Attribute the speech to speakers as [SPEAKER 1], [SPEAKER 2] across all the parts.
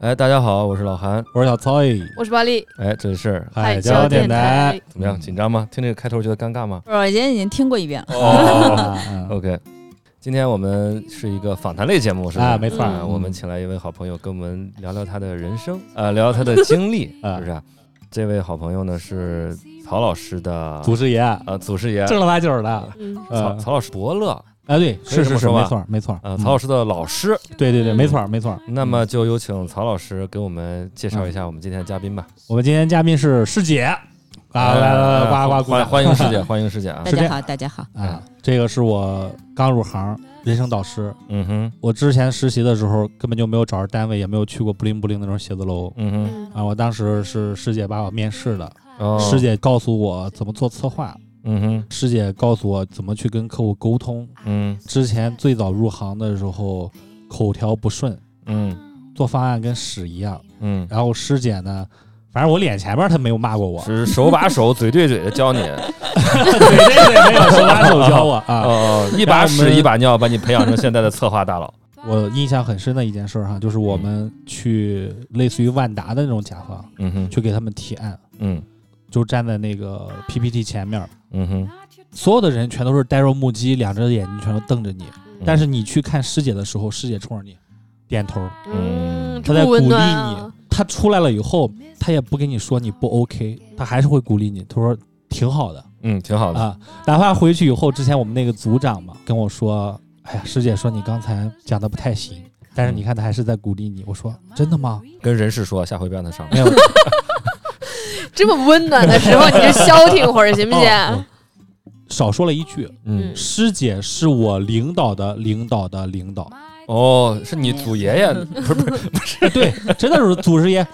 [SPEAKER 1] 哎，大家好，我是老韩。
[SPEAKER 2] 我是小曹，
[SPEAKER 3] 我是巴力，
[SPEAKER 1] 哎，这里是
[SPEAKER 2] 海
[SPEAKER 3] 椒
[SPEAKER 2] 椒
[SPEAKER 3] 电
[SPEAKER 2] 电
[SPEAKER 3] 台
[SPEAKER 2] 台。
[SPEAKER 1] 怎么样？紧张吗？听这个开头觉得尴尬吗
[SPEAKER 4] 我今天已经听过一遍了，
[SPEAKER 2] 哦，嗯
[SPEAKER 1] ？OK，今天我们是一个访谈类节目，是吧？
[SPEAKER 2] 啊，没错
[SPEAKER 1] 啊
[SPEAKER 2] 儿，
[SPEAKER 1] 我们请来一位好朋友，跟我们聊聊他的人 生，呃，聊聊他的经历，
[SPEAKER 2] 啊
[SPEAKER 1] 是不是啊？这位好朋友呢是曹老师的
[SPEAKER 2] 祖师爷
[SPEAKER 1] 呃祖师爷，
[SPEAKER 2] 正儿八经儿的。
[SPEAKER 3] 嗯，
[SPEAKER 1] 曹
[SPEAKER 2] 呃，
[SPEAKER 1] 曹老师伯乐
[SPEAKER 2] 哎，对，
[SPEAKER 1] 可以这么
[SPEAKER 2] 是是是，
[SPEAKER 1] 说吧
[SPEAKER 2] 没错儿没错儿。
[SPEAKER 1] 呃
[SPEAKER 2] 嗯
[SPEAKER 1] 曹老师的老师。
[SPEAKER 2] 对对对，没错儿没错嗯儿。
[SPEAKER 1] 那么就有请曹老师给我们介绍一
[SPEAKER 2] 嗯
[SPEAKER 1] 下我们今天的嘉宾吧。
[SPEAKER 2] 我们今天嘉宾是师姐啊，来来来
[SPEAKER 1] 呃
[SPEAKER 2] 来，呱呱鼓
[SPEAKER 1] 欢
[SPEAKER 2] 掌
[SPEAKER 1] 欢迎师姐，欢迎师姐 啊
[SPEAKER 4] 大！
[SPEAKER 2] 是这
[SPEAKER 4] 家
[SPEAKER 2] 样
[SPEAKER 4] 好，大家好，
[SPEAKER 2] 啊！这个是我刚入行人生导师。
[SPEAKER 1] 嗯哼，
[SPEAKER 2] 我之前实习的时候根本就没有找着单位，也没有去过不灵不灵那种写字楼
[SPEAKER 1] 嗯哼，
[SPEAKER 2] 啊。我当时是师姐把我面试的，
[SPEAKER 1] 哦
[SPEAKER 2] 师，姐告诉我怎么做策划，
[SPEAKER 1] 嗯哼，
[SPEAKER 2] 师姐告诉我怎么去跟客户沟通。
[SPEAKER 1] 嗯
[SPEAKER 2] 之前最早入行的时候，口条不顺，
[SPEAKER 1] 嗯
[SPEAKER 2] 做方案跟屎一样。
[SPEAKER 1] 嗯，
[SPEAKER 2] 然后师姐呢，反正我脸前面她没有骂过我，
[SPEAKER 1] 是手把手、嘴对嘴的教你，
[SPEAKER 2] 对对对，没有手把手教我啊。
[SPEAKER 1] 哦，一把
[SPEAKER 2] 然后我
[SPEAKER 1] 屎
[SPEAKER 2] 们
[SPEAKER 1] 一把尿，把你培养成现在的策划大佬。
[SPEAKER 2] 我印象很深的一件事儿哈，就是我们去类似于万达的那种甲方，
[SPEAKER 1] 嗯哼，
[SPEAKER 2] 去给他们提案，
[SPEAKER 1] 嗯
[SPEAKER 2] 就站在那个 PPT 前面，
[SPEAKER 1] 嗯哼，
[SPEAKER 2] 所有的人全都是呆若木鸡，两只眼睛全都瞪着你。
[SPEAKER 1] 嗯
[SPEAKER 2] 但是你去看师姐的时候，师姐冲着你点头，
[SPEAKER 1] 嗯
[SPEAKER 2] 她在
[SPEAKER 3] 这么
[SPEAKER 2] 鼓
[SPEAKER 3] 温
[SPEAKER 2] 励
[SPEAKER 3] 暖啊
[SPEAKER 2] 你。她出来了以后，她也不跟你说你不 OK，她还是会鼓励你。她说挺好的
[SPEAKER 1] 嗯，挺好的。
[SPEAKER 2] 啊，哪怕回去以后，之前我们那个组长嘛跟我说，哎呀，师姐说你刚才讲的不太行，但是你看她还是在鼓励你。我说真的 吗？
[SPEAKER 1] 跟人事说，下回不让他上。
[SPEAKER 2] 没
[SPEAKER 3] 嗯
[SPEAKER 2] 有，
[SPEAKER 3] 这么温暖的时候，你就消停会儿行不行？
[SPEAKER 2] 哦 少说了一句。
[SPEAKER 1] 嗯
[SPEAKER 3] 嗯，
[SPEAKER 2] 师姐是我领导的领导的领导，
[SPEAKER 1] 哦，是你祖爷爷，不是不是，
[SPEAKER 2] 对，真的是祖师爷。
[SPEAKER 1] 嗯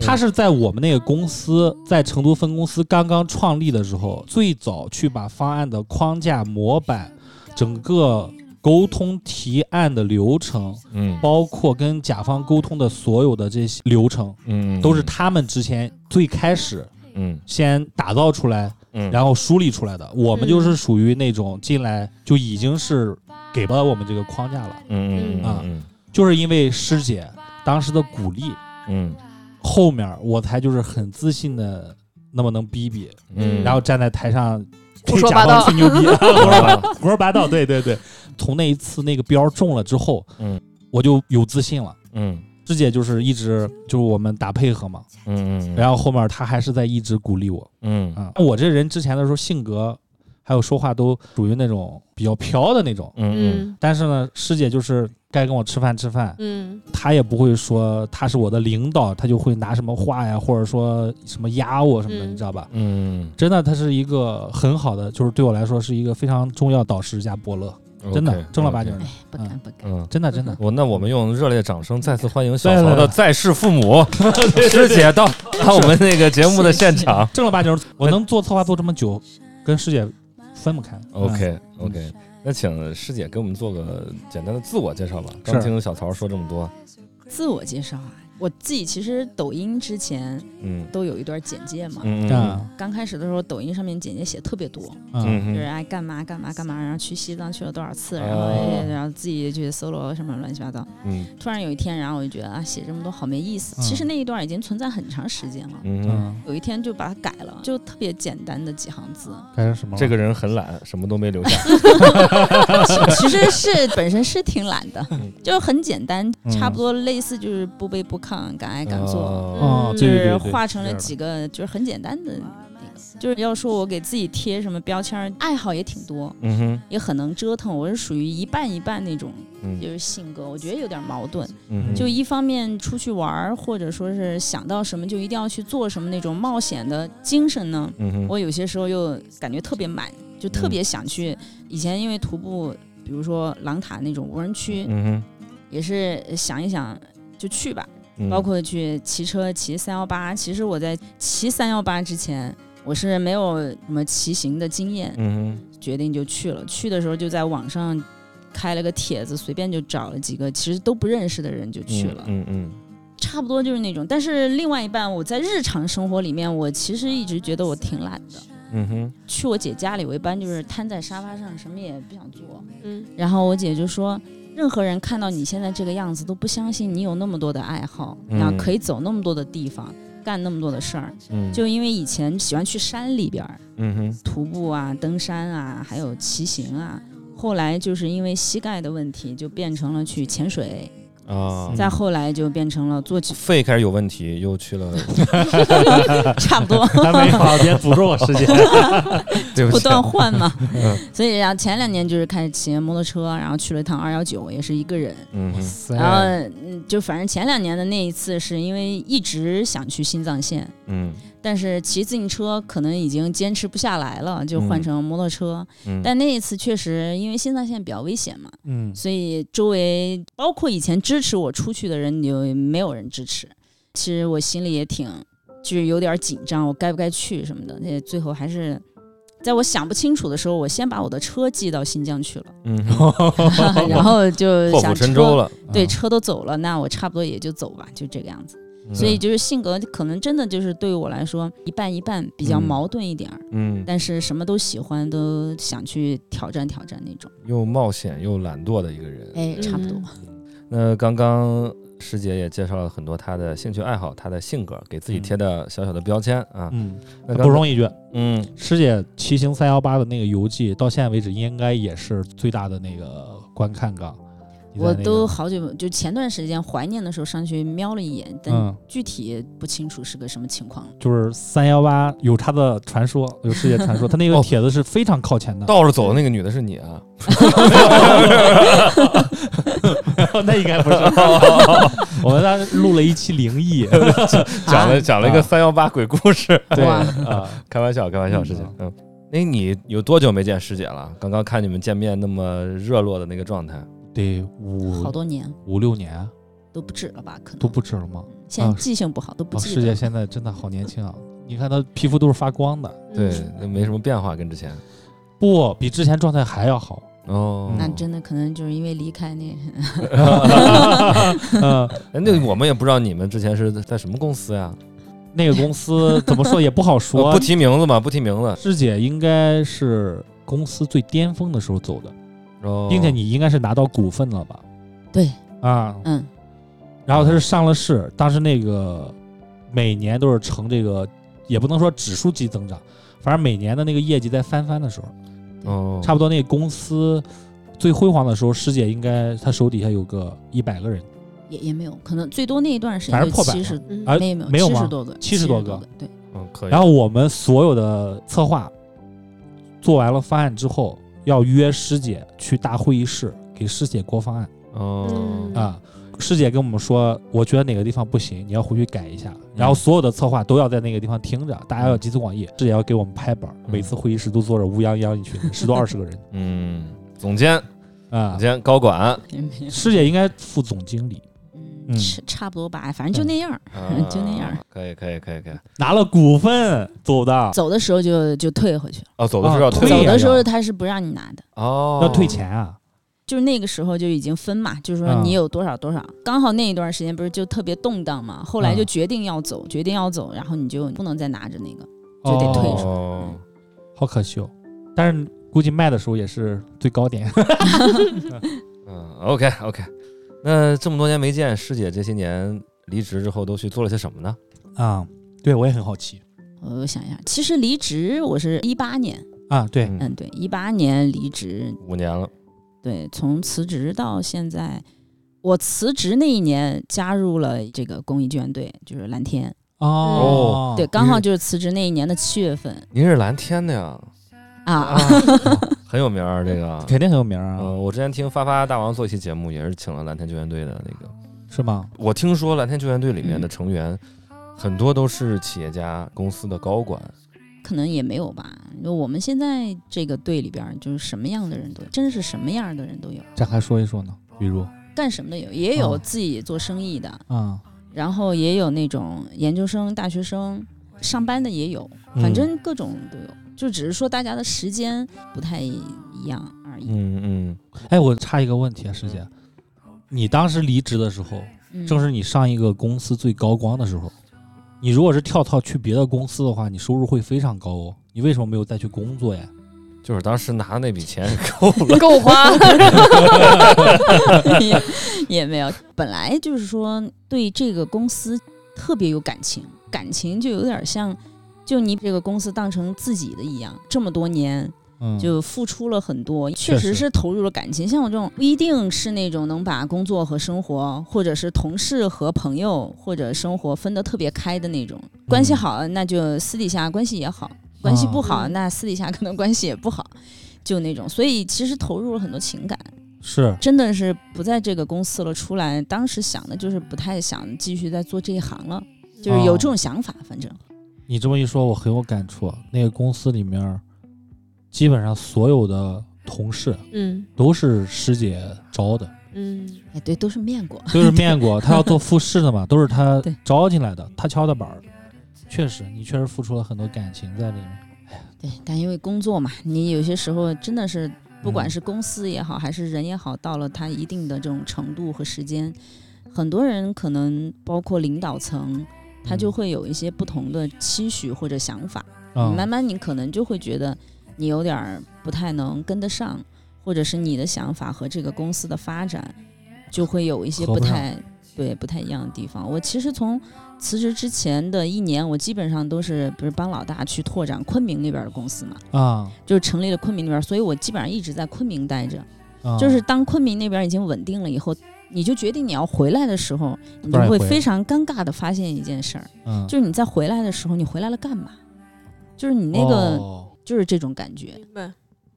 [SPEAKER 2] 他是在我们那个公司，在成都分公司刚刚创立的时候，最早去把方案的框架、模板、整个沟通提案的流程，
[SPEAKER 1] 嗯
[SPEAKER 2] 包括跟甲方沟通的所有的这些流程，
[SPEAKER 1] 嗯，
[SPEAKER 2] 都是他们之前最开始
[SPEAKER 1] 嗯
[SPEAKER 2] 先打造出来，
[SPEAKER 1] 嗯，
[SPEAKER 2] 然后梳理出来的。我们就是属于那种进来就已经是给到我们这个框架了，
[SPEAKER 1] 嗯嗯
[SPEAKER 2] 啊
[SPEAKER 1] 嗯
[SPEAKER 2] 就是因为师姐当时的鼓励，
[SPEAKER 1] 嗯
[SPEAKER 2] 后面儿我才就是很自信的那么能逼逼，
[SPEAKER 1] 嗯，
[SPEAKER 2] 然后站在台上
[SPEAKER 3] 胡说八
[SPEAKER 2] 对甲
[SPEAKER 3] 道
[SPEAKER 2] 方吹牛逼，胡说八
[SPEAKER 1] 啊
[SPEAKER 2] 道，胡说八道，对对对。从那一次那个标中了之后，
[SPEAKER 1] 嗯，
[SPEAKER 2] 我就有自信了。
[SPEAKER 1] 嗯
[SPEAKER 2] 师姐就是一直就是我们打配合嘛，
[SPEAKER 1] 嗯嗯，
[SPEAKER 2] 然
[SPEAKER 1] 后
[SPEAKER 2] 后后面儿她还是在一直鼓励我
[SPEAKER 1] 嗯
[SPEAKER 2] 啊。我这人之前的时候性格还有说话都属于那种比较飘的那种，
[SPEAKER 1] 嗯
[SPEAKER 3] 嗯
[SPEAKER 2] 但是呢，师姐就是该跟我吃饭吃饭，
[SPEAKER 3] 嗯
[SPEAKER 2] 他也不会说他是我的领导，他就会拿什么话呀，或者说什么压我什么的，
[SPEAKER 3] 嗯
[SPEAKER 2] 你知道吧？
[SPEAKER 1] 嗯
[SPEAKER 2] 真的，他是一个很好的，就是对我来说是一个非常重要导师加伯乐，
[SPEAKER 1] 嗯，
[SPEAKER 2] 真
[SPEAKER 1] OK，
[SPEAKER 2] 的正儿八
[SPEAKER 1] OK
[SPEAKER 2] 经的，
[SPEAKER 4] 哎不敢不敢，
[SPEAKER 1] 嗯。
[SPEAKER 2] 真的真的。
[SPEAKER 1] 我那我们用热烈的掌声再次欢迎小
[SPEAKER 2] 来来
[SPEAKER 1] 曹的
[SPEAKER 2] 来
[SPEAKER 1] 在世父 母师姐到到我们那个节目的现场。
[SPEAKER 2] 正儿 八经，我能做策划做这么久，跟师姐分不开。
[SPEAKER 1] OK OK，那请师姐给我们做个简单的自我介绍吧。刚
[SPEAKER 2] 是
[SPEAKER 1] 听小曹说这么多，
[SPEAKER 4] 自我介绍啊，我自己其实抖音之前
[SPEAKER 1] 嗯
[SPEAKER 4] 都有一段简介嘛，
[SPEAKER 1] 嗯
[SPEAKER 2] 嗯啊
[SPEAKER 4] 刚开始的时候抖音上面简介写特别多，
[SPEAKER 2] 嗯
[SPEAKER 4] 就是
[SPEAKER 1] 嗯
[SPEAKER 4] 哎干嘛干嘛干嘛，然后去西藏去了多少次，
[SPEAKER 1] 哦
[SPEAKER 4] 然后、哎然后自己去 solo 什么乱七八糟。
[SPEAKER 1] 嗯
[SPEAKER 4] 突然有一天，然后我就觉得啊，写这么多好没意思。
[SPEAKER 2] 嗯
[SPEAKER 4] 其实那一段已经存在很长时间了。
[SPEAKER 1] 嗯嗯，
[SPEAKER 2] 嗯，
[SPEAKER 4] 有一天就把它改了，就特别简单的几行字。
[SPEAKER 2] 该是什么了？
[SPEAKER 1] 这个人很懒，什么都没留下。
[SPEAKER 4] 其实是本身是挺懒的
[SPEAKER 1] 嗯，
[SPEAKER 4] 就很简单，
[SPEAKER 2] 嗯
[SPEAKER 4] 差不多类似就是不卑不亢，敢爱 敢做，
[SPEAKER 1] 哦
[SPEAKER 2] 哦，
[SPEAKER 3] 嗯
[SPEAKER 2] 对对
[SPEAKER 4] 就是
[SPEAKER 2] 对对，
[SPEAKER 4] 化成了
[SPEAKER 2] 是
[SPEAKER 4] 几个就是很简单的那个。就是要说我给自己贴什么标签儿，爱好也挺多，
[SPEAKER 1] 嗯哼，
[SPEAKER 4] 也很能折腾。我是属于一半一半那种，就
[SPEAKER 1] 嗯
[SPEAKER 4] 是性格，我觉得有点矛盾。
[SPEAKER 1] 嗯哼，
[SPEAKER 4] 就一方面出去玩儿，或者说是想到什么就一定要去做什么那种冒险的精神呢，
[SPEAKER 1] 嗯哼，
[SPEAKER 4] 我有些时候又感觉特别满，就特别想去。以前因为徒步，比如说狼塔那种无人区，
[SPEAKER 1] 嗯哼
[SPEAKER 4] 也是想一想就去吧。
[SPEAKER 1] 嗯，
[SPEAKER 4] 包括去骑车、骑三幺八。其实我在骑三幺八之前，我是没有什么骑行的经验，
[SPEAKER 1] 嗯
[SPEAKER 4] 决定就去了。去的时候就在网上开了个帖子，随便就找了几个其实都不认识的人就
[SPEAKER 1] 哼，
[SPEAKER 4] 去了，
[SPEAKER 1] 嗯嗯
[SPEAKER 4] 差不多就是那种。但是另外一半，我在日常生活里面，我其实一直觉得我挺懒的。
[SPEAKER 1] 嗯哼，
[SPEAKER 4] 去我姐家里，我一般就是瘫在沙发上，什么也不想做。
[SPEAKER 3] 嗯，
[SPEAKER 4] 然后我姐就说，任何人看到你现在这个样子，都不相信你有那么多的爱好，
[SPEAKER 1] 嗯
[SPEAKER 4] 然后可以走那么多的地方，干那么多的事儿。
[SPEAKER 1] 嗯，
[SPEAKER 4] 就因为以前喜欢去山里边儿
[SPEAKER 1] 嗯哼，
[SPEAKER 4] 徒步啊、登山啊，还有骑行啊。后来就是因为膝盖的问题，就变成了去潜水，
[SPEAKER 1] 啊，
[SPEAKER 4] 再后来就变成了 做起，
[SPEAKER 1] 肺开始有问题，又去了，
[SPEAKER 4] 差不多
[SPEAKER 2] 还没好，别诅咒我师姐。
[SPEAKER 1] 对
[SPEAKER 4] 不
[SPEAKER 1] 不起，
[SPEAKER 4] 断换嘛。所以然后前两年就是开始骑摩托车，然后去了一趟二幺九，也是一个人。
[SPEAKER 1] 嗯哼，
[SPEAKER 2] 塞
[SPEAKER 4] 然后嗯，就反正前两年的那一次，是因为一直想去新藏线，
[SPEAKER 1] 嗯
[SPEAKER 4] 但是骑自行车可能已经坚持不下来了，就换
[SPEAKER 1] 嗯
[SPEAKER 4] 成摩托车。
[SPEAKER 1] 嗯，
[SPEAKER 4] 但那一次确实因为新藏线比较危险嘛，
[SPEAKER 2] 嗯，
[SPEAKER 4] 所以周围包括以前支持我出去的人，就没有人支持。其实我心里也挺，就是有点紧张，我该不该去什么的。那最后还是，在我想不清楚的时候，我先把我的车寄到新 疆去了，
[SPEAKER 1] 嗯哼，
[SPEAKER 4] 然后就
[SPEAKER 1] 破
[SPEAKER 4] 想
[SPEAKER 1] 釜沉
[SPEAKER 4] 车
[SPEAKER 1] 舟了，
[SPEAKER 2] 嗯
[SPEAKER 4] 对，车都走了，那我差不多也就走吧，就这个样子。
[SPEAKER 1] 嗯
[SPEAKER 4] 所以就是性格可能真的就是对于我来说一半一半，比较
[SPEAKER 1] 嗯
[SPEAKER 4] 矛盾一点儿，
[SPEAKER 1] 嗯，
[SPEAKER 4] 但是什么都喜欢，都想去挑战挑战那种。
[SPEAKER 1] 又冒险又懒惰的一个人。
[SPEAKER 4] 哎，差不多。
[SPEAKER 3] 嗯
[SPEAKER 1] 那刚刚师姐也介绍了很多她的兴趣爱好，她的性格，给自
[SPEAKER 4] 嗯
[SPEAKER 1] 己贴的小小的标签啊，
[SPEAKER 2] 嗯，
[SPEAKER 1] 那
[SPEAKER 2] 补
[SPEAKER 1] 刚
[SPEAKER 2] 充一句，
[SPEAKER 1] 嗯
[SPEAKER 2] 师姐骑行三幺八的那个游记，到现在为止应该也是最大的那个观看港。你在
[SPEAKER 4] 我
[SPEAKER 2] 那个
[SPEAKER 4] 都好久，就前段时间怀念的时候上去瞄了一眼，但
[SPEAKER 2] 嗯，
[SPEAKER 4] 具体不清楚是个什么情况了。
[SPEAKER 2] 就是三幺八有他的传说，有世界传说，他那个
[SPEAKER 1] 哦
[SPEAKER 2] 帖子是非常靠前的。
[SPEAKER 1] 倒着走的那个女的是你啊？
[SPEAKER 2] 那应该 不是。
[SPEAKER 1] 哦
[SPEAKER 2] 我们当时录了一期灵异，
[SPEAKER 1] 讲了讲了一个
[SPEAKER 2] 啊
[SPEAKER 1] 三幺八鬼故事，
[SPEAKER 2] 对
[SPEAKER 4] 哇
[SPEAKER 2] 啊，
[SPEAKER 1] 开玩笑，开玩笑，
[SPEAKER 2] 嗯
[SPEAKER 1] 师姐，嗯。哎，你有多久没见师姐了？刚刚看你们见面那么热络的那个状态，
[SPEAKER 2] 得
[SPEAKER 4] 好
[SPEAKER 2] 五
[SPEAKER 4] 多年
[SPEAKER 2] 五六年
[SPEAKER 4] 都不止了吧？可能
[SPEAKER 2] 都不止了吗？
[SPEAKER 4] 现在
[SPEAKER 2] 啊
[SPEAKER 4] 记性不好，都不
[SPEAKER 2] 啊，
[SPEAKER 4] 记
[SPEAKER 2] 师
[SPEAKER 4] 得
[SPEAKER 2] 姐
[SPEAKER 4] 了。
[SPEAKER 2] 现在真的好年轻啊！你看她皮肤都是发光的，
[SPEAKER 4] 嗯
[SPEAKER 1] 对，那没什么变化，跟之前。
[SPEAKER 2] 不比之前状态还要好。
[SPEAKER 1] 哦，
[SPEAKER 4] 那真的可能就是因为离开那，
[SPEAKER 2] 嗯，
[SPEAKER 1] 哎那我们也不知道你们之前是在什么公司呀？
[SPEAKER 2] 那个公司怎么说也不好
[SPEAKER 1] 呃
[SPEAKER 2] 说
[SPEAKER 1] 不。提名字嘛，不提名字。
[SPEAKER 2] 师姐应该是公司最巅峰的时候走的，
[SPEAKER 1] 哦，
[SPEAKER 2] 并且你应该是拿到股份了吧？
[SPEAKER 4] 对，
[SPEAKER 2] 啊，
[SPEAKER 4] 嗯，
[SPEAKER 2] 然后他是上了市，当时那个每年都是呈这个，也不能说指数级增长，反正每年的那个业绩在翻番的时候，
[SPEAKER 1] 哦，
[SPEAKER 2] 差不多那个公司最辉煌的时候，师姐应该她手底下有个一百个人，
[SPEAKER 4] 也也没有，可能最多那一段时
[SPEAKER 2] 反
[SPEAKER 4] 间
[SPEAKER 2] 正破
[SPEAKER 4] 就
[SPEAKER 2] 百
[SPEAKER 4] 七十，
[SPEAKER 3] 嗯
[SPEAKER 2] 啊
[SPEAKER 4] 没有
[SPEAKER 2] 没
[SPEAKER 4] 有
[SPEAKER 2] 有
[SPEAKER 4] 七
[SPEAKER 2] 吗
[SPEAKER 4] 十多个，
[SPEAKER 2] 70多个
[SPEAKER 4] 个，对，
[SPEAKER 1] 嗯，可以。
[SPEAKER 2] 然后我们所有的策划做完了方案之后，要约师姐去大会议室给师姐过方案
[SPEAKER 1] 哦，
[SPEAKER 3] 嗯，
[SPEAKER 2] 啊。师姐跟我们说，我觉得哪个地方不行，你要回去改一下。然后所有的策划都要在那个地方听着，大家要集思广益。师姐要给我们拍板儿，每次会议室都坐着乌泱泱一 群人，十多二十个人
[SPEAKER 1] 嗯，总监、
[SPEAKER 2] 啊
[SPEAKER 1] 总。监、高 管啊，
[SPEAKER 4] 也没有，
[SPEAKER 2] 师姐应该副总经理，嗯
[SPEAKER 4] 嗯，差差不多吧，反正就那样儿。就那样
[SPEAKER 1] 可以，可以，可以，可以。
[SPEAKER 2] 拿了股份走的，
[SPEAKER 4] 走的时候就就退回去了，
[SPEAKER 1] 哦，走的时候
[SPEAKER 2] 啊
[SPEAKER 1] 要
[SPEAKER 2] 退
[SPEAKER 1] 退
[SPEAKER 4] 走
[SPEAKER 2] 呀
[SPEAKER 4] 的时
[SPEAKER 2] 要
[SPEAKER 4] 候他是不让你拿的。
[SPEAKER 1] 哦，
[SPEAKER 2] 要退钱啊。
[SPEAKER 4] 就是那个时候就已经分嘛，就是说
[SPEAKER 2] 嗯
[SPEAKER 4] 你有多少多少，刚好那一段时间不是就特别动荡嘛，后来就
[SPEAKER 2] 嗯
[SPEAKER 4] 决定要走，决定要走，然后你就不能再拿着那个，就得退出
[SPEAKER 1] 哦，
[SPEAKER 2] 好可惜哦。但是估计卖的时候也是最高点。
[SPEAKER 1] 嗯，OK，OK。那这么多年没见，师姐这些年离职之后都去做了些什么呢？
[SPEAKER 2] 啊、对我也很好奇
[SPEAKER 4] 我想一下，其实离职我是一八年，
[SPEAKER 2] 啊。对，
[SPEAKER 1] 嗯
[SPEAKER 4] 嗯，对，一八年离职，
[SPEAKER 1] 五年了，
[SPEAKER 4] 对，从辞职到现在，我辞职那一年加入了这个公益志愿队，就是蓝天，
[SPEAKER 2] 哦，
[SPEAKER 4] 对，刚好就是辞职那一年的七月份
[SPEAKER 1] 您是蓝天的呀，
[SPEAKER 4] 啊，
[SPEAKER 1] 很有名儿这个。
[SPEAKER 2] 肯定很有名啊，
[SPEAKER 1] 嗯，我之前听发发大王做一期节目，也是请了蓝天救援队的那个。
[SPEAKER 2] 是吗？
[SPEAKER 1] 我听说蓝天救援队里面的成员很多都是企业家、公司的高管。
[SPEAKER 4] 可能也没有吧。就我们现在这个队里边儿，就是什么样的人都有，真是什么样的人都有，
[SPEAKER 2] 展开说一说呢，比如
[SPEAKER 4] 干什么的有，也有
[SPEAKER 2] 哦
[SPEAKER 4] 自己做生意的，
[SPEAKER 2] 啊，
[SPEAKER 4] 然后也有那种研究生、大学生，上班的也有，
[SPEAKER 2] 嗯
[SPEAKER 4] 反正各种都有，就只是说大家的时间不太一样而已。
[SPEAKER 1] 嗯
[SPEAKER 2] 哎，我插一个问题啊，师姐，你当时离职的时候，
[SPEAKER 4] 嗯
[SPEAKER 2] 正是你上一个公司最高光的时候。你如果是跳槽去别的公司的话，你收入会非常高哦。你为什么没有再去工作呀？
[SPEAKER 1] 嗯，就是当时拿的那笔钱 够了
[SPEAKER 3] 够花，
[SPEAKER 4] 也 也没有。本来就是说对这个公司特别有感情，感情就有点像，就你这个公司当成自己的一样，这么多年
[SPEAKER 2] 嗯，
[SPEAKER 4] 就付出了很多，
[SPEAKER 2] 确
[SPEAKER 4] 确
[SPEAKER 2] 实
[SPEAKER 4] 实是投入了感情。像我这种不一定是那种能把工作和生活，或者是同事和朋友，或者生活分得特别开的那种。关
[SPEAKER 2] 嗯
[SPEAKER 4] 系好，那就私底下关系也好；关系不
[SPEAKER 2] 啊
[SPEAKER 4] 好，
[SPEAKER 3] 嗯
[SPEAKER 4] 那私底下 可能关系也不好，就那种。所以其实投入了很多情感。
[SPEAKER 2] 是
[SPEAKER 4] 真的是不在这个公司了，出来当时想的就是不太想继续再做这一行了，就是有这种想法，反正
[SPEAKER 2] 你这么一说，我很有感触。那个公司里面儿，基本上所有的同事
[SPEAKER 3] 嗯
[SPEAKER 2] 都是师姐招的，
[SPEAKER 3] 嗯，
[SPEAKER 4] 哎对，都是面过，
[SPEAKER 2] 都是面过，他要做复试的嘛，都是他
[SPEAKER 4] 对
[SPEAKER 2] 招进来的，他敲的板儿。确实，你确实付出了很多感情在里面。
[SPEAKER 4] 对，但因为工作嘛，你有些时候真的是不管是公司也好，还是人也好，到了他一定的这种程度和时间，很多人可能包括领导层，他就会有一些不同的期许或者想法。
[SPEAKER 2] 啊、
[SPEAKER 4] 慢慢你可能就会觉得你有点儿不太能跟得上，或者是你的想法和这个公司的发展就会有一些
[SPEAKER 2] 合不
[SPEAKER 4] 不太对不太一样的地方。我其实从辞职之前的一年，我基本上都是不是帮老大去拓展昆明那边儿的公司嘛，
[SPEAKER 2] 啊
[SPEAKER 4] 就是成立了昆明那边儿，所以我基本上一直在昆明待着。
[SPEAKER 2] 啊！
[SPEAKER 4] 就是当昆明那边已经稳定了以后，你就决定你要回来的时候，你
[SPEAKER 2] 不
[SPEAKER 4] 就
[SPEAKER 2] 然
[SPEAKER 4] 会
[SPEAKER 2] 回
[SPEAKER 4] 非常尴尬的发现一件事儿，
[SPEAKER 2] 嗯，
[SPEAKER 4] 就是你在回来的时候，你回来了干嘛？就是你那个、
[SPEAKER 2] 哦
[SPEAKER 4] 就是这种感觉。
[SPEAKER 3] 明白，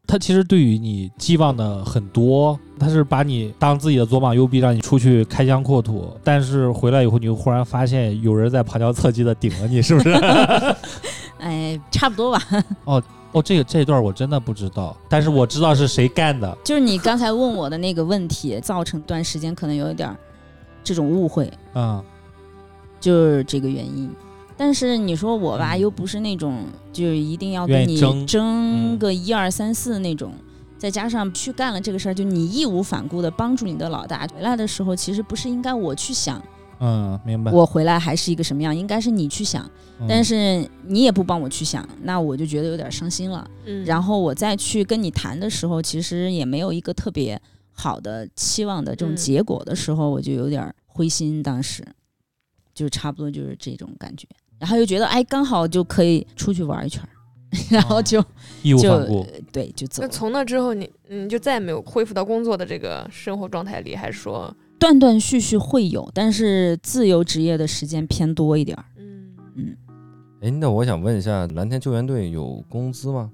[SPEAKER 2] 他其实对于你寄望的很多，他是把你当自己的左膀右臂，让你出去开疆扩土。但是回来以后，你又忽然发现有人在旁敲侧击的顶了你，是不是？
[SPEAKER 4] 哎，差不多吧。
[SPEAKER 2] 哦，这个这段 我真的不知道，但是我知道是谁干的。
[SPEAKER 4] 就是你刚才问我的那个问题，造成段时间可能有一点儿这种误会，
[SPEAKER 2] 嗯，
[SPEAKER 4] 就是这个原因。但是你说我吧，
[SPEAKER 2] 嗯
[SPEAKER 4] 又不是那种就是一定要
[SPEAKER 2] 愿意
[SPEAKER 4] 跟
[SPEAKER 2] 争
[SPEAKER 4] 你
[SPEAKER 2] 嗯
[SPEAKER 4] 争个一二三四那种，再加上去干了这个事儿，就你义无反顾的帮助你的老大。回来的时候，其实不是应该我去想
[SPEAKER 2] 嗯，明白。
[SPEAKER 4] 我回来还是一个什么样，应该是你去想，
[SPEAKER 2] 嗯
[SPEAKER 4] 但是你也不帮我去想，那我就觉得有点伤心了。
[SPEAKER 3] 嗯，
[SPEAKER 4] 然后我再去跟你谈的时候，其实也没有一个特别好的期望的这种
[SPEAKER 3] 嗯
[SPEAKER 4] 结果的时候，我就有点儿灰心。当时就差不多就是这种感觉，然后又觉得哎，刚好就可以出去玩一圈儿， 然后就、
[SPEAKER 2] 义无
[SPEAKER 4] 就
[SPEAKER 2] 反顾。
[SPEAKER 4] 对就
[SPEAKER 3] 哦
[SPEAKER 4] 走
[SPEAKER 3] 那
[SPEAKER 4] 了，
[SPEAKER 3] 从那之后你，你就再也没有恢复到工作的这个生活状态里，还是说，
[SPEAKER 4] 断断续续会有，但是自由职业的时间偏多一点儿，
[SPEAKER 3] 嗯
[SPEAKER 4] 嗯，
[SPEAKER 1] 哎，那我想问一下，蓝天救援队有工资吗？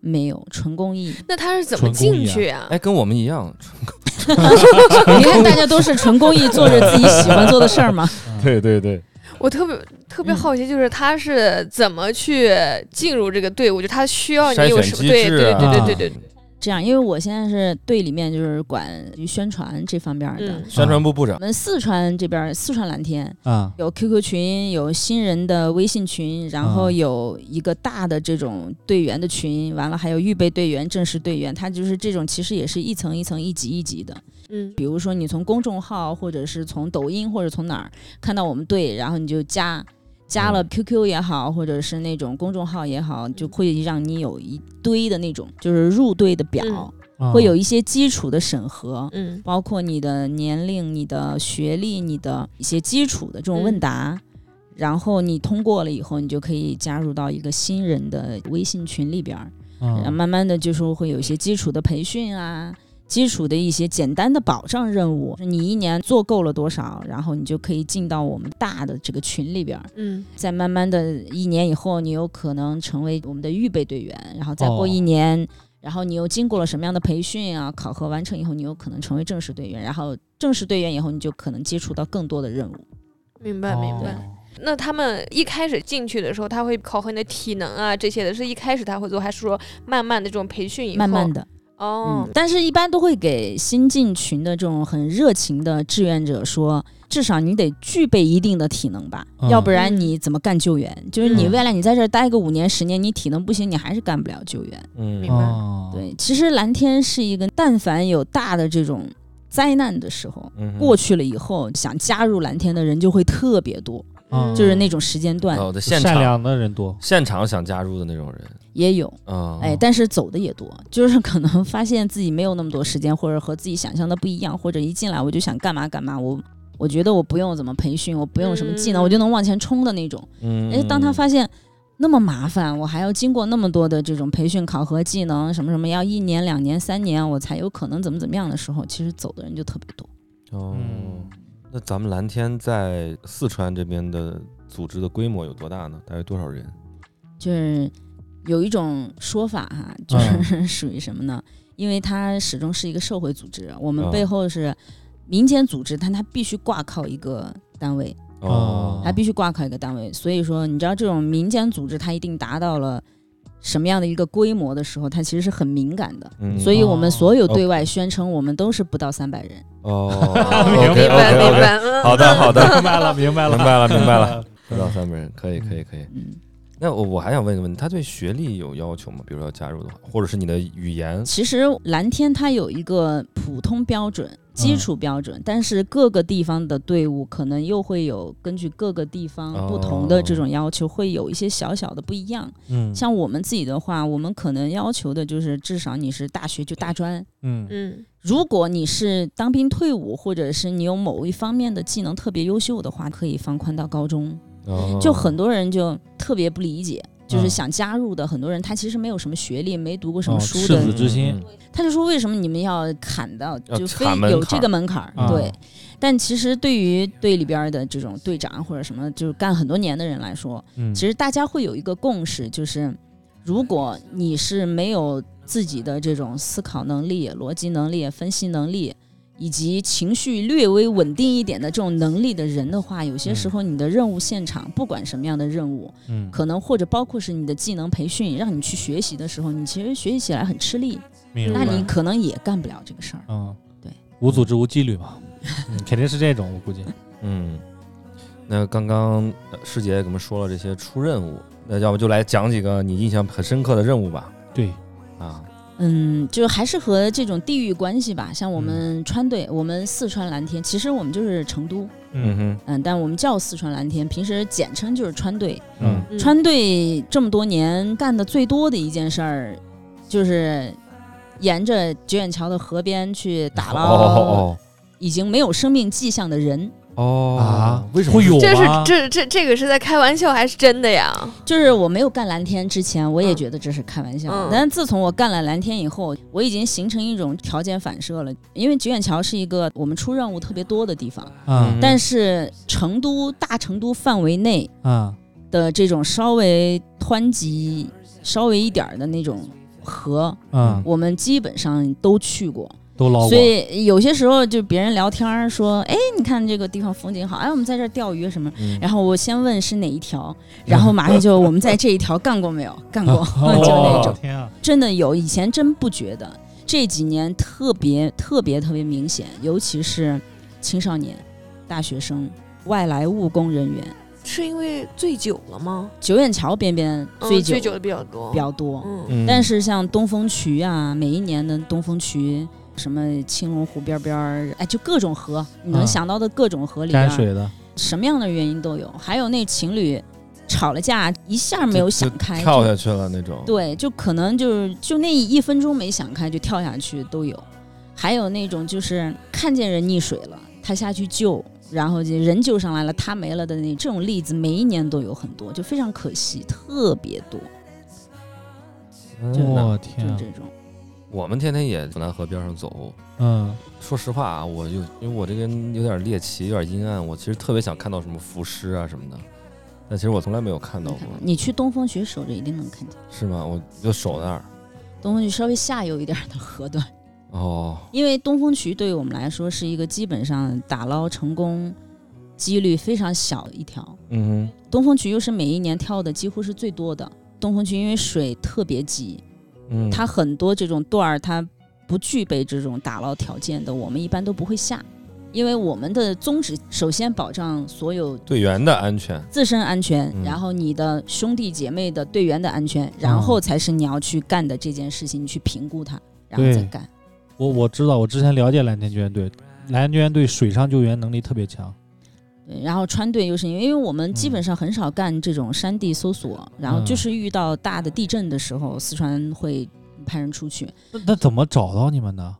[SPEAKER 4] 没有纯公 益，
[SPEAKER 3] 那他是怎么进去呀、
[SPEAKER 1] 哎，跟我们一样，
[SPEAKER 4] 你看大家都是纯公益，做着自己喜欢做的事儿 嘛。
[SPEAKER 1] 对对对，
[SPEAKER 3] 我特别特别好奇，就是他是怎么去进入这个队伍？就他需要
[SPEAKER 1] 筛
[SPEAKER 3] 你有
[SPEAKER 1] 选
[SPEAKER 3] 什么？
[SPEAKER 1] 机
[SPEAKER 3] 对
[SPEAKER 1] 制
[SPEAKER 3] 对
[SPEAKER 1] 啊，
[SPEAKER 3] 对对对对，
[SPEAKER 4] 这样，因为我现在是队里面就是管宣传这方面儿的，
[SPEAKER 3] 嗯
[SPEAKER 1] 宣传部部
[SPEAKER 4] 我
[SPEAKER 1] 长，
[SPEAKER 4] 们四川这边儿，四川蓝天
[SPEAKER 2] 啊
[SPEAKER 4] 有 QQ 群，有新人的微信群，然后
[SPEAKER 2] 嗯
[SPEAKER 4] 有一个大的这种队员的群，完了还有预备队员、正式队员，他就是这种，其实也是一层一层、一级一级的。
[SPEAKER 3] 嗯
[SPEAKER 4] 比如说你从公众号，或者是从抖音，或者从哪儿看到我们队，然后你就加。加了
[SPEAKER 1] 嗯
[SPEAKER 4] QQ 也好，或者是那种公众号也好，就会让你有一堆的那种就是入队的表，
[SPEAKER 3] 嗯
[SPEAKER 2] 啊
[SPEAKER 4] 会有一些基础的审核，
[SPEAKER 3] 嗯
[SPEAKER 4] 包括你的年龄、你的学历、你的一些基础的这种问答，然后你通过了以后，你就可以加入到一个新人的微信群里边儿，然后
[SPEAKER 2] 嗯
[SPEAKER 4] 慢慢的就是会有一些基础的培训啊。基础的一些简单的保障任务，你一年做够了多少，然后你就可以进到我们大的这个群里边儿。
[SPEAKER 3] 嗯
[SPEAKER 4] 再慢慢的一年以后，你有可能成为我们的预备队员，然后再
[SPEAKER 2] 哦
[SPEAKER 4] 过一年，然后你又经过了什么样的培训啊，考核完成以后，你有可能成为正式队员，然后正式队员以后，你就可能接触到更多的任务。
[SPEAKER 3] 明白明白。
[SPEAKER 2] 哦
[SPEAKER 3] 那他们一开始进去的时候，他会考核你的体能啊这些的，是一开始他会做，还是说慢慢的这种培训以后？
[SPEAKER 4] 慢慢的，
[SPEAKER 3] 哦
[SPEAKER 4] 嗯，，但是一般都会给新进群的这种很热情的志愿者说，至少你得具备一定的体能吧，
[SPEAKER 2] 嗯
[SPEAKER 4] 要不然你怎么干救援？就是你
[SPEAKER 3] 嗯
[SPEAKER 4] 未来你在这儿待个五年十年，你体能不行，你还是干不了救援。
[SPEAKER 1] 嗯
[SPEAKER 3] 明白
[SPEAKER 2] 哦，，
[SPEAKER 4] 对，其实蓝天是一个，但凡有大的这种灾难的时候。
[SPEAKER 1] 嗯哼
[SPEAKER 4] 过去了以后，想加入蓝天的人就会特别多，
[SPEAKER 2] 嗯
[SPEAKER 4] 就是那种时间段
[SPEAKER 1] 哦哦，对，现
[SPEAKER 2] 善
[SPEAKER 1] 场
[SPEAKER 2] 良的人多，
[SPEAKER 1] 现场想加入的那种人
[SPEAKER 4] 也有，
[SPEAKER 1] 啊，
[SPEAKER 4] 哎，但是走的也多，就是可能发现自己没有那么多时间，或者和自己想象的不一样，或者一进来我就想干嘛干嘛，我我觉得我不用怎么培训，我不用什么技能，
[SPEAKER 3] 嗯
[SPEAKER 4] 我就能往前冲的那种。
[SPEAKER 1] 嗯，
[SPEAKER 4] 哎，当他
[SPEAKER 1] 嗯
[SPEAKER 4] 发现那么麻烦，我还要经过那么多的这种培训、考核、技能什么什么，要一年、两年、三年，我才有可能怎么怎么样的时候，其实走的人就特别多。
[SPEAKER 1] 哦
[SPEAKER 2] 嗯，
[SPEAKER 1] 那咱们蓝天在四川这边的组织的规模有多大呢？大约多少人？
[SPEAKER 4] 就是有一种说法哈，就
[SPEAKER 2] 嗯
[SPEAKER 4] 是 属于什么呢？因为它始终是一个社会组织，我们
[SPEAKER 1] 嗯
[SPEAKER 4] 背后是民间组织，但它必须挂靠一个单位，
[SPEAKER 2] 哦
[SPEAKER 4] 它
[SPEAKER 1] 嗯
[SPEAKER 4] 必须挂靠一个单位。所以说，你知道这种民间组织，它一定达到了什么样的一个规模的时候，它其实是很敏感的。
[SPEAKER 1] 嗯，
[SPEAKER 4] 所以我们
[SPEAKER 2] 哦
[SPEAKER 4] 所有对外宣称，我们都是不到三百人。
[SPEAKER 1] 哦
[SPEAKER 3] 哦，
[SPEAKER 2] 明白
[SPEAKER 3] 明白
[SPEAKER 1] OK，OK，OK
[SPEAKER 3] 明白，嗯
[SPEAKER 1] 好的，好的，
[SPEAKER 2] 明白了，明白了，
[SPEAKER 1] 明白了，明白了，不到三百人，可以，可以，可以。
[SPEAKER 4] 嗯，
[SPEAKER 1] 那我我还想问一个问题，他对学历有要求吗？比如说要加入的话，或者是你的语言？
[SPEAKER 4] 其实蓝天它有一个普通标准、基础标准，
[SPEAKER 1] 嗯
[SPEAKER 4] 但是各个地方的队伍可能又会有根据各个地
[SPEAKER 1] 哦
[SPEAKER 4] 方不同的这种要求，会有一些小小的不一样。
[SPEAKER 2] 嗯
[SPEAKER 4] 像我们自己的话，我们可能要求的就是至少你是大学就大专。
[SPEAKER 2] 嗯
[SPEAKER 3] 嗯
[SPEAKER 4] 如果你是当兵退伍，或者是你有某一方面的技能特别优秀的话，可以放宽到高中。
[SPEAKER 1] 哦
[SPEAKER 4] 就很多人就特别不理解，就是
[SPEAKER 2] 嗯
[SPEAKER 4] 想加入的很多人，他其实没有什么学历，没读过什么
[SPEAKER 2] 哦
[SPEAKER 4] 书
[SPEAKER 2] 赤
[SPEAKER 4] 的，
[SPEAKER 2] 子之心，
[SPEAKER 1] 嗯嗯
[SPEAKER 4] 他就说为什么你们要砍到
[SPEAKER 1] 要
[SPEAKER 4] 就非
[SPEAKER 1] 砍门槛
[SPEAKER 4] 有这个门槛儿？
[SPEAKER 2] 啊
[SPEAKER 4] 对，但其实对于队里边儿的这种队长或者什么，就是干很多年的人来说，
[SPEAKER 2] 嗯，
[SPEAKER 4] 其实大家会有一个共识，就是如果你是没有自己的这种思考能力、逻辑能力、分析能力。以及情绪略微稳定一点的这种能力的人的话，有些时候你的任务现场，不管什么样的任务，
[SPEAKER 2] 嗯
[SPEAKER 4] 可能或者包括是你的技能培训，让你去学习的时候，你其实学习起来很吃力，
[SPEAKER 2] 明
[SPEAKER 4] 那
[SPEAKER 2] 白
[SPEAKER 4] 你可能也干不了这个事儿。
[SPEAKER 2] 嗯，
[SPEAKER 4] 对，
[SPEAKER 2] 无组织无纪律 嘛，嗯肯定是这种，我估计。
[SPEAKER 1] 嗯，那刚刚呃师姐也给我们说了这些出任务，那要不就来讲几个你印象很深刻的任务吧？
[SPEAKER 2] 对，
[SPEAKER 1] 啊，
[SPEAKER 4] 嗯，就还是和这种地域关系吧。像我
[SPEAKER 2] 嗯
[SPEAKER 4] 们川队，我们四川蓝天，其实我们就是成都，
[SPEAKER 1] 嗯哼，
[SPEAKER 4] 嗯，但我们叫四川蓝天，平时简称就是川队。
[SPEAKER 1] 嗯
[SPEAKER 2] 嗯，
[SPEAKER 3] 嗯
[SPEAKER 4] 川队这么多年干的最多的一件事儿，就是沿着久远桥的河边去打捞
[SPEAKER 1] 哦
[SPEAKER 4] 已经没有生命迹象的人。
[SPEAKER 1] 哦哦
[SPEAKER 2] 啊，
[SPEAKER 1] 为什么
[SPEAKER 2] 会有
[SPEAKER 3] 这是
[SPEAKER 2] 吗？
[SPEAKER 3] 这这这个是在开玩笑还是真的呀？
[SPEAKER 4] 就是我没有干蓝天之前，我也
[SPEAKER 3] 嗯
[SPEAKER 4] 觉得这是开玩笑。
[SPEAKER 3] 嗯
[SPEAKER 4] 但自从我干了蓝天以后，我已经形成一种条件反射了。因为久远桥是一个我们出任务特别多的地方，
[SPEAKER 2] 嗯
[SPEAKER 4] 但是成都大成都范围内
[SPEAKER 2] 嗯
[SPEAKER 4] 的这种稍微湍急、稍微一点儿的那种河，
[SPEAKER 2] 嗯，
[SPEAKER 4] 我们基本上都去过。
[SPEAKER 2] 都捞过。哦
[SPEAKER 4] 所以有些时候就别人聊天儿说：“哎，你看这个地方风景好，哎，我们在这儿钓鱼什么。”
[SPEAKER 1] 嗯
[SPEAKER 4] 然后我先问是哪一条，然后马上就我们在这一条干过没有？干过，就那
[SPEAKER 2] 哦
[SPEAKER 4] 种，
[SPEAKER 2] 天啊，
[SPEAKER 4] 真的有，以前真不觉得，这几年特别特别特别明显，尤其是青少年、大学生、外来务工人员，
[SPEAKER 3] 是因为醉酒了吗？
[SPEAKER 4] 九眼桥边边
[SPEAKER 3] 嗯
[SPEAKER 4] 醉
[SPEAKER 3] 醉
[SPEAKER 4] 酒
[SPEAKER 3] 酒的比较多，
[SPEAKER 4] 比较多，
[SPEAKER 3] 嗯
[SPEAKER 1] 嗯
[SPEAKER 4] 但是像东风渠啊，每一年的东风渠。什么青龙湖边边儿，哎，就各种河，你能
[SPEAKER 2] 嗯
[SPEAKER 4] 想到的各种河里边
[SPEAKER 2] 沾
[SPEAKER 4] 儿，
[SPEAKER 2] 水的，
[SPEAKER 4] 什么样的原因都有。还有那情侣吵了架，一下没有想开，就
[SPEAKER 1] 跳下去了那种，
[SPEAKER 4] 对，就可能就是就那一分钟没想开就跳下去都有。还有那种就是看见人溺水了，他下去救，然后就人救上来了，他没了的那这种例子，每一年都有很多，就非常可惜，特别多，
[SPEAKER 1] 嗯，那
[SPEAKER 2] 我
[SPEAKER 4] 就
[SPEAKER 2] 天
[SPEAKER 4] 是
[SPEAKER 2] 啊
[SPEAKER 4] 这，种。
[SPEAKER 1] 我们天天也从南河边上走。
[SPEAKER 2] 嗯
[SPEAKER 1] 说实话啊，我就因为我这个人有点猎奇，有点阴暗，我其实特别想看到什么浮尸啊什么的，但其实我从来没有看到
[SPEAKER 4] 你
[SPEAKER 1] 过
[SPEAKER 4] 看，，嗯你去东风渠守着一定能看见，
[SPEAKER 1] 是吗？我就守那儿。
[SPEAKER 4] 东风渠稍微下游一点儿的河段，
[SPEAKER 1] 哦，
[SPEAKER 4] 因为东风渠对于我们来说是一个基本上打捞成功几率非常小的一条。
[SPEAKER 1] 嗯
[SPEAKER 4] 东风渠又是每一年跳的几乎是最多的。东风渠因为水特别急，
[SPEAKER 1] 哼，嗯，
[SPEAKER 4] 它很多这种段儿它不具备这种打捞条件的，我们一般都不会下，因为我们的宗旨首先保障所有
[SPEAKER 1] 队员的安全，
[SPEAKER 4] 自身安全，
[SPEAKER 1] 嗯
[SPEAKER 4] 然后你的兄弟姐妹的队员的安全，然后才是你要去干的这件事情，你去评估它，然后再
[SPEAKER 2] 对
[SPEAKER 4] 干。
[SPEAKER 2] 我我知道，我之前了解蓝天救援队，蓝天救援队水上救援能力特别强。
[SPEAKER 4] 对，然后川队又是因为，因为我们基本上很少干这种山地搜索，然后就是遇到大的地震的时候，四川会派人出去。
[SPEAKER 2] 那那怎么找到你们呢？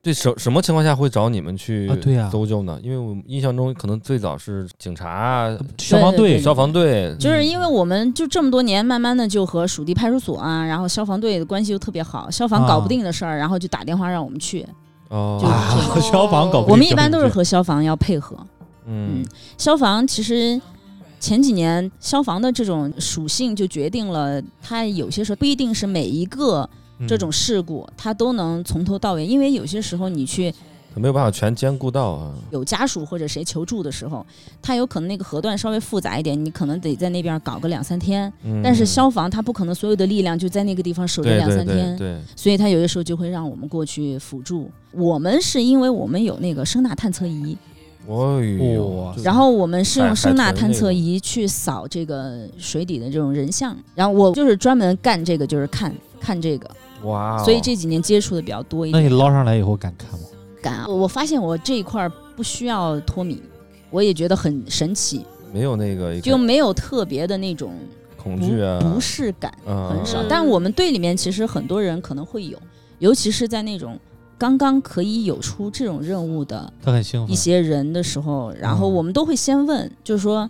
[SPEAKER 1] 对什什么情况下会找你们去
[SPEAKER 2] 啊对呀
[SPEAKER 1] 搜救呢？因为我印象中可能最早是警察、
[SPEAKER 2] 消防队
[SPEAKER 4] 对
[SPEAKER 1] 消防队，
[SPEAKER 4] 就是因为我们就这么多年，慢慢的就和属地派出所啊，然后消防队的关系又特别好，消防搞不定的事儿，然后就打电话让我们去。
[SPEAKER 1] 哦，
[SPEAKER 4] 就是这
[SPEAKER 2] 啊
[SPEAKER 4] 样，
[SPEAKER 2] 消防搞不定
[SPEAKER 4] 我们一般都是和消防要配合。
[SPEAKER 1] 嗯
[SPEAKER 4] 消防其实前几年消防的这种属性就决定了，它有些时候不一定是每一个嗯这
[SPEAKER 2] 嗯
[SPEAKER 4] 种事故、它都能从头到尾，因为有些时候你去
[SPEAKER 1] 没有办法全兼顾到啊。
[SPEAKER 4] 有家属或者谁求助的时候，它有可能那个核段稍微复杂一点，你可能得在那边搞个两三天。
[SPEAKER 1] 嗯
[SPEAKER 4] 但是消防它不可能所有的力量就在那个地方守着
[SPEAKER 1] 对
[SPEAKER 4] 两三
[SPEAKER 1] 对
[SPEAKER 4] 天，
[SPEAKER 1] 对对，
[SPEAKER 4] 所以它有些时候就会让我们过去辅助。我们是因为我们有那个声呐探测仪，
[SPEAKER 1] 哦
[SPEAKER 2] 哇
[SPEAKER 1] 呦，
[SPEAKER 4] 然后我们是
[SPEAKER 1] 海
[SPEAKER 4] 用声
[SPEAKER 1] 海
[SPEAKER 4] 呐
[SPEAKER 1] 豚
[SPEAKER 4] 探
[SPEAKER 1] 那
[SPEAKER 4] 测
[SPEAKER 1] 个
[SPEAKER 4] 仪去扫这个水底的这种人像，然后我就是专门干这个，就是看看这个，
[SPEAKER 1] 哇哦，
[SPEAKER 4] 所以这几年接触的比较多一
[SPEAKER 2] 那
[SPEAKER 4] 点。
[SPEAKER 2] 你捞上来以后敢看吗？
[SPEAKER 4] 敢啊，我发现我这一块儿不需要脱敏，我也觉得很神奇，
[SPEAKER 1] 没有那个一个
[SPEAKER 4] 就没有特别的那种
[SPEAKER 1] 恐
[SPEAKER 4] 不
[SPEAKER 1] 惧啊，
[SPEAKER 4] 不适感，
[SPEAKER 1] 嗯，
[SPEAKER 4] 很少
[SPEAKER 1] 嗯。
[SPEAKER 4] 但我们队里面其实很多人可能会有，尤其是在那种刚刚可以有出这种任务的
[SPEAKER 2] 他很兴
[SPEAKER 4] 一
[SPEAKER 1] 嗯
[SPEAKER 2] 奋。
[SPEAKER 4] 些人的时候，然后
[SPEAKER 2] 嗯
[SPEAKER 4] 我们都会先问，就是说，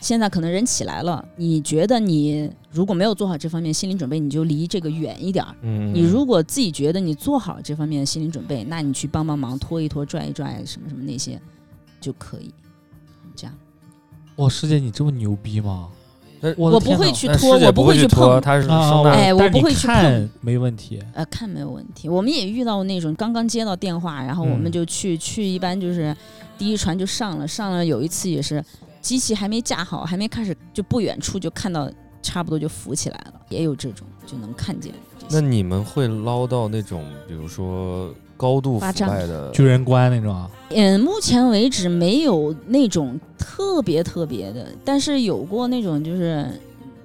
[SPEAKER 4] 现在可能人起来了，你觉得你如果没有做好这方面心理准备，你就离这个远一点儿。
[SPEAKER 1] 嗯，
[SPEAKER 4] 你如果自己觉得你做好这方面的心理准备，那你去帮帮忙，拖一拖、拽一拽，什么什么那些就可以。这样，
[SPEAKER 2] 哇，师姐你这么牛逼吗
[SPEAKER 1] 但？
[SPEAKER 2] 我
[SPEAKER 4] 呃我
[SPEAKER 2] 的
[SPEAKER 4] 不
[SPEAKER 2] 天
[SPEAKER 4] 会
[SPEAKER 2] 哪
[SPEAKER 4] 去
[SPEAKER 1] 但师
[SPEAKER 4] 拖，
[SPEAKER 1] 姐
[SPEAKER 4] 我
[SPEAKER 1] 不
[SPEAKER 4] 会
[SPEAKER 1] 去
[SPEAKER 4] 去
[SPEAKER 1] 拖，
[SPEAKER 4] 碰。
[SPEAKER 1] 她是
[SPEAKER 2] 啊
[SPEAKER 1] 声
[SPEAKER 2] 我
[SPEAKER 1] 呐
[SPEAKER 4] 哎我
[SPEAKER 2] 但是
[SPEAKER 4] 不
[SPEAKER 2] 你
[SPEAKER 4] 会去
[SPEAKER 2] 看没问题。
[SPEAKER 4] 呃，看没有问题。我们也遇到那种刚刚接到电话，然后我们
[SPEAKER 2] 嗯
[SPEAKER 4] 就去、去，一般就是第一船就上了，上了有一次也是机器还没架好，还没开始，就不远处就看到差不多就浮起来了，也有这种就能看见这
[SPEAKER 1] 那
[SPEAKER 4] 些。
[SPEAKER 1] 你们会捞到那种，比如说高度
[SPEAKER 4] 巴
[SPEAKER 1] 腐
[SPEAKER 4] 掌
[SPEAKER 1] 败的
[SPEAKER 2] 巨人观那种啊，
[SPEAKER 4] 嗯，目前为止没有那种特别特别的，但是有过那种就是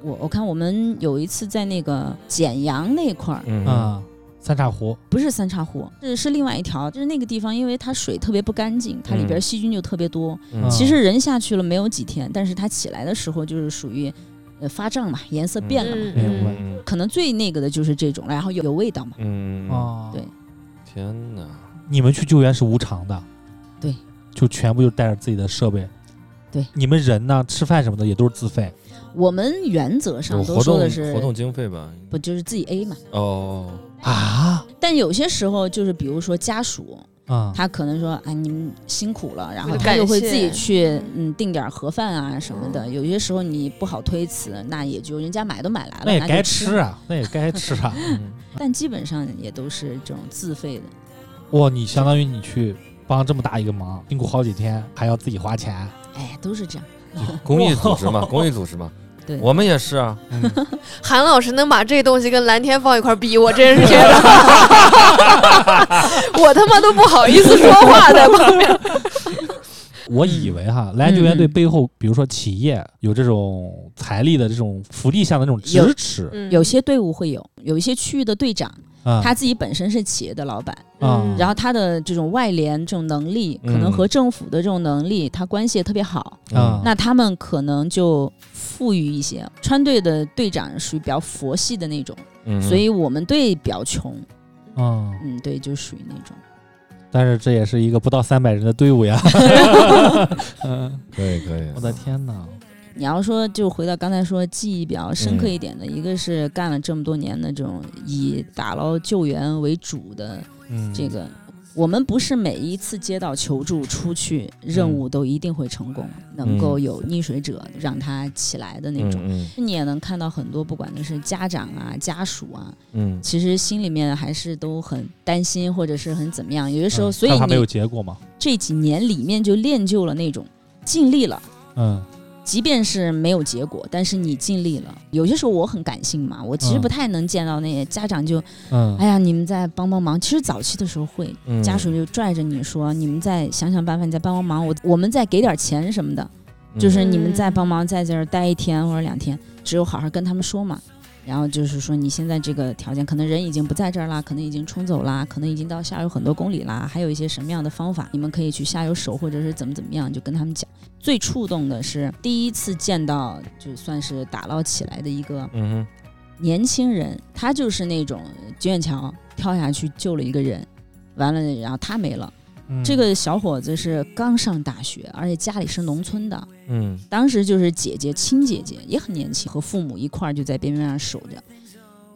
[SPEAKER 4] 我我看我们有一次在那个简阳那块儿，
[SPEAKER 1] 嗯
[SPEAKER 2] 啊，三岔湖，
[SPEAKER 4] 不是三岔湖，是是另外一条，就是那个地方，因为它水特别不干净，它里边
[SPEAKER 1] 嗯
[SPEAKER 4] 细菌就特别多。
[SPEAKER 2] 啊
[SPEAKER 1] 嗯
[SPEAKER 4] 其实人下去了没有几天，但是它起来的时候就是属于，呃，发胀嘛，颜色变了嘛，
[SPEAKER 3] 嗯
[SPEAKER 2] 明白
[SPEAKER 1] 嗯
[SPEAKER 4] 可能最那个的就是这种了，然后有有味道嘛。
[SPEAKER 1] 嗯嗯，
[SPEAKER 2] 啊，
[SPEAKER 4] 对
[SPEAKER 1] 天哪！
[SPEAKER 2] 你们去救援是无偿的，
[SPEAKER 4] 对，
[SPEAKER 2] 就全部就带着自己的设备，
[SPEAKER 4] 对，
[SPEAKER 2] 你们人呢，吃饭什么的也都是自费，
[SPEAKER 4] 我们原则上
[SPEAKER 1] 有
[SPEAKER 4] 都
[SPEAKER 1] 活
[SPEAKER 4] 说的
[SPEAKER 1] 动
[SPEAKER 4] 是
[SPEAKER 1] 活动经费吧？
[SPEAKER 4] 不就是自己 A 嘛，
[SPEAKER 1] 哦，
[SPEAKER 2] 啊
[SPEAKER 4] 但有些时候就是比如说家属，
[SPEAKER 2] 啊，
[SPEAKER 4] 他可能说哎你们辛苦了，然后
[SPEAKER 3] 为了
[SPEAKER 4] 他就会
[SPEAKER 3] 感
[SPEAKER 4] 自
[SPEAKER 3] 谢
[SPEAKER 4] 己去嗯订点儿盒饭啊什么的。有些时候你不好推辞，那也就人家买都买来了，
[SPEAKER 2] 那也
[SPEAKER 4] 就
[SPEAKER 2] 该
[SPEAKER 4] 吃
[SPEAKER 2] 吃啊，那也该吃 啊。
[SPEAKER 1] 嗯
[SPEAKER 4] 但基本上也都是这种自费的。
[SPEAKER 2] 哇，你相当于你去帮这么大一个忙，辛苦好几天，还要自己花钱，
[SPEAKER 4] 哎，都是这样。
[SPEAKER 1] 公益组织嘛，公益组织嘛，
[SPEAKER 4] 对
[SPEAKER 1] 我们也是啊。
[SPEAKER 4] 嗯
[SPEAKER 3] 韩老师能把这东西跟蓝天放一块儿比，我真是觉得，我他妈都不好意思说话在旁边。
[SPEAKER 2] 我以为哈，蓝天救援队背后，比如说企业有这种财力的这种福利项的这种
[SPEAKER 4] 有
[SPEAKER 2] 支持
[SPEAKER 3] 嗯
[SPEAKER 4] 有些队伍会有，有一些区域的队长，
[SPEAKER 2] 啊，
[SPEAKER 4] 他自己本身是企业的老板，
[SPEAKER 2] 啊
[SPEAKER 3] 嗯
[SPEAKER 4] 然后他的这种外联这种能力，可
[SPEAKER 1] 嗯
[SPEAKER 4] 能和政府的这种能力，他关系也特别好。
[SPEAKER 2] 啊
[SPEAKER 4] 那他们可能就富裕一些。川队的队长属于比较佛系的那种，
[SPEAKER 1] 嗯，
[SPEAKER 4] 所以我们队比较穷。
[SPEAKER 2] 嗯，
[SPEAKER 4] 嗯，对，就属于那种。
[SPEAKER 2] 但是这也是一个不到三百人的队伍 呀，嗯，
[SPEAKER 1] 可以可以
[SPEAKER 2] 我，的天哪，
[SPEAKER 4] 你要说就回到刚才说记忆比较深刻一点的，一个是干了这么多年的这种以打捞救援为主的
[SPEAKER 2] 嗯，
[SPEAKER 4] 这个，我们不是每一次接到求助出去
[SPEAKER 2] 嗯
[SPEAKER 4] 任务都一定会成功，能够有溺水者让他起来的那种。
[SPEAKER 1] 嗯
[SPEAKER 4] 你也能看到很多，不管的是家长啊、家属啊，
[SPEAKER 1] 嗯
[SPEAKER 4] 其实心里面还是都很担心，或者是很怎么样。有的时候，
[SPEAKER 2] 嗯
[SPEAKER 4] 所以
[SPEAKER 2] 害怕没有
[SPEAKER 4] 你
[SPEAKER 2] 结果嘛，
[SPEAKER 4] 这几年里面就练就了那种尽力了，
[SPEAKER 2] 嗯，
[SPEAKER 4] 即便是没有结果，但是你尽力了。有些时候我很感性嘛，我其实
[SPEAKER 2] 嗯
[SPEAKER 4] 不太能见到那些家长就，
[SPEAKER 2] 嗯
[SPEAKER 4] 哎呀，你们再帮帮忙。其实早期的时候会，
[SPEAKER 1] 嗯
[SPEAKER 4] 家属就拽着你说，你们再想想办法，你再帮帮忙，我我们再给点钱什么的，
[SPEAKER 1] 嗯
[SPEAKER 4] 就是你们再帮忙在这儿待一天或者两天，只有好好跟他们说嘛。然后就是说，你现在这个条件，可能人已经不在这儿啦，可能已经冲走啦，可能已经到下游很多公里啦，还有一些什么样的方法，你们可以去下游守，或者是怎么怎么样，就跟他们讲。最触动的是第一次见到，就算是打捞起来的一个
[SPEAKER 1] 嗯
[SPEAKER 4] 年轻人，他就是那种呃九眼桥跳下去救了一个人，完了然后他没了。
[SPEAKER 2] 嗯
[SPEAKER 4] 这个小伙子是刚上大学，而且家里是农村的，
[SPEAKER 1] 哼嗯
[SPEAKER 4] 当时就是姐姐亲姐姐也很年轻，和父母一块儿就在边边上守着，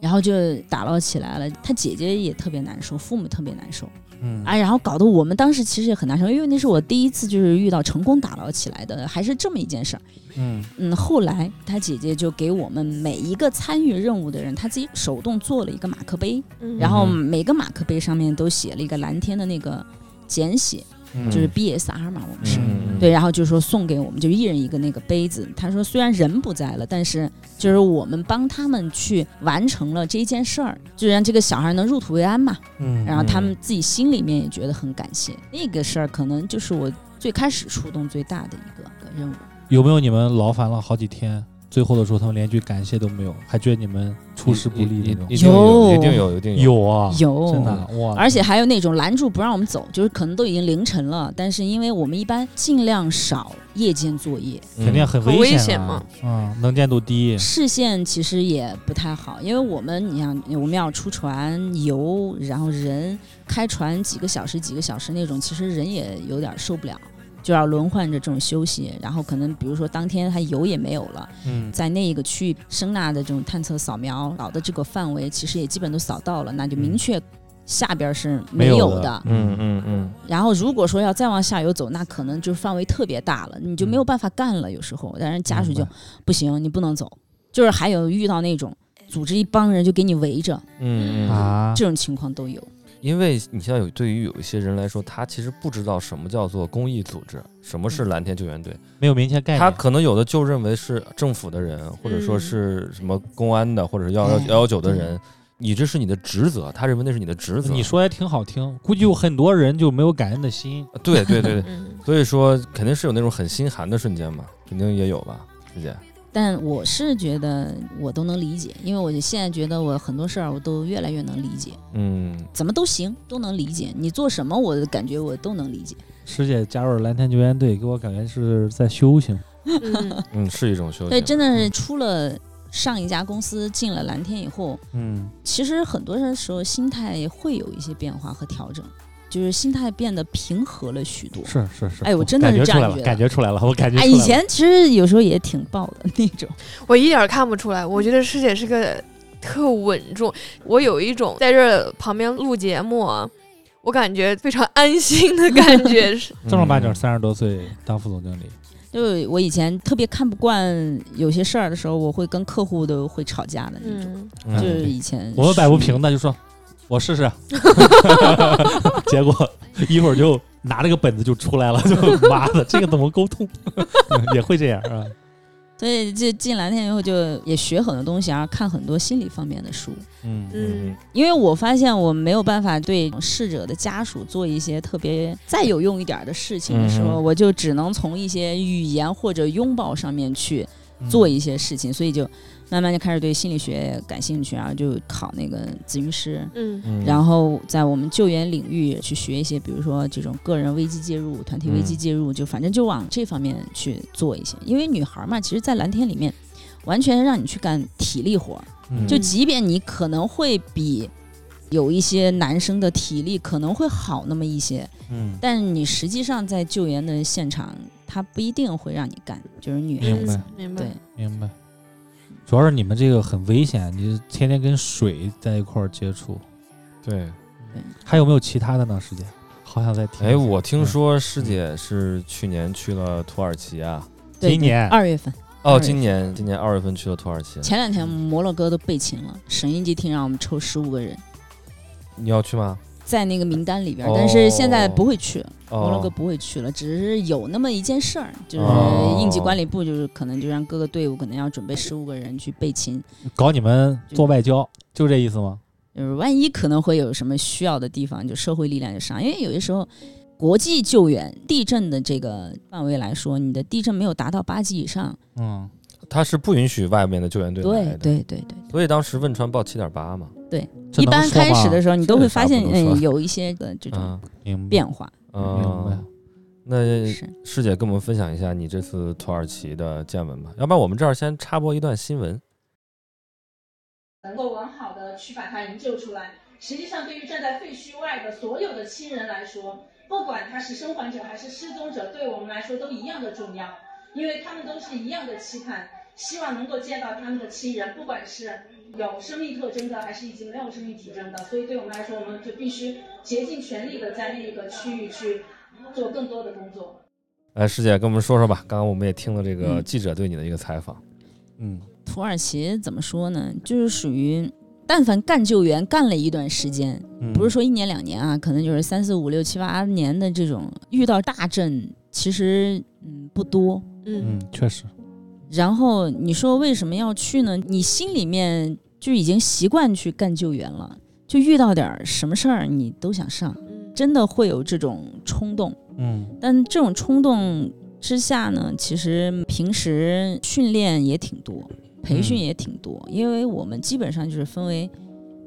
[SPEAKER 4] 然后就打捞起来了。他姐姐也特别难受，父母特别难受，
[SPEAKER 2] 嗯
[SPEAKER 4] 哎，然后搞得我们当时其实也很难受，因为那是我第一次就是遇到成功打捞起来的，还是这么一件事儿。
[SPEAKER 2] 嗯
[SPEAKER 4] 嗯，后来他姐姐就给我们每一个参与任务的人，他自己手动做了一个马克杯，
[SPEAKER 3] 嗯
[SPEAKER 4] 然后
[SPEAKER 1] 嗯
[SPEAKER 4] 每个马克杯上面都写了一个蓝天的那个简写，
[SPEAKER 2] 嗯
[SPEAKER 4] 就是 BSR 嘛，我们是。
[SPEAKER 1] 嗯
[SPEAKER 4] 对，然后就说送给我们，就一人一个那个杯子。他说虽然人不在了，但是就是我们帮他们去完成了这一件事儿，就让这个小孩能入土为安嘛。
[SPEAKER 2] 嗯
[SPEAKER 4] 然后他们自己心里面也觉得很感谢。那个事儿可能就是我最开始触动最大的一个个任务。
[SPEAKER 2] 有没有你们劳烦了好几天，最后的时候他们连句感谢都没有，还觉得你们出师不利那种
[SPEAKER 1] 一？定有，
[SPEAKER 4] 有
[SPEAKER 1] 一定有，一定有。
[SPEAKER 2] 有啊，
[SPEAKER 4] 有
[SPEAKER 2] 真的哇！
[SPEAKER 4] 而且还有那种拦住不让我们走，就是可能都已经凌晨了，但是因为我们一般尽量少夜间作业，
[SPEAKER 2] 肯定很
[SPEAKER 3] 很危
[SPEAKER 2] 危
[SPEAKER 3] 险
[SPEAKER 2] 啊
[SPEAKER 3] 嘛，
[SPEAKER 2] 嗯，能见度低，
[SPEAKER 4] 视线其实也不太好，因为我们你想，我们要出船游，然后人开船几个小时、几个小时那种，其实人也有点受不了，就要轮换着这种休息。然后可能比如说当天他油也没有了，
[SPEAKER 2] 嗯
[SPEAKER 4] 在那一个区域声呐的这种探测扫描扫的这个范围，其实也基本都扫到了，那就明确下边是
[SPEAKER 2] 没
[SPEAKER 4] 没
[SPEAKER 2] 有
[SPEAKER 4] 有
[SPEAKER 2] 了
[SPEAKER 4] 的。
[SPEAKER 1] 嗯嗯嗯
[SPEAKER 4] 然后如果说要再往下游走，那可能就是范围特别大了，你就没有办法干了。有时候，但是家属就
[SPEAKER 2] 嗯明白
[SPEAKER 4] 不行，你不能走。就是还有遇到那种组织一帮人就给你围着，
[SPEAKER 1] 嗯嗯，
[SPEAKER 2] 啊，
[SPEAKER 4] 这种情况都有。
[SPEAKER 1] 因为你像有对于有一些人来说，他其实不知道什么叫做公益组织，什么是蓝天救援队，
[SPEAKER 2] 没有明确概念。
[SPEAKER 1] 他可能有的就认为是政府的人，或者说
[SPEAKER 3] 嗯
[SPEAKER 1] 是什么公安的，或者幺幺
[SPEAKER 4] 哎
[SPEAKER 1] 幺幺九的人，你这是你的职责，他认为那是你的职责。
[SPEAKER 2] 你说也挺好听，估计有很多人就没有感恩的心。
[SPEAKER 1] 呃对对对对，
[SPEAKER 3] 嗯
[SPEAKER 1] 所以说肯定是有那种很心寒的瞬间嘛，肯定也有吧，师姐。
[SPEAKER 4] 但我是觉得我都能理解，因为我就现在觉得我很多事儿我都越来越能理解，
[SPEAKER 1] 嗯，
[SPEAKER 4] 怎么都行，都能理解。你做什么，我感觉我都能理解。
[SPEAKER 2] 师姐加入了蓝天救援队，给我感觉是在修行。
[SPEAKER 3] 嗯
[SPEAKER 1] 嗯，是一种修行。
[SPEAKER 4] 对，真的
[SPEAKER 2] 嗯
[SPEAKER 4] 是出了上一家公司进了蓝天以后，
[SPEAKER 2] 嗯
[SPEAKER 4] 其实很多的时候心态会有一些变化和调整，就是心态变得平和了许多。
[SPEAKER 2] 是是是。
[SPEAKER 4] 哎我真的是
[SPEAKER 2] 感觉
[SPEAKER 4] 这
[SPEAKER 2] 出
[SPEAKER 4] 样
[SPEAKER 2] 来了，
[SPEAKER 4] 觉得
[SPEAKER 2] 感觉出来了，我感觉出
[SPEAKER 4] 哎，
[SPEAKER 2] 来了。
[SPEAKER 4] 以前其实有时候也挺爆的那种，
[SPEAKER 3] 我一点儿看不出来，我觉得师姐是个特稳重，我有一种在这儿旁边录节目啊，我感觉非常安心的感 觉，是
[SPEAKER 1] 嗯
[SPEAKER 2] 正儿八经三十多岁当副总经理，
[SPEAKER 4] 就是我以前特别看不惯有些事儿的时候，我会跟客户都会吵架的那种。
[SPEAKER 3] 嗯，
[SPEAKER 1] 嗯，
[SPEAKER 4] 就
[SPEAKER 1] 嗯
[SPEAKER 4] 是以前
[SPEAKER 2] 我们摆不
[SPEAKER 4] 属于
[SPEAKER 2] 平的就说，我试 试，结果一会儿就拿着个本子就出来了， 就妈的，这个怎么沟通？ 也会这样啊？
[SPEAKER 4] 所以这进蓝天以后就也学很多东西，然后啊看很多心理方面的书。
[SPEAKER 2] 嗯
[SPEAKER 3] 嗯
[SPEAKER 4] 因为我发现我没有办法对逝者的家属做一些特别再有用一点儿的事情的时候，
[SPEAKER 1] 嗯
[SPEAKER 4] 我就只能从一些语言或者拥抱上面去做一些事情，所以就慢慢就开始对心理学感兴趣，然后就考那个咨询师，
[SPEAKER 3] 嗯
[SPEAKER 1] 嗯
[SPEAKER 4] 然后在我们救援领域去学一些，比如说这种个人危机介入、团体危机介入，就反正就往这方面去做一些。因为女孩嘛，其实，在蓝天里面，完全让你去干体力活儿，就
[SPEAKER 3] 嗯
[SPEAKER 4] 即便你可能会比有一些男生的体力可能会好那么一些，
[SPEAKER 2] 嗯，
[SPEAKER 4] 但你实际上在救援的现场，他不一定会让你干，就是女孩
[SPEAKER 2] 明白
[SPEAKER 4] 子。
[SPEAKER 3] 嗯明白
[SPEAKER 4] 对，，
[SPEAKER 2] 明白。主要是你们这个很危险，你天天跟水在一块儿接触，
[SPEAKER 1] 对。
[SPEAKER 2] 还有没有其他的呢？师姐，好想再听一下。
[SPEAKER 1] 哎，我听
[SPEAKER 2] 嗯
[SPEAKER 1] 说师姐是去年去了土耳其啊，
[SPEAKER 4] 对
[SPEAKER 2] 今年
[SPEAKER 4] 二月份，
[SPEAKER 1] 哦，
[SPEAKER 4] 二月
[SPEAKER 1] 今年今年二月份去了土耳其，
[SPEAKER 4] 前两天摩洛哥都备勤了，省一级厅让我们抽十五个人。
[SPEAKER 1] 你要去吗？
[SPEAKER 4] 在那个名单里边儿
[SPEAKER 1] 哦，
[SPEAKER 4] 但是现在不会去，摩洛哥
[SPEAKER 1] 哦
[SPEAKER 4] 不会去了，只是有那么一件事儿，就是
[SPEAKER 1] 哦
[SPEAKER 4] 应急管理部就是可能就让各个队伍可能要准备十五个人去备勤，
[SPEAKER 2] 搞你们做外交，就这意思吗？
[SPEAKER 4] 就是万一可能会有什么需要的地方，就社会力量就上，因为有些时候国际救援地震的这个范围来说，你的地震没有达到八级以上，
[SPEAKER 2] 嗯，
[SPEAKER 1] 他是不允许外面的救援队
[SPEAKER 4] 对
[SPEAKER 1] 来的，
[SPEAKER 4] 对对对。
[SPEAKER 1] 所以当时汶川报七点八嘛，
[SPEAKER 2] 这
[SPEAKER 4] 一
[SPEAKER 2] 能
[SPEAKER 4] 般
[SPEAKER 2] 说
[SPEAKER 4] 开始
[SPEAKER 2] 吗
[SPEAKER 4] 的时候，你
[SPEAKER 1] 这
[SPEAKER 4] 都会
[SPEAKER 1] 啥
[SPEAKER 4] 发
[SPEAKER 1] 不
[SPEAKER 4] 现，
[SPEAKER 1] 能说
[SPEAKER 4] 嗯，有一些的这种
[SPEAKER 1] 嗯
[SPEAKER 2] 明白
[SPEAKER 4] 变化，
[SPEAKER 2] 明白
[SPEAKER 1] 嗯，那
[SPEAKER 4] 是
[SPEAKER 1] 师姐跟我们分享一下你这次土耳其的见闻吧，要不然我们这儿先插播一段新闻。
[SPEAKER 5] 能够完好的去把他营救出来。实际上，对于站在废墟外的所有的亲人来说，不管他是生还者还是失踪者，对我们来说都一样的重要，因为他们都是一样的期盼，希望能够见到他们的亲人，不管是有生命特征的，还是已经没有生命体征的。所以，对我们来说，我们就必须竭尽全力的在那个区域去做更多的工作。
[SPEAKER 1] 来，哎师姐跟我们说说吧，刚刚我们也听了这个
[SPEAKER 4] 嗯
[SPEAKER 1] 记者对你的一个采访，
[SPEAKER 2] 嗯，
[SPEAKER 4] 土耳其怎么说呢？就是属于，但凡干救援干了一段时间，
[SPEAKER 2] 嗯
[SPEAKER 4] 不是说一年两年啊，可能就是三四五六七八年的这种，遇到大震其实嗯不多。
[SPEAKER 3] 嗯
[SPEAKER 2] 嗯，确实，
[SPEAKER 4] 然后你说为什么要去呢？你心里面就已经习惯去干救援了，就遇到点儿什么事儿你都想上，
[SPEAKER 3] 嗯，
[SPEAKER 4] 真的会有这种冲动。
[SPEAKER 2] 嗯
[SPEAKER 4] 但这种冲动之下呢，其实平时训练也挺多，培
[SPEAKER 2] 嗯
[SPEAKER 4] 训也挺多，因为我们基本上就是分为，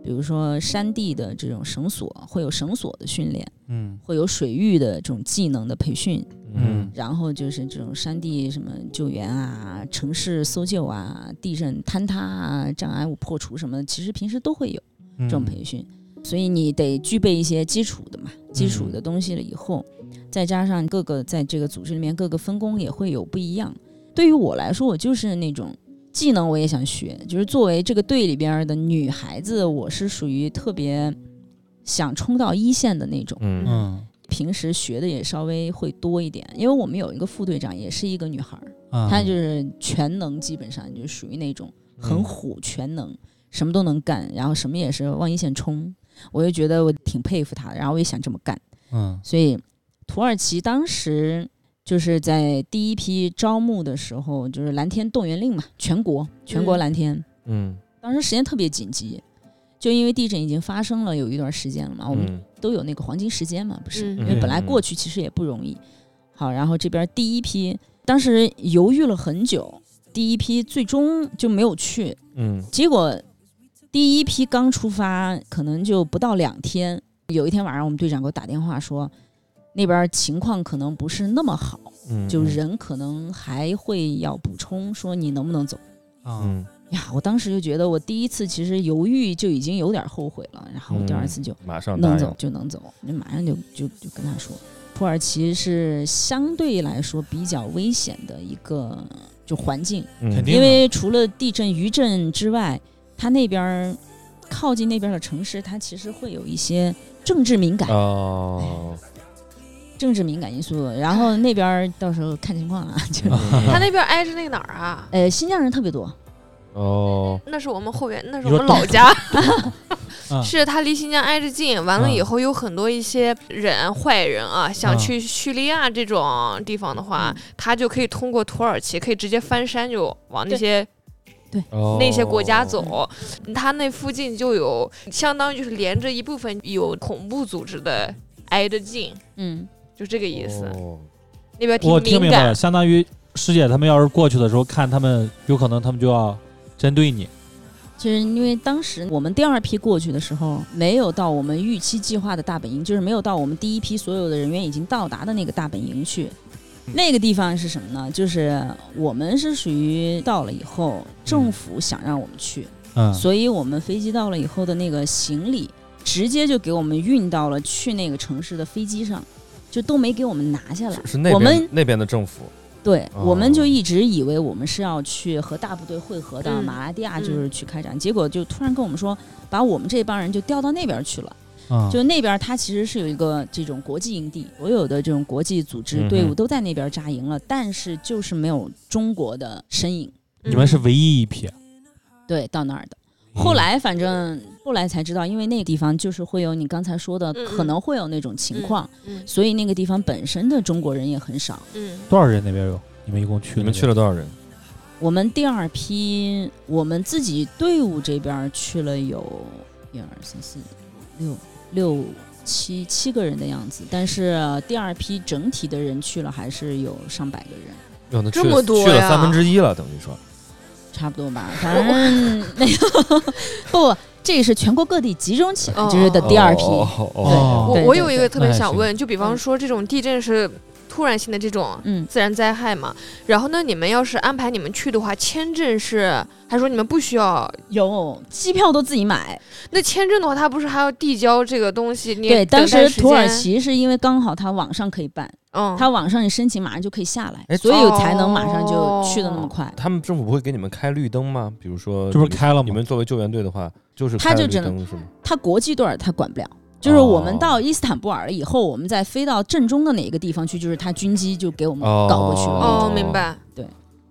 [SPEAKER 4] 比如说山地的这种绳索，会有绳索的训练，
[SPEAKER 2] 嗯
[SPEAKER 4] 会有水域的这种技能的培训，
[SPEAKER 2] 嗯
[SPEAKER 4] 然后就是这种山地什么救援啊、城市搜救啊、地震坍塌啊、障碍物破除什么的，其实平时都会有。
[SPEAKER 2] 嗯，
[SPEAKER 4] 这种培训，所以你得具备一些基础的嘛，基础
[SPEAKER 2] 嗯
[SPEAKER 4] 的东西了以后，再加上各个在这个组织里面各个分工也会有不一样。对于我来说，我就是那种技能我也想学，就是作为这个队里边的女孩子，我是属于特别想冲到一线的那种。
[SPEAKER 1] 嗯嗯
[SPEAKER 2] 嗯
[SPEAKER 4] 平时学的也稍微会多一点，因为我们有一个副队长也是一个女孩儿，
[SPEAKER 2] 啊，
[SPEAKER 4] 她就是全能，基本上就属于那种
[SPEAKER 1] 嗯
[SPEAKER 4] 很虎，全能，什么都能干，然后什么也是往一线冲。我就觉得我挺佩服他的，然后我也想这么干。
[SPEAKER 2] 嗯
[SPEAKER 4] 所以，土耳其当时就是在第一批招募的时候，就是蓝天动员令嘛，全国全国
[SPEAKER 3] 嗯
[SPEAKER 4] 蓝天。
[SPEAKER 1] 嗯
[SPEAKER 4] 当时时间特别紧急，就因为地震已经发生了有一段时间了嘛，我们
[SPEAKER 1] 嗯
[SPEAKER 4] 都有那个黄金时间嘛，不是？
[SPEAKER 3] 嗯
[SPEAKER 4] 因为本
[SPEAKER 1] 嗯
[SPEAKER 4] 来
[SPEAKER 1] 嗯
[SPEAKER 4] 过去其实也不容易。好，然后这边第一批，当时犹豫了很久，第一批最终就没有去，
[SPEAKER 1] 嗯
[SPEAKER 4] 结果第一批刚出发，可能就不到两天，有一天晚上我们队长给我打电话说，那边情况可能不是那么好，
[SPEAKER 1] 嗯，
[SPEAKER 4] 就
[SPEAKER 1] 嗯
[SPEAKER 4] 人可能还会要补充，说你能不能走。哎
[SPEAKER 2] 啊
[SPEAKER 1] 嗯，
[SPEAKER 4] 呀，我当时就觉得，我第一次其实犹豫就已经有点后悔了，然后第二
[SPEAKER 1] 嗯
[SPEAKER 4] 次就
[SPEAKER 1] 马上答
[SPEAKER 4] 能
[SPEAKER 1] 应
[SPEAKER 4] 走，就能走，就马上就就就跟他说，土耳其是相对来说比较危险的一个就环境，
[SPEAKER 1] 嗯
[SPEAKER 2] 肯定啊
[SPEAKER 4] 因为除了地震、余震之外，它那边儿靠近那边儿的城市，它其实会有一些政治敏感、
[SPEAKER 2] 啊
[SPEAKER 1] 哦，
[SPEAKER 4] 政治敏感因素。然后那边儿到时候看情况啊，就
[SPEAKER 2] 嗯
[SPEAKER 3] 他那边挨着那个哪儿啊？
[SPEAKER 4] 呃，新疆人特别多，
[SPEAKER 1] 哦，
[SPEAKER 3] 那是我们后园，那是
[SPEAKER 2] 你说
[SPEAKER 3] 我们老家，
[SPEAKER 2] 嗯
[SPEAKER 3] 是它离新疆挨着近。完了以
[SPEAKER 2] 嗯
[SPEAKER 3] 后，有很多一些人、坏人啊，想
[SPEAKER 2] 嗯
[SPEAKER 3] 去叙利亚这种地方的话
[SPEAKER 4] 嗯，
[SPEAKER 3] 他就可以通过土耳其，可以直接翻山就往那
[SPEAKER 4] 对
[SPEAKER 3] 些
[SPEAKER 1] 哦
[SPEAKER 3] 那些国家
[SPEAKER 2] 哦
[SPEAKER 3] 走。
[SPEAKER 2] 嗯
[SPEAKER 3] 他那附近就有，相当于就是连着一部分有恐怖组织的挨着近，
[SPEAKER 4] 嗯，
[SPEAKER 3] 就这个意思。
[SPEAKER 1] 哦
[SPEAKER 3] 那边
[SPEAKER 2] 我听
[SPEAKER 3] 敏
[SPEAKER 2] 明白
[SPEAKER 3] 感
[SPEAKER 2] 了，，相当于师姐他们要是过去的时候，看他们有可能他们就要针对你，
[SPEAKER 4] 就是因为当时我们第二批过去的时候，没有到我们预期计划的大本营，就是没有到我们第一批所有的人员已经到达的那个大本营去。
[SPEAKER 2] 嗯
[SPEAKER 4] 那个地方是什么呢？就是我们是属于到了以后，政府想让我们去，
[SPEAKER 2] 嗯
[SPEAKER 4] 所以我们飞机到了以后的那个行李，直接就给我们运到了去那个城市的飞机上，就都没给我们拿下来
[SPEAKER 1] 是。是那
[SPEAKER 4] 我
[SPEAKER 1] 边
[SPEAKER 4] 们
[SPEAKER 1] 那边的政府，
[SPEAKER 4] 对，
[SPEAKER 1] 哦
[SPEAKER 4] 我们就一直以为我们是要去和大部队会合到
[SPEAKER 3] 嗯
[SPEAKER 4] 马拉蒂亚，就是去开展，结果就突然跟我们说，把我们这帮人就调到那边去了。
[SPEAKER 1] 哦
[SPEAKER 2] 嗯
[SPEAKER 4] 就那边它其实是有一个这种国际营地，所有的这种国际组
[SPEAKER 1] 嗯
[SPEAKER 4] 织
[SPEAKER 1] 哼
[SPEAKER 4] 队伍都在那边扎营了，但是就是没有中国的身影。
[SPEAKER 2] 你们是
[SPEAKER 3] 嗯
[SPEAKER 2] 唯一一批，
[SPEAKER 1] 嗯
[SPEAKER 2] 嗯
[SPEAKER 4] 对，到那儿的。后来反正后来才知道，因为那个地方就是会有你刚才说的，
[SPEAKER 3] 嗯嗯
[SPEAKER 4] 可能会有那种情况，
[SPEAKER 3] 嗯
[SPEAKER 4] 所以那个地方本身的中国人也很少。
[SPEAKER 3] 嗯，
[SPEAKER 2] 多少人那边有？你们一共去？
[SPEAKER 1] 你们去？了多少人？
[SPEAKER 4] 我们第二批，我们自己队伍这边儿去了有一二三四六六七七个人的样子，但是第二批整体的人去了还是有上百个人，
[SPEAKER 1] 哦哟，那去
[SPEAKER 3] 这么
[SPEAKER 1] 了
[SPEAKER 3] 多
[SPEAKER 1] 去了
[SPEAKER 3] 呀
[SPEAKER 1] 三分之一了，等于说
[SPEAKER 4] 差不多吧。反正那个 不，这个是全国各地集中起来，就是的呃第二批。
[SPEAKER 1] 哦哦哦
[SPEAKER 2] 哦
[SPEAKER 1] 哦
[SPEAKER 3] 我
[SPEAKER 4] 对
[SPEAKER 3] 我
[SPEAKER 4] 对
[SPEAKER 3] 有一
[SPEAKER 4] 对
[SPEAKER 3] 个特别
[SPEAKER 2] 那还
[SPEAKER 3] 想
[SPEAKER 2] 行
[SPEAKER 3] 问，就比方说这种地震是突然性的这种
[SPEAKER 4] 嗯，
[SPEAKER 3] 自然灾害嘛，然后呢，你们要是安排你们去的话，签证是还说你们不需要？
[SPEAKER 4] 有机票都自己买。
[SPEAKER 3] 那签证的话，他不是还要递交这个东西？你
[SPEAKER 4] 对，
[SPEAKER 3] 等
[SPEAKER 4] 当
[SPEAKER 3] 待
[SPEAKER 4] 时
[SPEAKER 3] 时
[SPEAKER 4] 土耳
[SPEAKER 3] 间，
[SPEAKER 4] 其是因为刚好它网上可以办，
[SPEAKER 3] 嗯，
[SPEAKER 4] 它网上你申请马上就可以下来
[SPEAKER 1] 哎，哦
[SPEAKER 4] 所以才能马上就去的那么快。
[SPEAKER 1] 他们政府不会给你们开绿灯吗？比如说，
[SPEAKER 2] 这不是开了
[SPEAKER 1] 你
[SPEAKER 2] 吗？
[SPEAKER 1] 们作为救援队的话，就是开
[SPEAKER 4] 他
[SPEAKER 1] 了
[SPEAKER 4] 就
[SPEAKER 1] 绿
[SPEAKER 4] 只能
[SPEAKER 1] 灯是吗？
[SPEAKER 4] 它国际段儿它管不了。就是我们
[SPEAKER 1] 哦
[SPEAKER 4] 到伊斯坦布尔以后，我们再飞到正中的哪一个地方去，就是它军机就给我们
[SPEAKER 1] 哦
[SPEAKER 4] 搞过去了，
[SPEAKER 3] 哦，明白。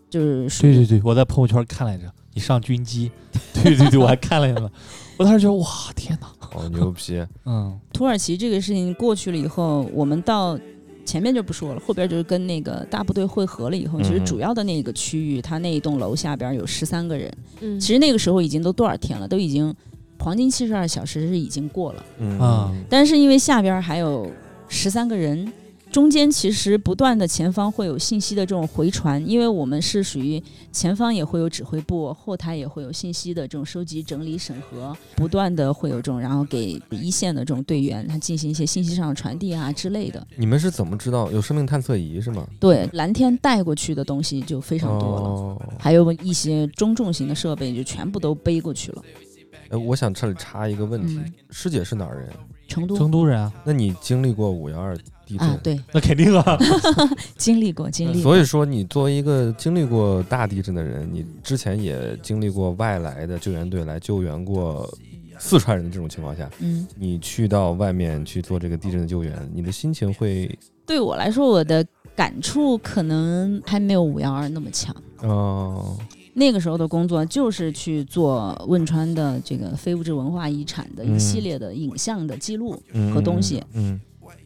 [SPEAKER 4] 就是属
[SPEAKER 2] 对对
[SPEAKER 4] 于
[SPEAKER 2] 对，我在朋友圈看来着，你上军机， 对对对， 我还看了一眼，我当时觉得哇，天哪，
[SPEAKER 1] 哦，牛逼！
[SPEAKER 2] 嗯，
[SPEAKER 4] 土耳其这个事情过去了以后，我们到前面就不说了，后边就是跟那个大部队会合了以后，
[SPEAKER 1] 嗯
[SPEAKER 4] 其实主要的那个区域，它那一栋楼下边有十三个人，
[SPEAKER 3] 嗯，
[SPEAKER 4] 其实那个时候已经都多少天了，都已经黄金七十二小时是已经过了。
[SPEAKER 1] 嗯
[SPEAKER 2] 啊
[SPEAKER 4] 但是因为下边儿还有十三个人，中间其实不断的前方会有信息的这种回传，因为我们是属于前方也会有指挥部，后台也会有信息的这种收集、整理、审核，不断的会有这种，然后给一线的这种队员他进行一些信息上的传递啊之类的。
[SPEAKER 1] 你们是怎么知道有生命探测仪是吗？
[SPEAKER 4] 对，蓝天带过去的东西就非常多了。
[SPEAKER 1] 哦，
[SPEAKER 4] 还有一些中重型的设备就全部都背过去了。
[SPEAKER 1] 哎，我想这里插一个问题，
[SPEAKER 4] 嗯，
[SPEAKER 1] 师姐是哪儿人？
[SPEAKER 4] 成都
[SPEAKER 2] 成都人啊，
[SPEAKER 1] 那你经历过五幺二地震？
[SPEAKER 4] 啊，对，
[SPEAKER 2] 那肯定啊，
[SPEAKER 4] 经历过，经历过。
[SPEAKER 1] 所以说，你作为一个经历过大地震的人，你之前也经历过外来的救援队来救援过四川人的这种情况下，
[SPEAKER 4] 嗯，
[SPEAKER 1] 你去到外面去做这个地震的救援，你的心情会
[SPEAKER 4] 对我来说，我的感触可能还没有五幺二那么强。
[SPEAKER 1] 哦，
[SPEAKER 4] 那个时候的工作就是去做汶川的这个非物质文化遗产的一
[SPEAKER 1] 嗯
[SPEAKER 4] 系列的影像的记录。
[SPEAKER 1] 嗯
[SPEAKER 4] 和东西，
[SPEAKER 1] 嗯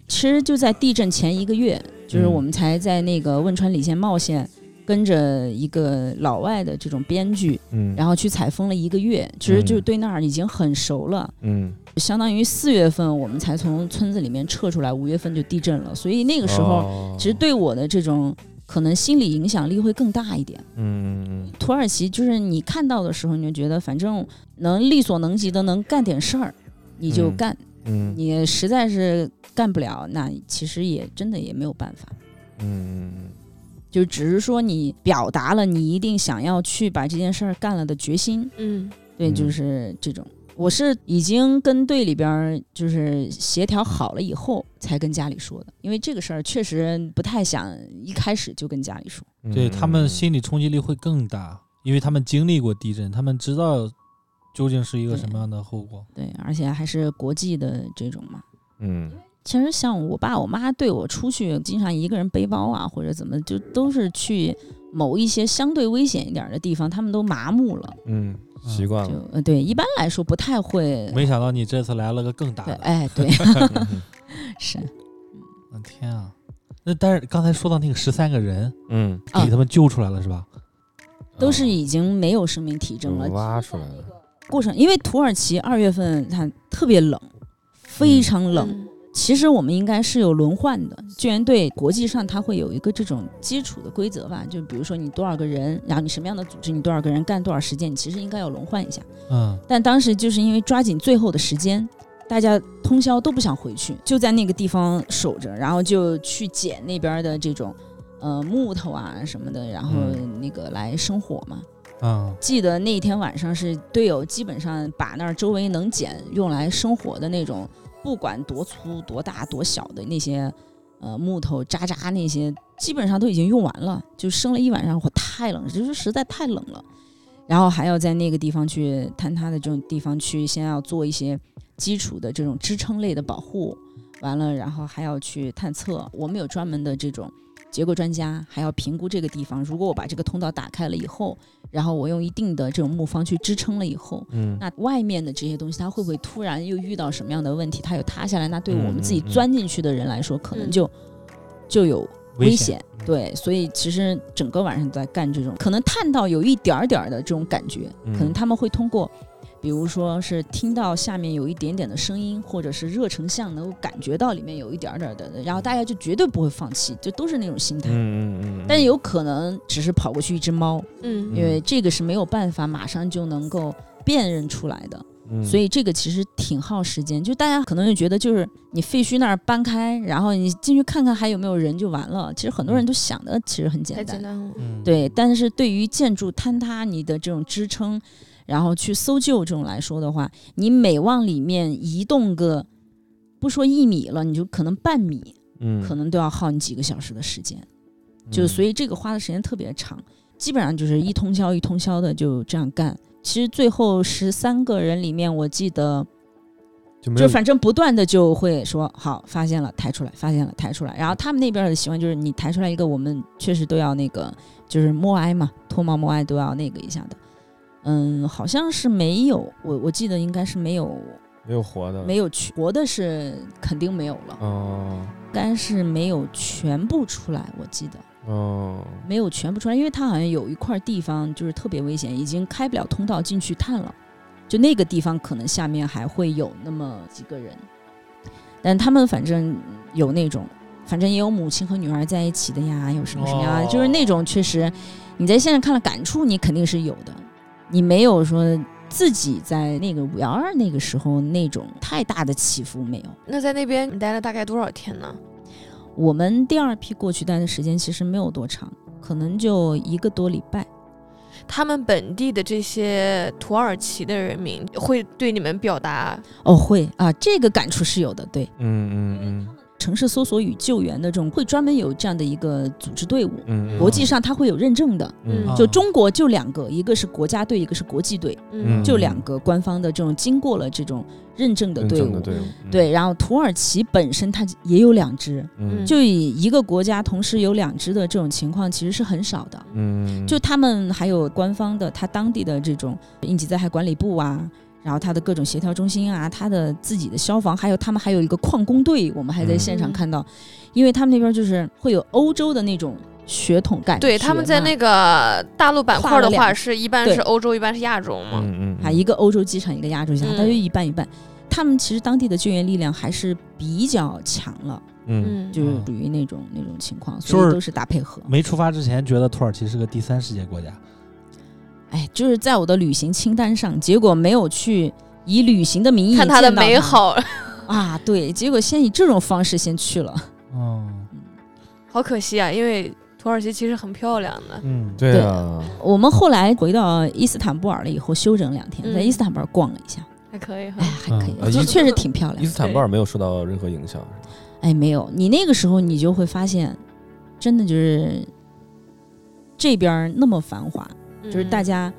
[SPEAKER 4] 其实就在地震前一个月，就是
[SPEAKER 1] 嗯
[SPEAKER 4] 我们才在那个汶川礼县茂县跟着一个老外的这种编剧，
[SPEAKER 1] 嗯，
[SPEAKER 4] 然后去采风了一个月，其实就
[SPEAKER 1] 嗯
[SPEAKER 4] 对那儿已经很熟了。
[SPEAKER 1] 嗯，
[SPEAKER 4] 相当于四月份我们才从村子里面撤出来，五月份就地震了，所以那
[SPEAKER 1] 那
[SPEAKER 4] 个时候
[SPEAKER 1] 候
[SPEAKER 4] 其实，对我的这种可能心理影响力会更大一点。
[SPEAKER 1] 嗯
[SPEAKER 4] 土耳其就是你看到的时候，你就觉得反正能力所能及的能干点事儿，你就
[SPEAKER 1] 嗯
[SPEAKER 4] 干；
[SPEAKER 1] 嗯
[SPEAKER 4] 你实在是干不了，那其实也真的也没有办法。
[SPEAKER 1] 嗯
[SPEAKER 4] 就只是说你表达了你一定想要去把这件事儿干了的决心，
[SPEAKER 3] 嗯
[SPEAKER 4] 对，
[SPEAKER 1] 嗯
[SPEAKER 4] 就是这种。我是已经跟队里边儿就是协调好了以后才跟家里说的，因为这个事儿确实不太想一开始就跟家里说。
[SPEAKER 1] 嗯，
[SPEAKER 2] 对他们
[SPEAKER 1] 心
[SPEAKER 2] 心理冲击力会更大，因为他们经历过地震，他们知道究竟是一个什么样的后果。
[SPEAKER 4] 对，而且还是国际的这种嘛。
[SPEAKER 1] 嗯
[SPEAKER 4] 其实像我爸我妈对我出去经常一个人背包啊，或者怎么，就都是去某一些相对危险一点儿的地方，他们都麻木了。
[SPEAKER 1] 嗯习惯
[SPEAKER 4] 就
[SPEAKER 1] 了，
[SPEAKER 4] 呃，对，一般来说不太会。
[SPEAKER 2] 没想到你这次来了个更大
[SPEAKER 4] 对，
[SPEAKER 2] 的，
[SPEAKER 4] 哎，对，
[SPEAKER 1] 嗯
[SPEAKER 4] 是哦
[SPEAKER 2] 嗯天啊！那但是刚才说到那个十三个人，
[SPEAKER 1] 嗯，
[SPEAKER 4] 啊
[SPEAKER 2] 给他们救出来了是吧？
[SPEAKER 4] 都是已经没有生命体征了，
[SPEAKER 1] 挖出来了，
[SPEAKER 4] 过程，因为土耳其二月份它特别冷，非常冷。
[SPEAKER 3] 嗯
[SPEAKER 4] 其实我们应该是有轮换的，救援队国际上它会有一个这种基础的规则吧，就比如说你多少个人，然后你什么样的组织，你多少个人干多少时间，你其实应该要轮换一下。
[SPEAKER 2] 嗯，
[SPEAKER 4] 但当时就是因为抓紧最后的时间，大家通宵都不想回去，就在那个地方守着，然后就去捡那边的这种呃木头啊什么的，然后
[SPEAKER 1] 嗯
[SPEAKER 4] 那个来生火嘛。
[SPEAKER 2] 嗯，
[SPEAKER 4] 记得那天晚上是队友基本上把那儿周围能捡用来生火的那种，不管多粗多大多小的那些呃木头渣渣那些，基本上都已经用完了，就生了一晚上火，太冷，就是实在太冷了。然后还要在那个地方去坍塌的这种地方去，先要做一些基础的这种支撑类的保护，完了，然后还要去探测。我们有专门的这种结构专家，还要评估这个地方。如果我把这个通道打开了以后，然后我用一定的这种木方去支撑了以后，
[SPEAKER 1] 嗯，
[SPEAKER 4] 那外面的这些东西，它会不会突然又遇到什么样的问题，它又塌下来？那对我
[SPEAKER 1] 嗯
[SPEAKER 4] 们自己
[SPEAKER 1] 嗯嗯
[SPEAKER 4] 钻进去的人来说，可能
[SPEAKER 3] 嗯
[SPEAKER 4] 就就有危险。
[SPEAKER 1] 嗯
[SPEAKER 4] 对，所以其实整个晚上都在干这种，可能探到有一点儿点儿的这种感觉，
[SPEAKER 1] 嗯
[SPEAKER 4] 可能他们会通过，比如说是听到下面有一点点的声音，或者是热成像能够感觉到里面有一点儿点儿的，然后大家就绝对不会放弃，就都是那种心态。
[SPEAKER 1] 嗯嗯嗯，
[SPEAKER 4] 但是有可能只是跑过去一只猫，
[SPEAKER 3] 嗯
[SPEAKER 1] 嗯
[SPEAKER 4] 因为这个是没有办法马上就能够辨认出来的，
[SPEAKER 1] 嗯
[SPEAKER 4] 所以这个其实挺耗时间。就大家可能就觉得，就是你废墟那儿搬开，然后你进去看看还有没有人就完了。其实很多人都想的其实很简
[SPEAKER 3] 太
[SPEAKER 4] 单，
[SPEAKER 3] 简单了。
[SPEAKER 1] 嗯
[SPEAKER 4] 对。但是对于建筑坍塌你的这种支撑，然后去搜救这种来说的话，你每往里面移动个，不说一米了，你就可能半米，
[SPEAKER 1] 嗯
[SPEAKER 4] 可能都要耗你几个小时的时间。就所
[SPEAKER 1] 以
[SPEAKER 4] 以这个花的时间特别长，基本上就是一通宵一通宵的就这样干。其实最后十三个人里面，我记得
[SPEAKER 1] 就没
[SPEAKER 4] 就
[SPEAKER 1] 有
[SPEAKER 4] 反正不断的就会说好发现了抬出来，发现了抬出来。然后他们那边的习惯就是你抬出来一个，我们确实都要那个就是默哀嘛，脱帽默哀都要那个一下的。嗯，好像是没有，我我记得应该是没有
[SPEAKER 1] 没有活的
[SPEAKER 4] 没有去活的是肯定没有了，
[SPEAKER 1] 哦
[SPEAKER 4] 应该是没有全部出来，我记得。
[SPEAKER 1] 哦
[SPEAKER 4] 没有全部出来，因为它好像有一块地方就是特别危险，已经开不了通道进去探了。就那个地方可能下面还会有那么几个人，但他们反正有那种，反正也有母亲和女儿在一起的呀，有什么什么呀，
[SPEAKER 2] 哦
[SPEAKER 4] 就是那种确实你在现场看了感触，你肯定是有的。你没有说自己在那个五幺二那个时候那种太大的起伏没有。
[SPEAKER 3] 那在那边你待了大概多少天呢？
[SPEAKER 4] 我们第二批过去待的时间其实没有多长，可能就一个多礼拜。
[SPEAKER 3] 他们本地的这些土耳其的人民会对你们表达，
[SPEAKER 4] 哦，会啊，这个感触是有的。对，
[SPEAKER 1] 嗯嗯
[SPEAKER 4] 城市搜索与救援的这种会专门有这样的一个组织队伍，
[SPEAKER 1] 嗯嗯
[SPEAKER 4] 国际上它会有认证的。
[SPEAKER 1] 嗯
[SPEAKER 3] 嗯
[SPEAKER 4] 就中国就两个，一个是国家队，一个是国际队，
[SPEAKER 1] 嗯
[SPEAKER 4] 就两个官方的这种经过了这种认证的
[SPEAKER 1] 认
[SPEAKER 4] 队
[SPEAKER 1] 证
[SPEAKER 4] 伍
[SPEAKER 1] 的。队伍嗯
[SPEAKER 4] 对，然后土耳其本身它也有两支，
[SPEAKER 1] 嗯
[SPEAKER 4] 就以一个国家同时有两支的这种情况其实是很少的。
[SPEAKER 1] 嗯
[SPEAKER 4] 就他们还有官方的，他当地的这种呃应急灾害管理部啊，然后他的各种协调中心啊，他的自己的消防，还有他们还有一个矿工队，我们还在现场
[SPEAKER 3] 嗯
[SPEAKER 4] 看到，因为他们那边就是会有欧洲的那种血统感觉嘛，
[SPEAKER 3] 对，他们在那个大陆板块的
[SPEAKER 4] 跨了
[SPEAKER 3] 话，
[SPEAKER 4] 两
[SPEAKER 3] 是一般
[SPEAKER 4] 对
[SPEAKER 3] 是欧洲，一般是亚洲嘛。
[SPEAKER 1] 嗯嗯
[SPEAKER 4] 啊一个欧洲机场，一个亚洲机场，
[SPEAKER 3] 嗯
[SPEAKER 4] 它就一半一半。他们其实当地的救援力量还是比较强了，
[SPEAKER 1] 嗯
[SPEAKER 3] 嗯，
[SPEAKER 4] 就是
[SPEAKER 2] 嗯
[SPEAKER 4] 属于那种、那种情况，
[SPEAKER 2] 就是
[SPEAKER 4] 所以都是大配合。
[SPEAKER 2] 没出发之前觉得土耳其是个第三世界国家，
[SPEAKER 4] 哎，就是在我的旅行清单上，结果没有去以旅行的名义
[SPEAKER 3] 看它的
[SPEAKER 4] 见到
[SPEAKER 3] 美好，
[SPEAKER 4] 啊，对，结果先以这种方式先去了，
[SPEAKER 2] 嗯
[SPEAKER 3] 好可惜啊，因为土耳其其实很漂亮的。
[SPEAKER 2] 嗯，
[SPEAKER 1] 对啊
[SPEAKER 4] 我们后来回到伊斯坦布尔了以后，休整两天，在
[SPEAKER 3] 嗯
[SPEAKER 4] 伊斯坦布尔逛了一下，
[SPEAKER 3] 还可以哈
[SPEAKER 4] 哎，。还可以，
[SPEAKER 1] 嗯啊伊
[SPEAKER 4] 确实挺漂
[SPEAKER 1] 伊
[SPEAKER 4] 亮。
[SPEAKER 1] 斯坦布尔没有受到任何影响
[SPEAKER 4] 哎，没有，你那个时候你就会发现，真的就是这边儿那么繁华，
[SPEAKER 3] 嗯
[SPEAKER 4] 就是大家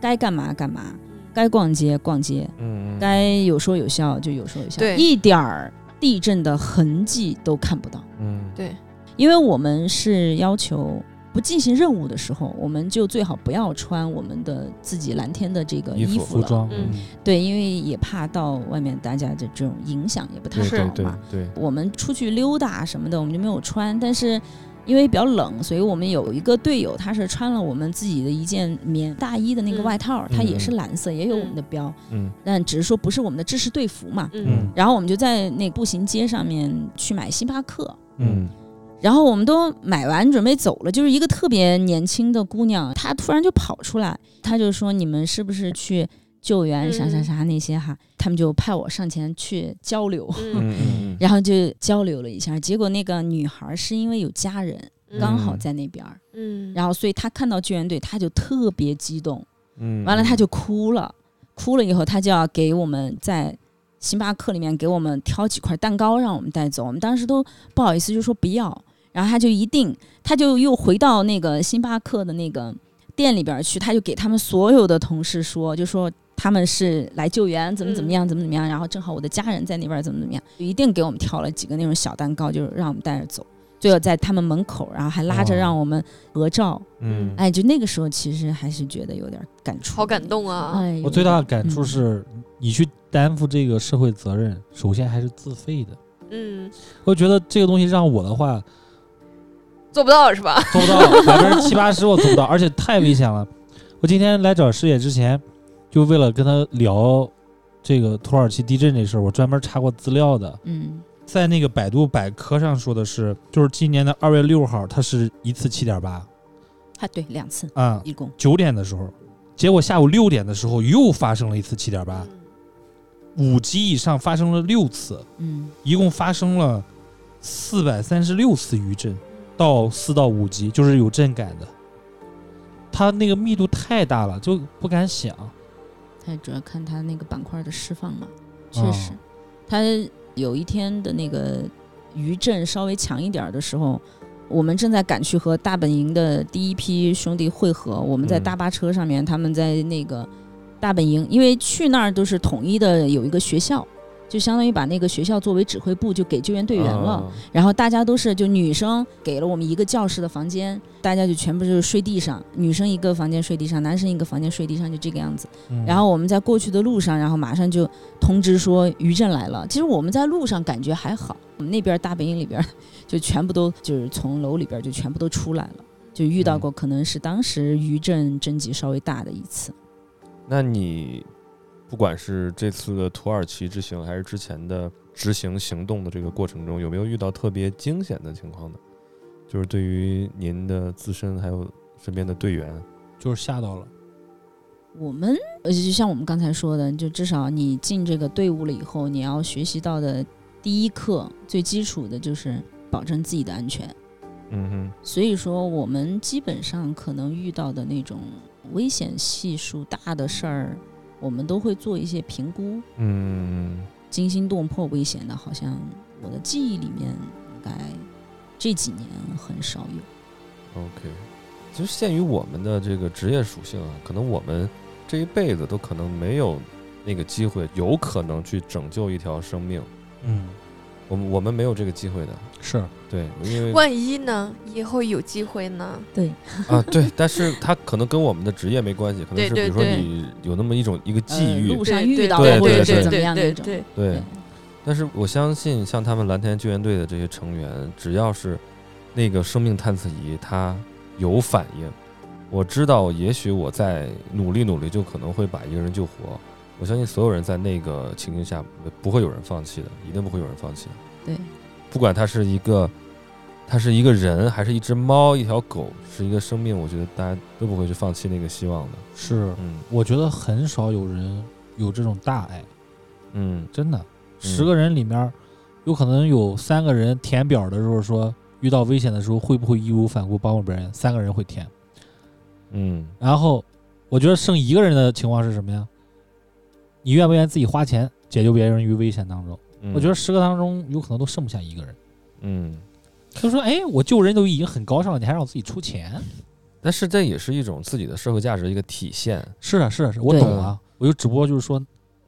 [SPEAKER 4] 该干嘛干嘛，该逛街逛街，
[SPEAKER 1] 嗯
[SPEAKER 4] 该有说有笑就有说有笑，
[SPEAKER 3] 对
[SPEAKER 4] 一点儿地震的痕迹都看不到。
[SPEAKER 1] 嗯
[SPEAKER 3] 对，
[SPEAKER 4] 因为我们是要求不进行任务的时候，我们就最好不要穿我们的自己蓝天的这个
[SPEAKER 1] 衣服
[SPEAKER 4] 衣
[SPEAKER 2] 服
[SPEAKER 4] 服了。
[SPEAKER 2] 装，
[SPEAKER 3] 嗯
[SPEAKER 4] 对，因为也怕到外面大家的这种影响也不太
[SPEAKER 1] 对
[SPEAKER 4] 好
[SPEAKER 1] 对
[SPEAKER 4] 嘛。
[SPEAKER 1] 对对
[SPEAKER 4] 我们出去溜达什么的，我们就没有穿，但是。因为比较冷，所以我们有一个队友，他是穿了我们自己的一件棉大衣的那个
[SPEAKER 3] 嗯
[SPEAKER 4] 外套，它
[SPEAKER 1] 嗯
[SPEAKER 4] 也是
[SPEAKER 1] 嗯
[SPEAKER 4] 蓝色，也有我们的标，
[SPEAKER 1] 嗯
[SPEAKER 4] 但只是说不是我们的制式队服嘛。
[SPEAKER 1] 嗯
[SPEAKER 3] 嗯
[SPEAKER 4] 然后我们就在那步行街上面去买星巴克，
[SPEAKER 1] 嗯
[SPEAKER 4] 然后我们都买完准备走了，就是一个特别年轻的姑娘，她突然就跑出来，她就说：“你们是不是去救援
[SPEAKER 3] 嗯
[SPEAKER 4] 啥啥啥那些哈？”他们就派我上前去交流，
[SPEAKER 3] 嗯，
[SPEAKER 1] 嗯
[SPEAKER 4] 然后就交流了一下。结果那个女孩是因为有家人
[SPEAKER 3] 嗯
[SPEAKER 4] 刚好在那边儿，
[SPEAKER 3] 嗯，
[SPEAKER 4] 然后所以她看到救援队，她就特别激动，
[SPEAKER 1] 嗯
[SPEAKER 4] 完了她就哭了，哭了以后她就要给我们在。星巴克里面给我们挑几块蛋糕让我们带走，我们当时都不好意思，就说不要。然后他就一定，他就又回到那个星巴克的那个店里边儿去，他就给他们所有的同事说，就说他们是来救援，怎么怎么
[SPEAKER 1] 嗯
[SPEAKER 4] 样，怎么怎么样。然后正好我的家人在那边儿，怎么怎么样，一定给我们挑了几个那种小蛋糕，就是让我们带着走。最后在他们门口，然后还拉着
[SPEAKER 1] 哇
[SPEAKER 4] 让我们合照。
[SPEAKER 1] 嗯，
[SPEAKER 4] 哎，就那个时候其实还是觉得有点感触，
[SPEAKER 3] 好感动啊！
[SPEAKER 4] 哎，
[SPEAKER 2] 我最大的感触是，你去担负这个社会责任，首先还是自费的。
[SPEAKER 3] 嗯，
[SPEAKER 2] 我觉得这个东西让我的话
[SPEAKER 3] 做不到是吧？
[SPEAKER 2] 做不到，百分之七八十我做不到，而且太危险了。我今天来找师姐之前，就为了跟她聊这个土耳其地震这事儿，我专门查过资料的。
[SPEAKER 4] 嗯
[SPEAKER 2] 在那个百度百科上说的是，就是今年的二月六号，它是一次七点八
[SPEAKER 4] 啊，对，两次
[SPEAKER 2] 啊，
[SPEAKER 4] 一共，
[SPEAKER 2] 九点的时候，结果下午六点的时候又发生了一次七点八，五级以上发生了六次，
[SPEAKER 4] 嗯
[SPEAKER 2] 一共发生了四百三十六次余震，到四到五级，就是有震感的。它那个密度太大了，就不敢想。
[SPEAKER 4] 它主要看它那个板块的释放嘛，确
[SPEAKER 2] 哦
[SPEAKER 4] 实，它有一天的那个余震稍微强一点儿的时候，我们正在赶去和大本营的第一批兄弟会合，我们在
[SPEAKER 1] 嗯
[SPEAKER 4] 大巴车上面，他们在那个大本营，因为去那儿都是统一的有一个学校。就相当于把那个学校作为指挥部，就给救援队员
[SPEAKER 2] 哦
[SPEAKER 4] 了。
[SPEAKER 1] 啊，
[SPEAKER 4] 然后大家都是就女生给了我们一个教室的房间，大家就全部就是睡地上，女生一个房间睡地上，男生一个房间睡地上，就这个样子。
[SPEAKER 2] 嗯
[SPEAKER 4] 然后我们在过去的路上，然后马上就通知说余震来了。其实我们在路上感觉还好，我们那边大本营里边就全部都就是从楼里边就全部都出来了，就遇到过可能是当时余震震级稍微大的一次。
[SPEAKER 1] 那你不管是这次的土耳其之行，还是之前的执行行动的这个过程中，有没有遇到特别惊险的情况呢？就是对于您的自身还有身边的队员，
[SPEAKER 2] 就是吓到了，
[SPEAKER 4] 我们呃，就像我们刚才说的，就至少你进这个队伍了以后，你要学习到的第一课，最基础的就是保证自己的安全。
[SPEAKER 1] 嗯
[SPEAKER 4] 所以说，我们基本上可能遇到的那种危险系数大的事儿，我们都会做一些评估，
[SPEAKER 1] 哼，嗯，
[SPEAKER 4] 惊心动魄危险的，好像我的记忆里面应该这几年很少有。
[SPEAKER 1] OK，就是限于我们的这个职业属性啊，可能我们这一辈子都可能没有那个机会，有可能去拯救一条生命，
[SPEAKER 2] 嗯，
[SPEAKER 1] 我们我们没有这个机会的。
[SPEAKER 2] 是
[SPEAKER 1] 对，因为
[SPEAKER 3] 万一呢？以后有机会呢？
[SPEAKER 4] 对，
[SPEAKER 1] 啊，对，但是它可能跟我们的职业没关系，可能
[SPEAKER 3] 对
[SPEAKER 1] 是比
[SPEAKER 3] 对
[SPEAKER 1] 如说
[SPEAKER 3] 对
[SPEAKER 1] 你有那么一种一个际
[SPEAKER 4] 呃
[SPEAKER 1] 遇，
[SPEAKER 4] 路上
[SPEAKER 3] 对
[SPEAKER 4] 遇
[SPEAKER 3] 对
[SPEAKER 4] 到
[SPEAKER 1] 对
[SPEAKER 4] 的或
[SPEAKER 1] 对对
[SPEAKER 4] 者是怎么
[SPEAKER 3] 对
[SPEAKER 4] 样
[SPEAKER 3] 对
[SPEAKER 4] 那种，
[SPEAKER 3] 对
[SPEAKER 1] 对
[SPEAKER 4] 对。
[SPEAKER 1] 但是我相信，像他们蓝天救援队的这些成员，只要是那个生命探测仪它有反应，我知道，也许我再努力努力，就可能会把一个人救活。我相信所有人在那个情境下不会有人放弃的，一定不会有人放弃的。
[SPEAKER 4] 对，
[SPEAKER 1] 不管他是一个，他是一个人，还是一只猫、一条狗，是一个生命，我觉得大家都不会去放弃那个希望的。
[SPEAKER 2] 是，
[SPEAKER 1] 嗯
[SPEAKER 2] 我觉得很少有人有这种大爱，
[SPEAKER 1] 嗯，
[SPEAKER 2] 真的，十个人里面，有可能有三个人填表的时候说遇到危险的时候会不会义无反顾帮助别人，三个人会填。
[SPEAKER 1] 嗯
[SPEAKER 2] 然后我觉得剩一个人的情况是什么呀？你愿不愿意自己花钱解救别人于危险当中？
[SPEAKER 1] 嗯，
[SPEAKER 2] 我觉得十个当中有可能都剩不下一个人。
[SPEAKER 1] 嗯。
[SPEAKER 2] 就说，哎，我救人都已经很高尚了，你还让我自己出钱？
[SPEAKER 1] 但是这也是一种自己的社会价值的一个体现。
[SPEAKER 2] 是啊，是啊，是啊我
[SPEAKER 4] 对
[SPEAKER 2] 懂啊，我就只不过就是说，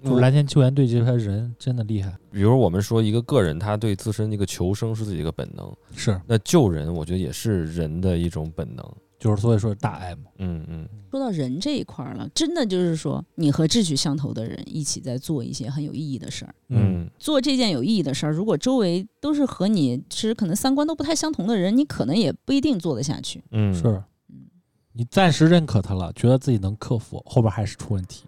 [SPEAKER 2] 就是
[SPEAKER 1] 我
[SPEAKER 2] 蓝天救援队这些人真的厉害，
[SPEAKER 1] 比如我们说一个个人，他对自身一个求生是自己一个本能，
[SPEAKER 2] 是，
[SPEAKER 1] 那救人我觉得也是人的一种本能。
[SPEAKER 2] 就是所以说大爱嘛。
[SPEAKER 1] 嗯嗯
[SPEAKER 4] 说到人这一块儿了，真的就是说，你和志趣相投的人一起在做一些很有意义的事儿。
[SPEAKER 1] 嗯
[SPEAKER 4] 做这件有意义的事儿，如果周围都是和你其实可能三观都不太相同的人，你可能也不一定做得下去。
[SPEAKER 1] 嗯，
[SPEAKER 2] 是，你暂时认可他了，觉得自己能克服，后边还是出问题。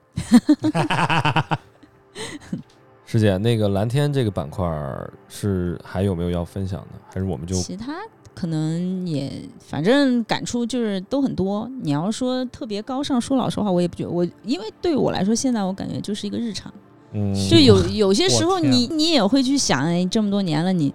[SPEAKER 1] 师姐，那个蓝天这个板块儿是还有没有要分享的？还是我们就
[SPEAKER 4] 其他可能也，反正感触就是都很多。你要说特别高尚，说老实话，我也不觉得。我因为对我来说，现在我感觉就是一个日常，
[SPEAKER 1] 嗯，
[SPEAKER 4] 就有有些时
[SPEAKER 2] 我
[SPEAKER 4] 候
[SPEAKER 2] 天啊
[SPEAKER 4] 你你也会去想，哎，这么多年了，你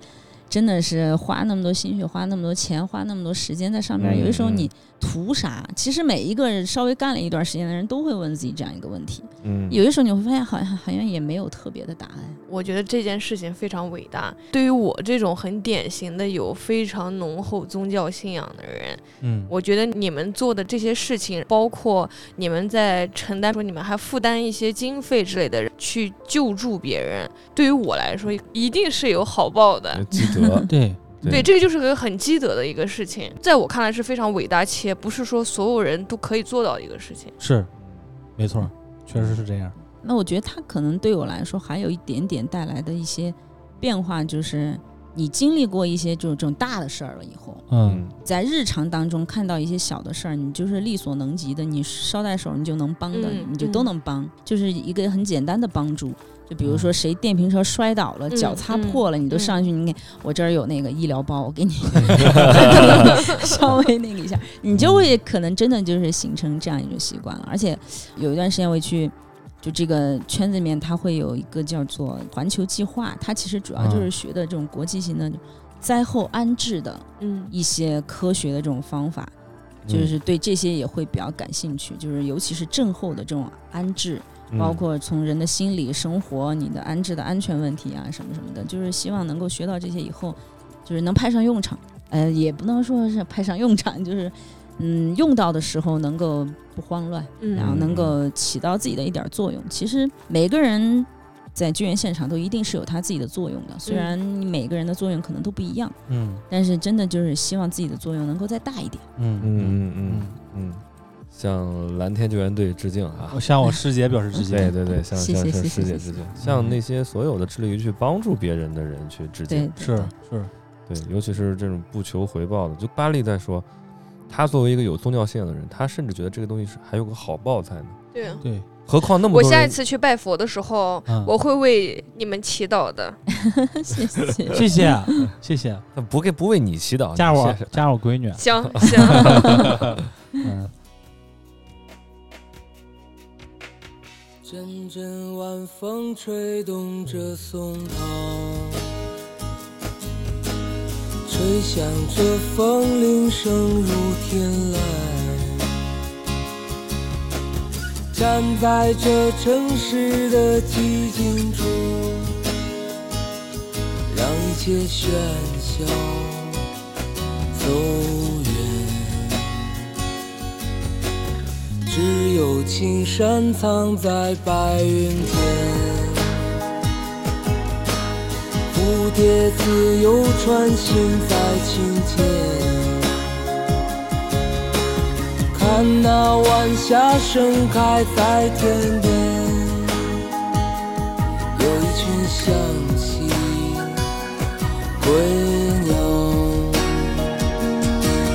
[SPEAKER 4] 真的是花那么多心血，花那么多钱，花那么多时间在上面，
[SPEAKER 1] 嗯
[SPEAKER 4] 有的时候
[SPEAKER 1] 嗯
[SPEAKER 4] 你图啥？其实每一个稍微干了一段时间的人都会问自己这样一个问题。
[SPEAKER 1] 嗯
[SPEAKER 4] 有些时候你会发现，好像好像也没有特别的答案。
[SPEAKER 3] 我觉得这件事情非常伟大。对于我这种很典型的有非常浓厚宗教信仰的人，
[SPEAKER 2] 嗯，，
[SPEAKER 3] 我觉得你们做的这些事情，包括你们在承担说你们还负担一些经费之类的，去救助别人，对于我来说一定是有好报的。
[SPEAKER 1] 积德
[SPEAKER 2] 对，
[SPEAKER 1] 对
[SPEAKER 3] 对，这个就是个很积德的一个事情，在我看来是非常伟大且不是说所有人都可以做到的一个事情。
[SPEAKER 2] 是，没错，确实是这样。
[SPEAKER 4] 那我觉得它可能对我来说还有一点点带来的一些变化，就是你经历过一些就是这种大的事儿了以后，
[SPEAKER 2] 嗯，
[SPEAKER 4] 在日常当中看到一些小的事儿，你就是力所能及的，你捎带手你就能帮的，
[SPEAKER 3] 嗯
[SPEAKER 4] 你就都能帮，就是一个很简单的帮助。就比如
[SPEAKER 2] 嗯
[SPEAKER 4] 说谁电瓶车摔倒了，
[SPEAKER 3] 嗯
[SPEAKER 4] 脚擦破了，你都
[SPEAKER 3] 嗯
[SPEAKER 4] 上去，你给我这儿有那个医疗包，我给你稍微那个一下，你就会可能真的就是形成这样一种习惯了。而且有一段时间我也去。就这个圈子里面，它会有一个叫做环球计划，它其实主要
[SPEAKER 3] 啊
[SPEAKER 4] 就是学的这种国际型的灾后安置的
[SPEAKER 3] 嗯
[SPEAKER 4] 一些科学的这种方法，
[SPEAKER 1] 嗯
[SPEAKER 4] 就是对这些也会比较感兴趣，就是尤其是症候的这种安置，
[SPEAKER 1] 嗯
[SPEAKER 4] 包括从人的心理、生活、你的安置的安全问题啊什么什么的，就是希望能够学到这些以后，就是能派上用场。呃，也不能说是派上用场， 就是嗯，用到的时候能够不慌乱，然后
[SPEAKER 3] 嗯，
[SPEAKER 4] 能够起到自己的一点作用。其实每个人。在救援现场都一定是有他自己的作用的，虽然每个人的作用可能都不一样，
[SPEAKER 2] 嗯
[SPEAKER 4] 但是真的就是希望自己的作用能够再大一点。
[SPEAKER 2] 嗯
[SPEAKER 1] 嗯嗯嗯嗯，向蓝天救援队致敬啊！
[SPEAKER 2] 我向嗯我师姐表示致敬。
[SPEAKER 1] 对对对，向
[SPEAKER 4] 谢
[SPEAKER 1] 向
[SPEAKER 4] 谢
[SPEAKER 1] 向
[SPEAKER 4] 谢谢
[SPEAKER 1] 师姐
[SPEAKER 4] 谢
[SPEAKER 1] 致
[SPEAKER 4] 谢
[SPEAKER 1] 敬，向那些所有的致力于去帮助别人的人去致
[SPEAKER 4] 对
[SPEAKER 1] 敬。，
[SPEAKER 4] 对
[SPEAKER 2] 是是，
[SPEAKER 1] 对，尤其是这种不求回报的，就巴利在说，他作为一个有宗教信仰的人，他甚至觉得这个东西是还有个好报在呢。
[SPEAKER 3] 对。
[SPEAKER 2] 对，
[SPEAKER 1] 何况那么
[SPEAKER 3] 我
[SPEAKER 1] 多
[SPEAKER 3] 下一
[SPEAKER 1] 人，
[SPEAKER 3] 次去拜佛的时候，
[SPEAKER 2] 嗯
[SPEAKER 3] 我会为你们祈祷的。
[SPEAKER 4] 谢谢。
[SPEAKER 1] 呃
[SPEAKER 2] 谢谢啊谢谢，
[SPEAKER 1] 那不给不为你祈祷，
[SPEAKER 2] 加
[SPEAKER 1] 你
[SPEAKER 2] 我
[SPEAKER 1] 谢谢
[SPEAKER 2] 加我闺女，啊
[SPEAKER 3] 行行，
[SPEAKER 2] 嗯，
[SPEAKER 6] 阵阵晚风吹动着松涛，吹响着风铃声如天籁。站在这城市的寂静处，让一切喧嚣走远。只有青山藏在白云间，蝴蝶自由穿行在清涧，看那晚霞盛开在天边，有一群向西归鸟。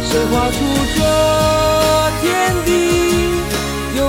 [SPEAKER 6] 谁画出这天地，又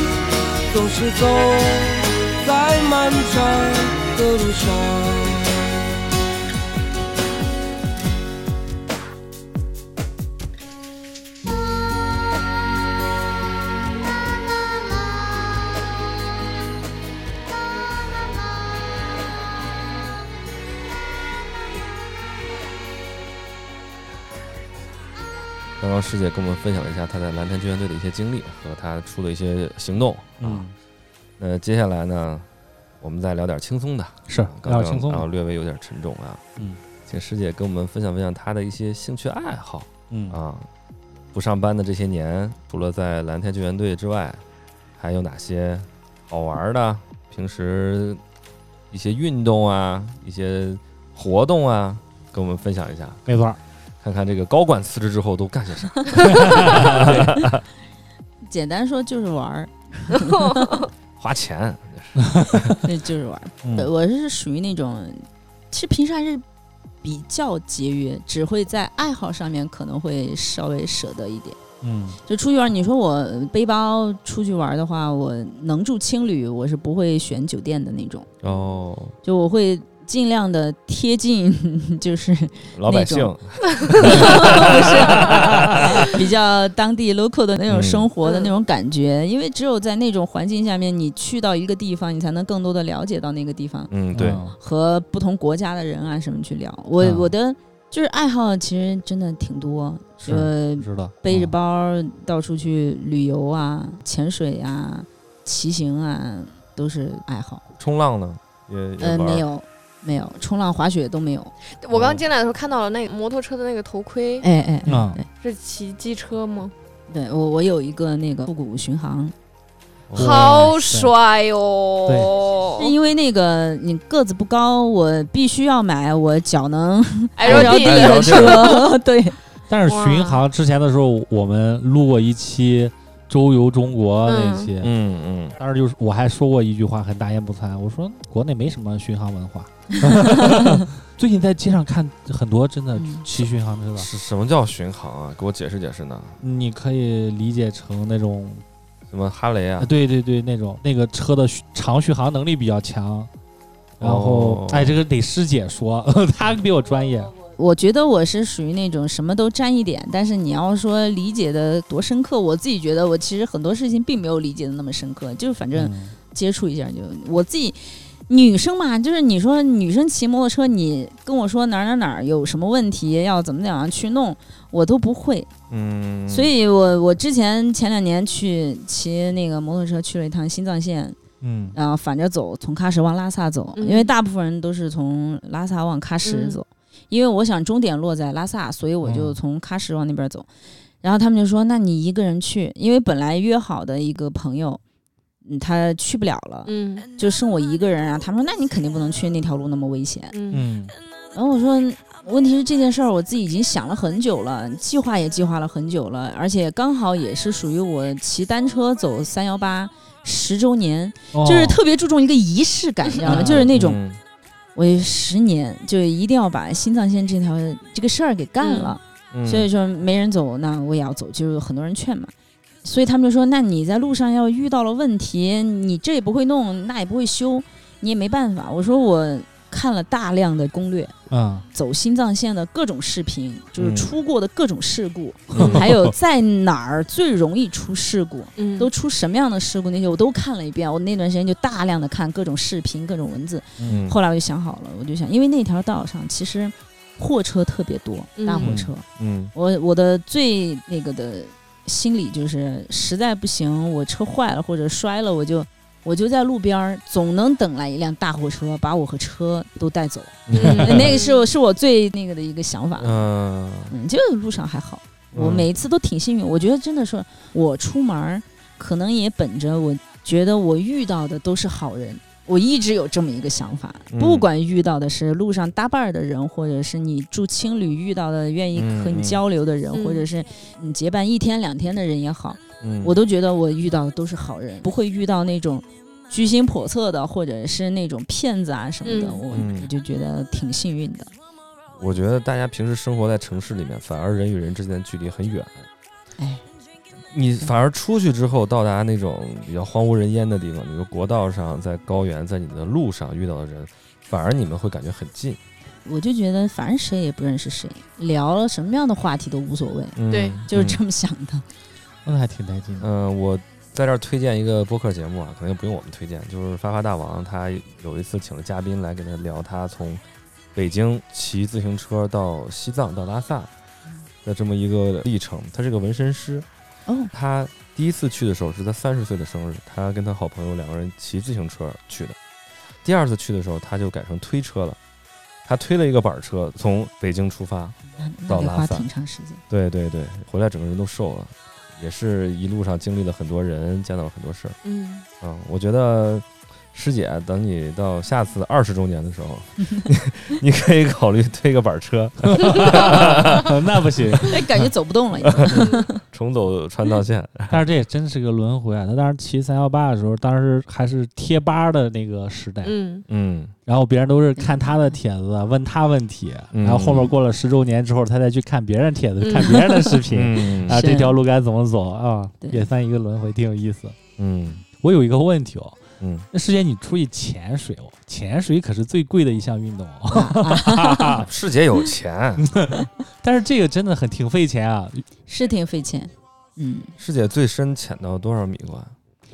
[SPEAKER 6] 总是走在漫长的路上。
[SPEAKER 1] 刚刚师姐跟我们分享了一下她在蓝天救援队的一些经历和她出的一些行动啊。
[SPEAKER 2] 嗯，
[SPEAKER 1] 那接下来呢，我们再聊点轻松的，
[SPEAKER 2] 是
[SPEAKER 1] 啊刚啊
[SPEAKER 2] 要
[SPEAKER 1] 刚
[SPEAKER 2] 轻松
[SPEAKER 1] 然，后略微有点沉重啊。
[SPEAKER 2] 嗯
[SPEAKER 1] 请师姐跟我们分享分享她的一些兴趣爱好
[SPEAKER 2] 嗯
[SPEAKER 1] 啊。不上班的这些年，除了在蓝天救援队之外，还有哪些好玩的？平时一些运动啊，一些活动啊，跟我们分享一下，
[SPEAKER 2] 没错儿，
[SPEAKER 1] 看看这个高管辞职之后都干些啥。
[SPEAKER 4] 简单说就是玩儿，
[SPEAKER 1] 花钱，
[SPEAKER 4] 对，就是玩儿。对
[SPEAKER 2] 嗯
[SPEAKER 4] 我是属于那种，其实平时还是比较节约，只会在爱好上面可能会稍微舍得一点。
[SPEAKER 2] 嗯
[SPEAKER 4] 就出去玩儿，你说我背包出去玩儿的话，我能住青旅，我是不会选酒店的那种，
[SPEAKER 1] 哦，
[SPEAKER 4] 就我会尽量的贴近， 就是
[SPEAKER 1] 老百姓
[SPEAKER 4] 那，比较当地 local 的那
[SPEAKER 2] 嗯
[SPEAKER 4] 种生活的那种感觉，因为只有在那种环境下面，你去到一个地方，你才能更多的了解到那个地方
[SPEAKER 1] 嗯，对，
[SPEAKER 2] 嗯
[SPEAKER 4] 和不同国家的人啊什么去聊。我、
[SPEAKER 2] 嗯
[SPEAKER 4] 我的就是爱好其实真的挺多，
[SPEAKER 2] 是
[SPEAKER 4] 呃，
[SPEAKER 2] 知道
[SPEAKER 4] 背着
[SPEAKER 2] 嗯
[SPEAKER 4] 包到处去旅游啊、潜水啊、骑行啊，都是爱好。
[SPEAKER 1] 冲浪呢？也也
[SPEAKER 4] 呃，
[SPEAKER 1] 玩哦
[SPEAKER 4] 没有，没有，冲浪、滑雪都没有。
[SPEAKER 3] 我刚进来的时候看到了那个摩托车的那个头盔，
[SPEAKER 4] 哎哎，哎
[SPEAKER 2] 啊，
[SPEAKER 3] 是骑机车吗？
[SPEAKER 4] 对我我有一个那个复古巡航，
[SPEAKER 1] 哇
[SPEAKER 3] 好帅哦！
[SPEAKER 4] 是因为那个你个子不高，我必须要买我脚能
[SPEAKER 3] LD
[SPEAKER 1] 哎
[SPEAKER 4] 的车。对，
[SPEAKER 2] 但是巡航之前的时候，我们录过一期周游中国那期，
[SPEAKER 1] 嗯嗯，
[SPEAKER 2] 当时就是我还说过一句话，很大言不惭，我说国内没什么巡航文 化。 最近在街上看很多真的
[SPEAKER 4] 嗯
[SPEAKER 2] 骑巡航车的，
[SPEAKER 1] 是什么叫巡航啊？给我解释解释呢？
[SPEAKER 2] 你可以理解成那种，
[SPEAKER 1] 什么哈雷啊
[SPEAKER 4] 呃
[SPEAKER 2] 啊、？对对对，那种那个车的续长续航能力比较强。然后
[SPEAKER 1] 哦，
[SPEAKER 2] 哎，这个得师姐说， 她比我专业。
[SPEAKER 4] 我觉得我是属于那种什么都沾一点，但是你要说理解的多深刻，我自己觉得我其实很多事情并没有理解的那么深刻，就是反正
[SPEAKER 2] 嗯
[SPEAKER 4] 接触一下就我自己。女生嘛，就是你说女生骑摩托车，你跟我说哪儿哪儿哪儿有什么问题，要怎么怎么样去弄，我都不会。
[SPEAKER 1] 嗯，
[SPEAKER 4] 所以我我之前前两年去骑那个摩托车去了一趟新藏线，
[SPEAKER 2] 嗯，
[SPEAKER 4] 然后呃反着走，从喀什往拉萨走，
[SPEAKER 3] 嗯
[SPEAKER 4] 因为大部分人都是从拉萨往喀什走，因为我想终点落在拉萨，所以我
[SPEAKER 2] 嗯
[SPEAKER 4] 就从喀什往那边走。然后他们就说：“那你一个人去，因为本来约好的一个朋友，嗯，他去不了了，
[SPEAKER 3] 嗯
[SPEAKER 4] 就剩我一个人。”然后啊他们说：“那你肯定不能去，那条路那么危险。”
[SPEAKER 3] 嗯
[SPEAKER 2] 嗯，
[SPEAKER 4] 然后我说，问题是这件事儿我自己已经想了很久了，计划也计划了很久了，而且刚好也是属于我骑单车走三幺八十周年，
[SPEAKER 2] 哦
[SPEAKER 4] 就是特别注重一个仪式感，你知道吗？
[SPEAKER 2] 嗯
[SPEAKER 4] 就是那种
[SPEAKER 1] 哦嗯
[SPEAKER 4] 我十年就一定要把新藏线这条这个事儿给干了，
[SPEAKER 1] 嗯
[SPEAKER 4] 所以说没人走，那我也要走，就是很多人劝嘛。所以他们就说，那你在路上要遇到了问题，你这也不会弄，那也不会修，你也没办法。我说我看了大量的攻略，
[SPEAKER 2] 嗯，
[SPEAKER 4] 走新藏线的各种视频，就是
[SPEAKER 1] 嗯
[SPEAKER 4] 出过的各种事 故，
[SPEAKER 1] 嗯
[SPEAKER 4] 还有在哪儿最容易出事故，
[SPEAKER 3] 嗯，
[SPEAKER 4] 都出什么样的事故那些我都看了一遍。我那段时间就大量的看各种视频、各种文字。
[SPEAKER 1] 嗯
[SPEAKER 4] 后来我就想好了，我就想，因为那条道上其实货车特别多，
[SPEAKER 3] 嗯
[SPEAKER 4] 大货车。
[SPEAKER 1] 嗯
[SPEAKER 4] 我我的最那个的心理就是，实在不行，我车坏了或者摔了，我就我就在路边儿，总能等来一辆大货车把我和车都带走。
[SPEAKER 3] 嗯
[SPEAKER 4] 那个是我是我最那个的一个想法。
[SPEAKER 1] 嗯
[SPEAKER 4] 嗯，就路上还好，我
[SPEAKER 1] 嗯
[SPEAKER 4] 每一次都挺幸运。我觉得真的是我出门儿，可能也本着我觉得我遇到的都是好人。我一直有这么一个想法，
[SPEAKER 1] 嗯
[SPEAKER 4] 不管遇到的是路上搭伴儿的人，或者是你住青旅遇到的愿意和
[SPEAKER 1] 嗯嗯
[SPEAKER 4] 你交流的人，
[SPEAKER 3] 嗯
[SPEAKER 4] 或者是你结伴一天两天的人也好，
[SPEAKER 1] 嗯，
[SPEAKER 4] 我都觉得我遇到的都是好人，不会遇到那种居心叵测的，或者是那种骗子啊什么的。
[SPEAKER 3] 嗯
[SPEAKER 4] 我
[SPEAKER 1] 嗯
[SPEAKER 4] 我就觉得挺幸运的。
[SPEAKER 1] 我觉得大家平时生活在城市里面，反而人与人之间的距离很远。
[SPEAKER 4] 哎，
[SPEAKER 1] 你反而出去之后，到达那种比较荒无人烟的地方，比如国道上、在高原、在你的路上遇到的人，反而你们会感觉很近。
[SPEAKER 4] 我就觉得反正谁也不认识谁，聊了什么样的话题都无所谓，
[SPEAKER 1] 嗯
[SPEAKER 3] 对
[SPEAKER 4] 就是这。么想的。
[SPEAKER 2] 那还挺带劲的。
[SPEAKER 1] 嗯、呃我在这儿推荐一个播客节目啊，可能也不用我们推荐，就是发发大王，他有一次请了嘉宾来跟他聊他从北京骑自行车到西藏到拉萨的这么一个历程。他是个纹身师，
[SPEAKER 4] 哦，
[SPEAKER 1] 他第一次去的时候是他三十岁的生日，他跟他好朋友两个人骑自行车去的。第二次去的时候，他就改成推车了，他推了一个板车从北京出发，
[SPEAKER 4] 那那
[SPEAKER 1] 到
[SPEAKER 4] 得
[SPEAKER 1] 拉
[SPEAKER 4] 花
[SPEAKER 1] 萨
[SPEAKER 4] 挺长时间。
[SPEAKER 1] 对对对，回来整个人都瘦了，也是一路上经历了很多人，见到了很多事儿。
[SPEAKER 3] 嗯，
[SPEAKER 1] 嗯，我觉得师姐，等你到下次二十周年的时候， 你你可以考虑推个板车，
[SPEAKER 2] 那不行，
[SPEAKER 4] 哎，感觉走不动了 已经。
[SPEAKER 1] 重走川藏 线。
[SPEAKER 2] 但是这也真是个轮回啊！他当时骑三幺八的时候，当时还是贴吧的那个时代，
[SPEAKER 3] 嗯
[SPEAKER 1] 嗯，
[SPEAKER 2] 然后别人都是看他的帖子，问他问题，
[SPEAKER 1] 嗯
[SPEAKER 2] 然后后面过了十周年之后，他再去看别人帖子，
[SPEAKER 3] 嗯
[SPEAKER 2] 看别人的视 频、
[SPEAKER 1] 嗯
[SPEAKER 2] 啊，
[SPEAKER 4] 是
[SPEAKER 2] 这条路该怎么走啊？
[SPEAKER 4] 对
[SPEAKER 2] 也算一个轮回，挺有意思。
[SPEAKER 1] 嗯
[SPEAKER 2] 我有一个问题哦，
[SPEAKER 1] 嗯，
[SPEAKER 2] 那师姐你出去潜水哦，潜水可是最贵的一项运动哦，
[SPEAKER 4] 啊
[SPEAKER 1] 师姐有 钱，
[SPEAKER 2] 但是这个真的很挺费钱啊，
[SPEAKER 4] 是挺费钱。嗯，
[SPEAKER 1] 师姐最深潜到多少米过啊？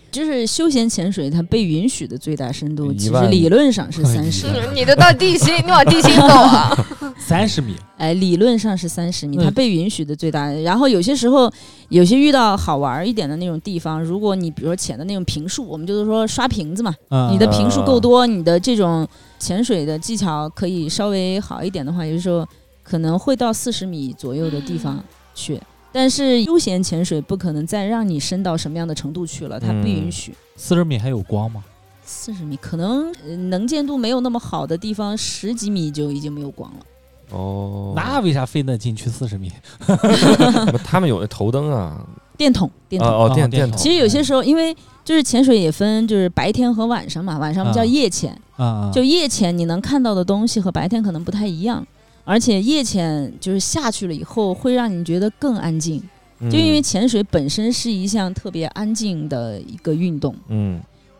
[SPEAKER 4] 就是休闲潜水，它被允许的最大深度，
[SPEAKER 1] 一
[SPEAKER 4] 其
[SPEAKER 1] 万
[SPEAKER 4] 实理论上是三十
[SPEAKER 2] 哎。
[SPEAKER 3] 嗯，你都到地心，你往地心走啊？
[SPEAKER 2] 三十米，
[SPEAKER 4] 哎，理论上是三十米，
[SPEAKER 2] 嗯
[SPEAKER 4] 它被允许的最大。然后有些时候，有些遇到好玩儿一点的那种地方，如果你比如说潜的那种平数，我们就是说刷瓶子嘛，
[SPEAKER 2] 嗯，
[SPEAKER 4] 你的平数够多，你的这种潜水的技巧可以稍微好一点的话，有时候可能会到四十米左右的地方去。但是休闲潜水不可能再让你深到什么样的程度去了，它不允许。
[SPEAKER 2] 四十米还有光吗？
[SPEAKER 4] 四十米可能呃能见度没有那么好的地方，十几米就已经没有光了。
[SPEAKER 1] 哦，
[SPEAKER 2] 那为啥非得进去四十米？
[SPEAKER 1] 不他们有那头灯啊，
[SPEAKER 4] 电筒， 电筒。
[SPEAKER 1] 哦哦，
[SPEAKER 2] 啊
[SPEAKER 1] 电
[SPEAKER 2] 电
[SPEAKER 1] 筒，
[SPEAKER 2] 筒
[SPEAKER 4] 其实有些时候，因为就是潜水也分就是白天和晚上嘛，晚上我们叫
[SPEAKER 2] 啊
[SPEAKER 4] 夜潜，
[SPEAKER 2] 啊，
[SPEAKER 4] 就夜潜你能看到的东西和白天可能不太一样，而且夜潜就是下去了以后会让你觉得更安静，
[SPEAKER 1] 嗯
[SPEAKER 4] 就因为潜水本身是一项特别安静的一个运动。
[SPEAKER 1] 嗯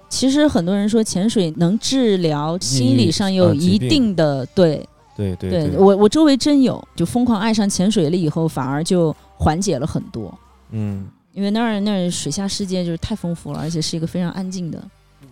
[SPEAKER 4] 其实很多人说潜水能治疗心理上有
[SPEAKER 1] 呃疾
[SPEAKER 4] 一
[SPEAKER 1] 病
[SPEAKER 4] 定的对
[SPEAKER 1] 对对
[SPEAKER 4] 对我我周围真有，就疯狂爱上潜水了以后，反而就缓解了很多。
[SPEAKER 1] 嗯，
[SPEAKER 4] 因为那儿那儿水下世界就是太丰富了，而且是一个非常安静的，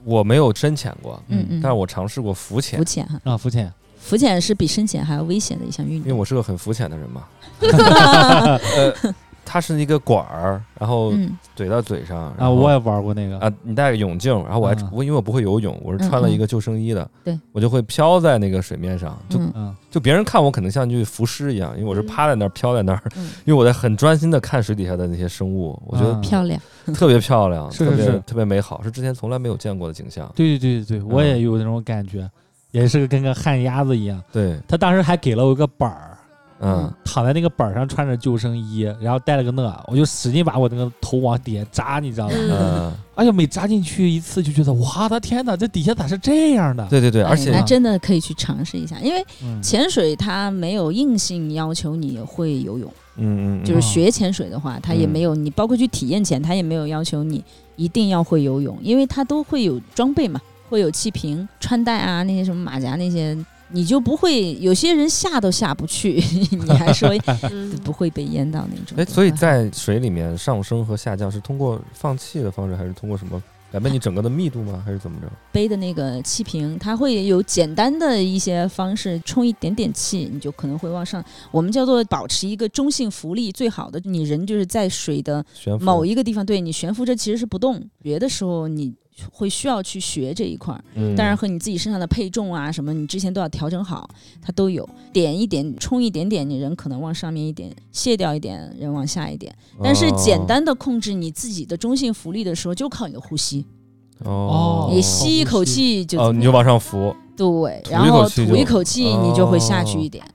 [SPEAKER 1] 我没有深潜过，
[SPEAKER 4] 嗯
[SPEAKER 1] 但是
[SPEAKER 4] 嗯，
[SPEAKER 1] 我尝试过浮潜
[SPEAKER 4] 浮，潜哈，
[SPEAKER 2] 啊，浮潜
[SPEAKER 4] 浮潜是比深潜还要危险的一项运
[SPEAKER 1] 因为
[SPEAKER 4] 动。
[SPEAKER 1] 我是个很浮潜的人 嘛。呃，它是一个管儿，然后
[SPEAKER 4] 嗯，
[SPEAKER 1] 怼到嘴上然
[SPEAKER 2] 啊，
[SPEAKER 1] 后
[SPEAKER 2] 我也玩过那个，
[SPEAKER 1] 啊，你戴个泳镜，然后我还
[SPEAKER 2] 嗯
[SPEAKER 1] 我因为我不会游泳，我是穿了一个救生衣的，
[SPEAKER 4] 嗯对
[SPEAKER 1] 我就会飘在那个水面上，就
[SPEAKER 4] 嗯
[SPEAKER 2] 嗯
[SPEAKER 1] 就别人看我可能像具浮尸一样，因为我是
[SPEAKER 3] 嗯
[SPEAKER 1] 趴在那儿飘在那儿，
[SPEAKER 4] 嗯
[SPEAKER 1] 因为我在很专心的看水底下的那些生物，我觉得
[SPEAKER 2] 啊
[SPEAKER 4] 漂亮。
[SPEAKER 1] 特别漂亮，
[SPEAKER 2] 是
[SPEAKER 1] 特
[SPEAKER 2] 是
[SPEAKER 1] 别
[SPEAKER 2] 是
[SPEAKER 1] 特别美好，是之前从来没有见过的景象。
[SPEAKER 2] 对对对对，我
[SPEAKER 1] 嗯
[SPEAKER 2] 也有那种感觉，也是个跟个旱鸭子一样。
[SPEAKER 1] 对，
[SPEAKER 2] 他当时还给了我一个板儿，
[SPEAKER 1] 嗯，
[SPEAKER 2] 躺在那个板儿上，穿着救生衣，然后带了个那，我就使劲把我那个头往底下扎，你知道吗？
[SPEAKER 3] 嗯，
[SPEAKER 1] 呃，
[SPEAKER 2] 哎呀，每扎进去一次就觉得，哇，的天哪，这底下咋是这样的？
[SPEAKER 1] 对 对对，
[SPEAKER 4] 哎
[SPEAKER 1] 而且
[SPEAKER 4] 那真的可以去尝试一下，因为
[SPEAKER 2] 嗯，
[SPEAKER 4] 潜水它没有硬性要求你会游泳，
[SPEAKER 1] 嗯嗯，
[SPEAKER 4] 就是学潜水的话，它也
[SPEAKER 1] 嗯
[SPEAKER 4] 没有你包括去体验潜，它也没有要求你一定要会游泳，因为它都会有装备嘛，会有气瓶、穿戴啊，那些什么马甲那些，你就不会有些人下都下不去， 你 还说
[SPEAKER 3] 嗯
[SPEAKER 4] 不会被淹到那种。
[SPEAKER 1] 哎， 所以在水里面上升和下降是通过放气的方式，还是通过什么改变你整个的密度吗？还是怎么着？
[SPEAKER 4] 背的那个气瓶，它会有简单的一些方式充一点点气，你就可能会往上。我们叫做保持一个中性浮力，最好的你人就是在水的
[SPEAKER 1] 悬浮
[SPEAKER 4] 某一个地方，对你悬浮着其实是不动。别的时候你会需要去学这一块儿，
[SPEAKER 1] 嗯
[SPEAKER 4] 当然和你自己身上的配重啊什么，你之前都要调整好，它都有点一点冲一点点，你人可能往上面一点，卸掉一点，人往下一点。
[SPEAKER 1] 哦
[SPEAKER 4] 但是简单的控制你自己的中性浮力的时候，就靠你的呼吸，
[SPEAKER 1] 哦，
[SPEAKER 4] 你吸一口
[SPEAKER 2] 呼吸
[SPEAKER 4] 气就
[SPEAKER 1] 哦，
[SPEAKER 4] 怎么
[SPEAKER 1] 你就
[SPEAKER 4] 样
[SPEAKER 1] 往上浮，
[SPEAKER 4] 对，
[SPEAKER 1] 吐
[SPEAKER 4] 然
[SPEAKER 1] 一口
[SPEAKER 4] 后
[SPEAKER 1] 气
[SPEAKER 4] 吐一
[SPEAKER 1] 就
[SPEAKER 4] 口气，你就会下去一点，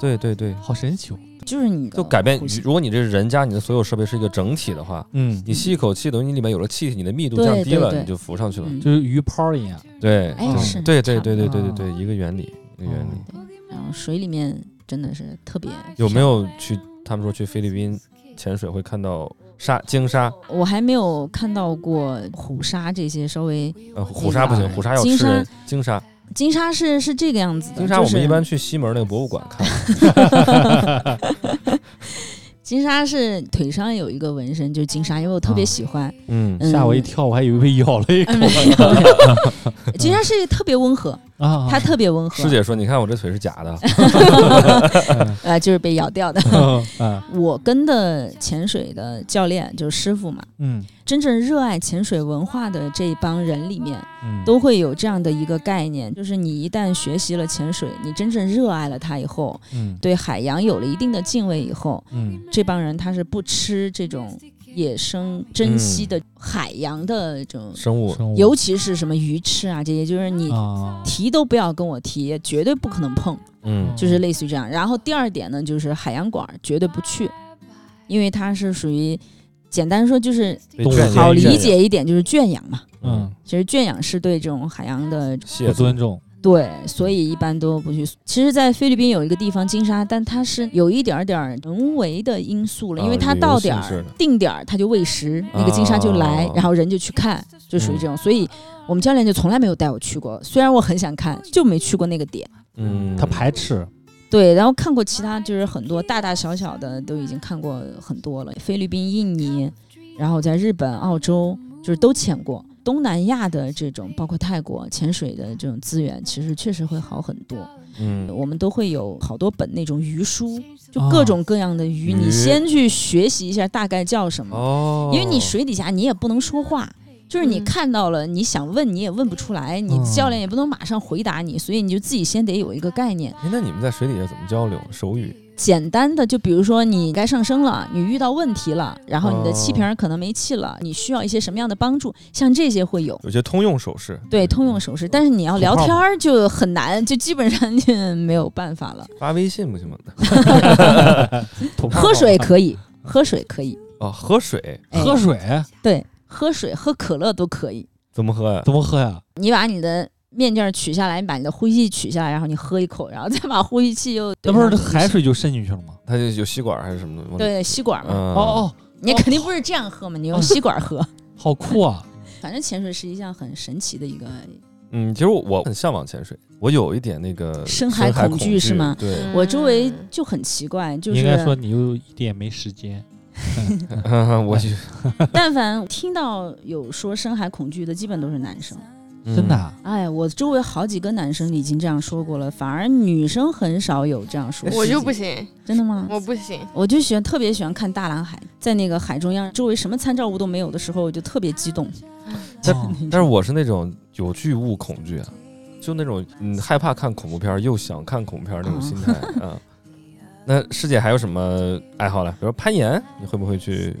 [SPEAKER 1] 对对对，
[SPEAKER 2] 好神奇哦。
[SPEAKER 4] 就是你的
[SPEAKER 1] 就改变
[SPEAKER 4] 呼吸。
[SPEAKER 1] 如果你这人加你的所有设备是一个整体的话，
[SPEAKER 2] 嗯，
[SPEAKER 1] 你吸一口气，等于你里面有了气体，你的密度
[SPEAKER 4] 对
[SPEAKER 1] 降低
[SPEAKER 4] 对
[SPEAKER 1] 了，
[SPEAKER 4] 对
[SPEAKER 1] 你就浮上去了。
[SPEAKER 4] 嗯
[SPEAKER 2] 就是鱼泡儿一样。
[SPEAKER 1] 对，
[SPEAKER 4] 哎
[SPEAKER 1] 就是对对对对对
[SPEAKER 2] 差不
[SPEAKER 1] 对
[SPEAKER 2] 多
[SPEAKER 1] 对，一个原理，一个原理。
[SPEAKER 4] 对，然后水里面真的哦是啊特别
[SPEAKER 1] 有没
[SPEAKER 4] 有？
[SPEAKER 1] 有去？他们说去菲律宾潜水会看到鲨、鲸鲨，
[SPEAKER 4] 我还没有看到过虎鲨这些稍微
[SPEAKER 1] 呃，虎鲨不行，
[SPEAKER 4] 嗯
[SPEAKER 1] 虎鲨要
[SPEAKER 4] 鲸
[SPEAKER 1] 吃
[SPEAKER 4] 鲨
[SPEAKER 1] 人，鲸鲨。
[SPEAKER 4] 金沙是是这个样子的，
[SPEAKER 1] 金沙
[SPEAKER 4] 就
[SPEAKER 1] 我们
[SPEAKER 4] 是
[SPEAKER 1] 一般去西门那个博物馆看，
[SPEAKER 4] 金沙是腿上有一个纹身，就是金沙，因为我特别 喜欢。
[SPEAKER 1] 嗯
[SPEAKER 4] 嗯
[SPEAKER 2] 吓我一。跳，我还以为被咬了一口
[SPEAKER 4] 嗯没有没有金沙是特别温和，
[SPEAKER 2] 啊！
[SPEAKER 4] 嗯它特别温和
[SPEAKER 1] 师，姐说：“你看我这腿是假 的。
[SPEAKER 4] 呃，就是被咬掉的。
[SPEAKER 2] 啊，
[SPEAKER 4] 我跟的潜水的教练就是师傅嘛，
[SPEAKER 2] 嗯
[SPEAKER 4] 真正热爱潜水文化的这帮人里面，
[SPEAKER 2] 嗯，
[SPEAKER 4] 都会有这样的一个概念，就是你一旦学习了潜水，你真正热爱了它以后，
[SPEAKER 2] 嗯
[SPEAKER 4] 对海洋有了一定的敬畏以后，
[SPEAKER 2] 嗯
[SPEAKER 4] 这帮人他是不吃这种野生
[SPEAKER 1] 嗯
[SPEAKER 4] 珍稀的海洋的这种，
[SPEAKER 1] 生物
[SPEAKER 2] 生物
[SPEAKER 4] 尤其是什么鱼翅啊这些，就是
[SPEAKER 1] 哦
[SPEAKER 4] 你
[SPEAKER 2] 啊，
[SPEAKER 4] 提都不要跟我提，绝对不可能碰，
[SPEAKER 1] 嗯
[SPEAKER 4] 就是类似于这样。然后第二点呢，就是海洋馆儿绝对不去，因为它是属于简单说就是
[SPEAKER 1] 被
[SPEAKER 2] 懂
[SPEAKER 1] 圈
[SPEAKER 2] 了
[SPEAKER 1] 养
[SPEAKER 4] 好
[SPEAKER 2] 对
[SPEAKER 4] 理解一点，就是圈养嘛。
[SPEAKER 1] 嗯
[SPEAKER 2] 嗯，
[SPEAKER 4] 其实圈养是对这种海洋的
[SPEAKER 1] 蟹
[SPEAKER 2] 不
[SPEAKER 1] 足
[SPEAKER 2] 尊重，
[SPEAKER 4] 对，所以一般都不去。其实，在菲律宾有一个地方金沙，但它是有一点儿点儿人为的因素了，
[SPEAKER 1] 啊
[SPEAKER 4] 因为它
[SPEAKER 1] 旅游
[SPEAKER 4] 到
[SPEAKER 1] 性
[SPEAKER 4] 点
[SPEAKER 1] 质
[SPEAKER 4] 儿
[SPEAKER 1] 的
[SPEAKER 4] 定点儿，它就喂食，那个金沙就来，
[SPEAKER 1] 啊嗯
[SPEAKER 4] 然后人就去看，就属于这种。所以我们教练就从来没有带我去过，虽然我很想看，就没去过那个点。
[SPEAKER 1] 嗯，
[SPEAKER 2] 他排斥，
[SPEAKER 4] 对，然后看过其他就是很多大大小小的都已经看过很多了，菲律宾、印尼，然后在日本、澳洲就是都潜过。东南亚的这种，包括泰国潜水的这种资源，其实确实会好很多。
[SPEAKER 1] 嗯，
[SPEAKER 4] 我们都会有好多本那种鱼书，就
[SPEAKER 2] 哦
[SPEAKER 4] 各种各样的鱼，
[SPEAKER 1] 啊鱼
[SPEAKER 4] 你先去学习一下大概叫什么，
[SPEAKER 1] 哦，
[SPEAKER 4] 嗯因为你水底下你也不能说话。就是你
[SPEAKER 3] 嗯
[SPEAKER 4] 看到了，你想问你也问不出来，你
[SPEAKER 1] 嗯
[SPEAKER 2] 哦
[SPEAKER 4] 教练也不能马上回答你，所以你就自己先得有一个概念。
[SPEAKER 1] 哎，那你们在水底下怎么交流？手语？
[SPEAKER 4] 简单的，就比如说你该上升了，你遇到问题了，然后你的气瓶儿可能没气了，你需要一些什么样的帮助，像这些会有。
[SPEAKER 1] 有些通用手势，
[SPEAKER 4] 对，通用手势，但是你要聊天儿就很难，就基本上就没有办法了。
[SPEAKER 1] 发微信不行吗？
[SPEAKER 4] 喝水可以， 喝水可以，
[SPEAKER 1] 哦，喝水
[SPEAKER 4] 哎
[SPEAKER 2] 喝水
[SPEAKER 4] 对，喝水喝可乐都可以。
[SPEAKER 1] 怎么喝呀、啊
[SPEAKER 2] 怎么喝呀？
[SPEAKER 4] 你把你的面镜儿取下来，你把你的呼吸器取下来，然后你喝一口，然后再把呼吸器又
[SPEAKER 2] 那
[SPEAKER 4] 对
[SPEAKER 2] 不是
[SPEAKER 4] 上去
[SPEAKER 2] 海水就渗进去了吗？
[SPEAKER 1] 它就有吸管还是什么东西？，
[SPEAKER 4] 对吸管嘛？
[SPEAKER 1] 嗯，
[SPEAKER 2] 哦，哦，
[SPEAKER 4] 你肯定不是这样喝嘛，你用吸管 喝。
[SPEAKER 2] 好酷啊！
[SPEAKER 4] 反正潜水是一项很神奇的一个
[SPEAKER 1] 嗯，其实我我很向往潜水，我有一点那个
[SPEAKER 4] 深海
[SPEAKER 1] 海
[SPEAKER 4] 恐惧
[SPEAKER 1] 惧
[SPEAKER 4] 是吗
[SPEAKER 1] 对，
[SPEAKER 3] 嗯
[SPEAKER 4] 我周围就很奇怪，就
[SPEAKER 2] 你应该说
[SPEAKER 4] 是
[SPEAKER 2] 你又一点没时间，哎
[SPEAKER 1] 我就
[SPEAKER 4] 但凡听到有说深海恐惧的，基本都是 男生。
[SPEAKER 2] 真的、啊。
[SPEAKER 4] 哎，我周围好几个男生已经这样说过了，反而女生很少有这样说。
[SPEAKER 3] 我就不，行，
[SPEAKER 4] 真的吗？
[SPEAKER 3] 我不行。
[SPEAKER 4] 我就喜欢特别喜欢看大蓝海，在那个海中央，周围什么参照物都没有的时候，我就特别 激动。
[SPEAKER 2] 哦
[SPEAKER 1] 嗯但是我是那种有巨物恐惧啊，就那种嗯害怕看恐怖片儿又想看恐怖片儿那种心态
[SPEAKER 4] 哦
[SPEAKER 1] 啊。 那师姐还有什么爱好呢？比如攀岩，你会不会去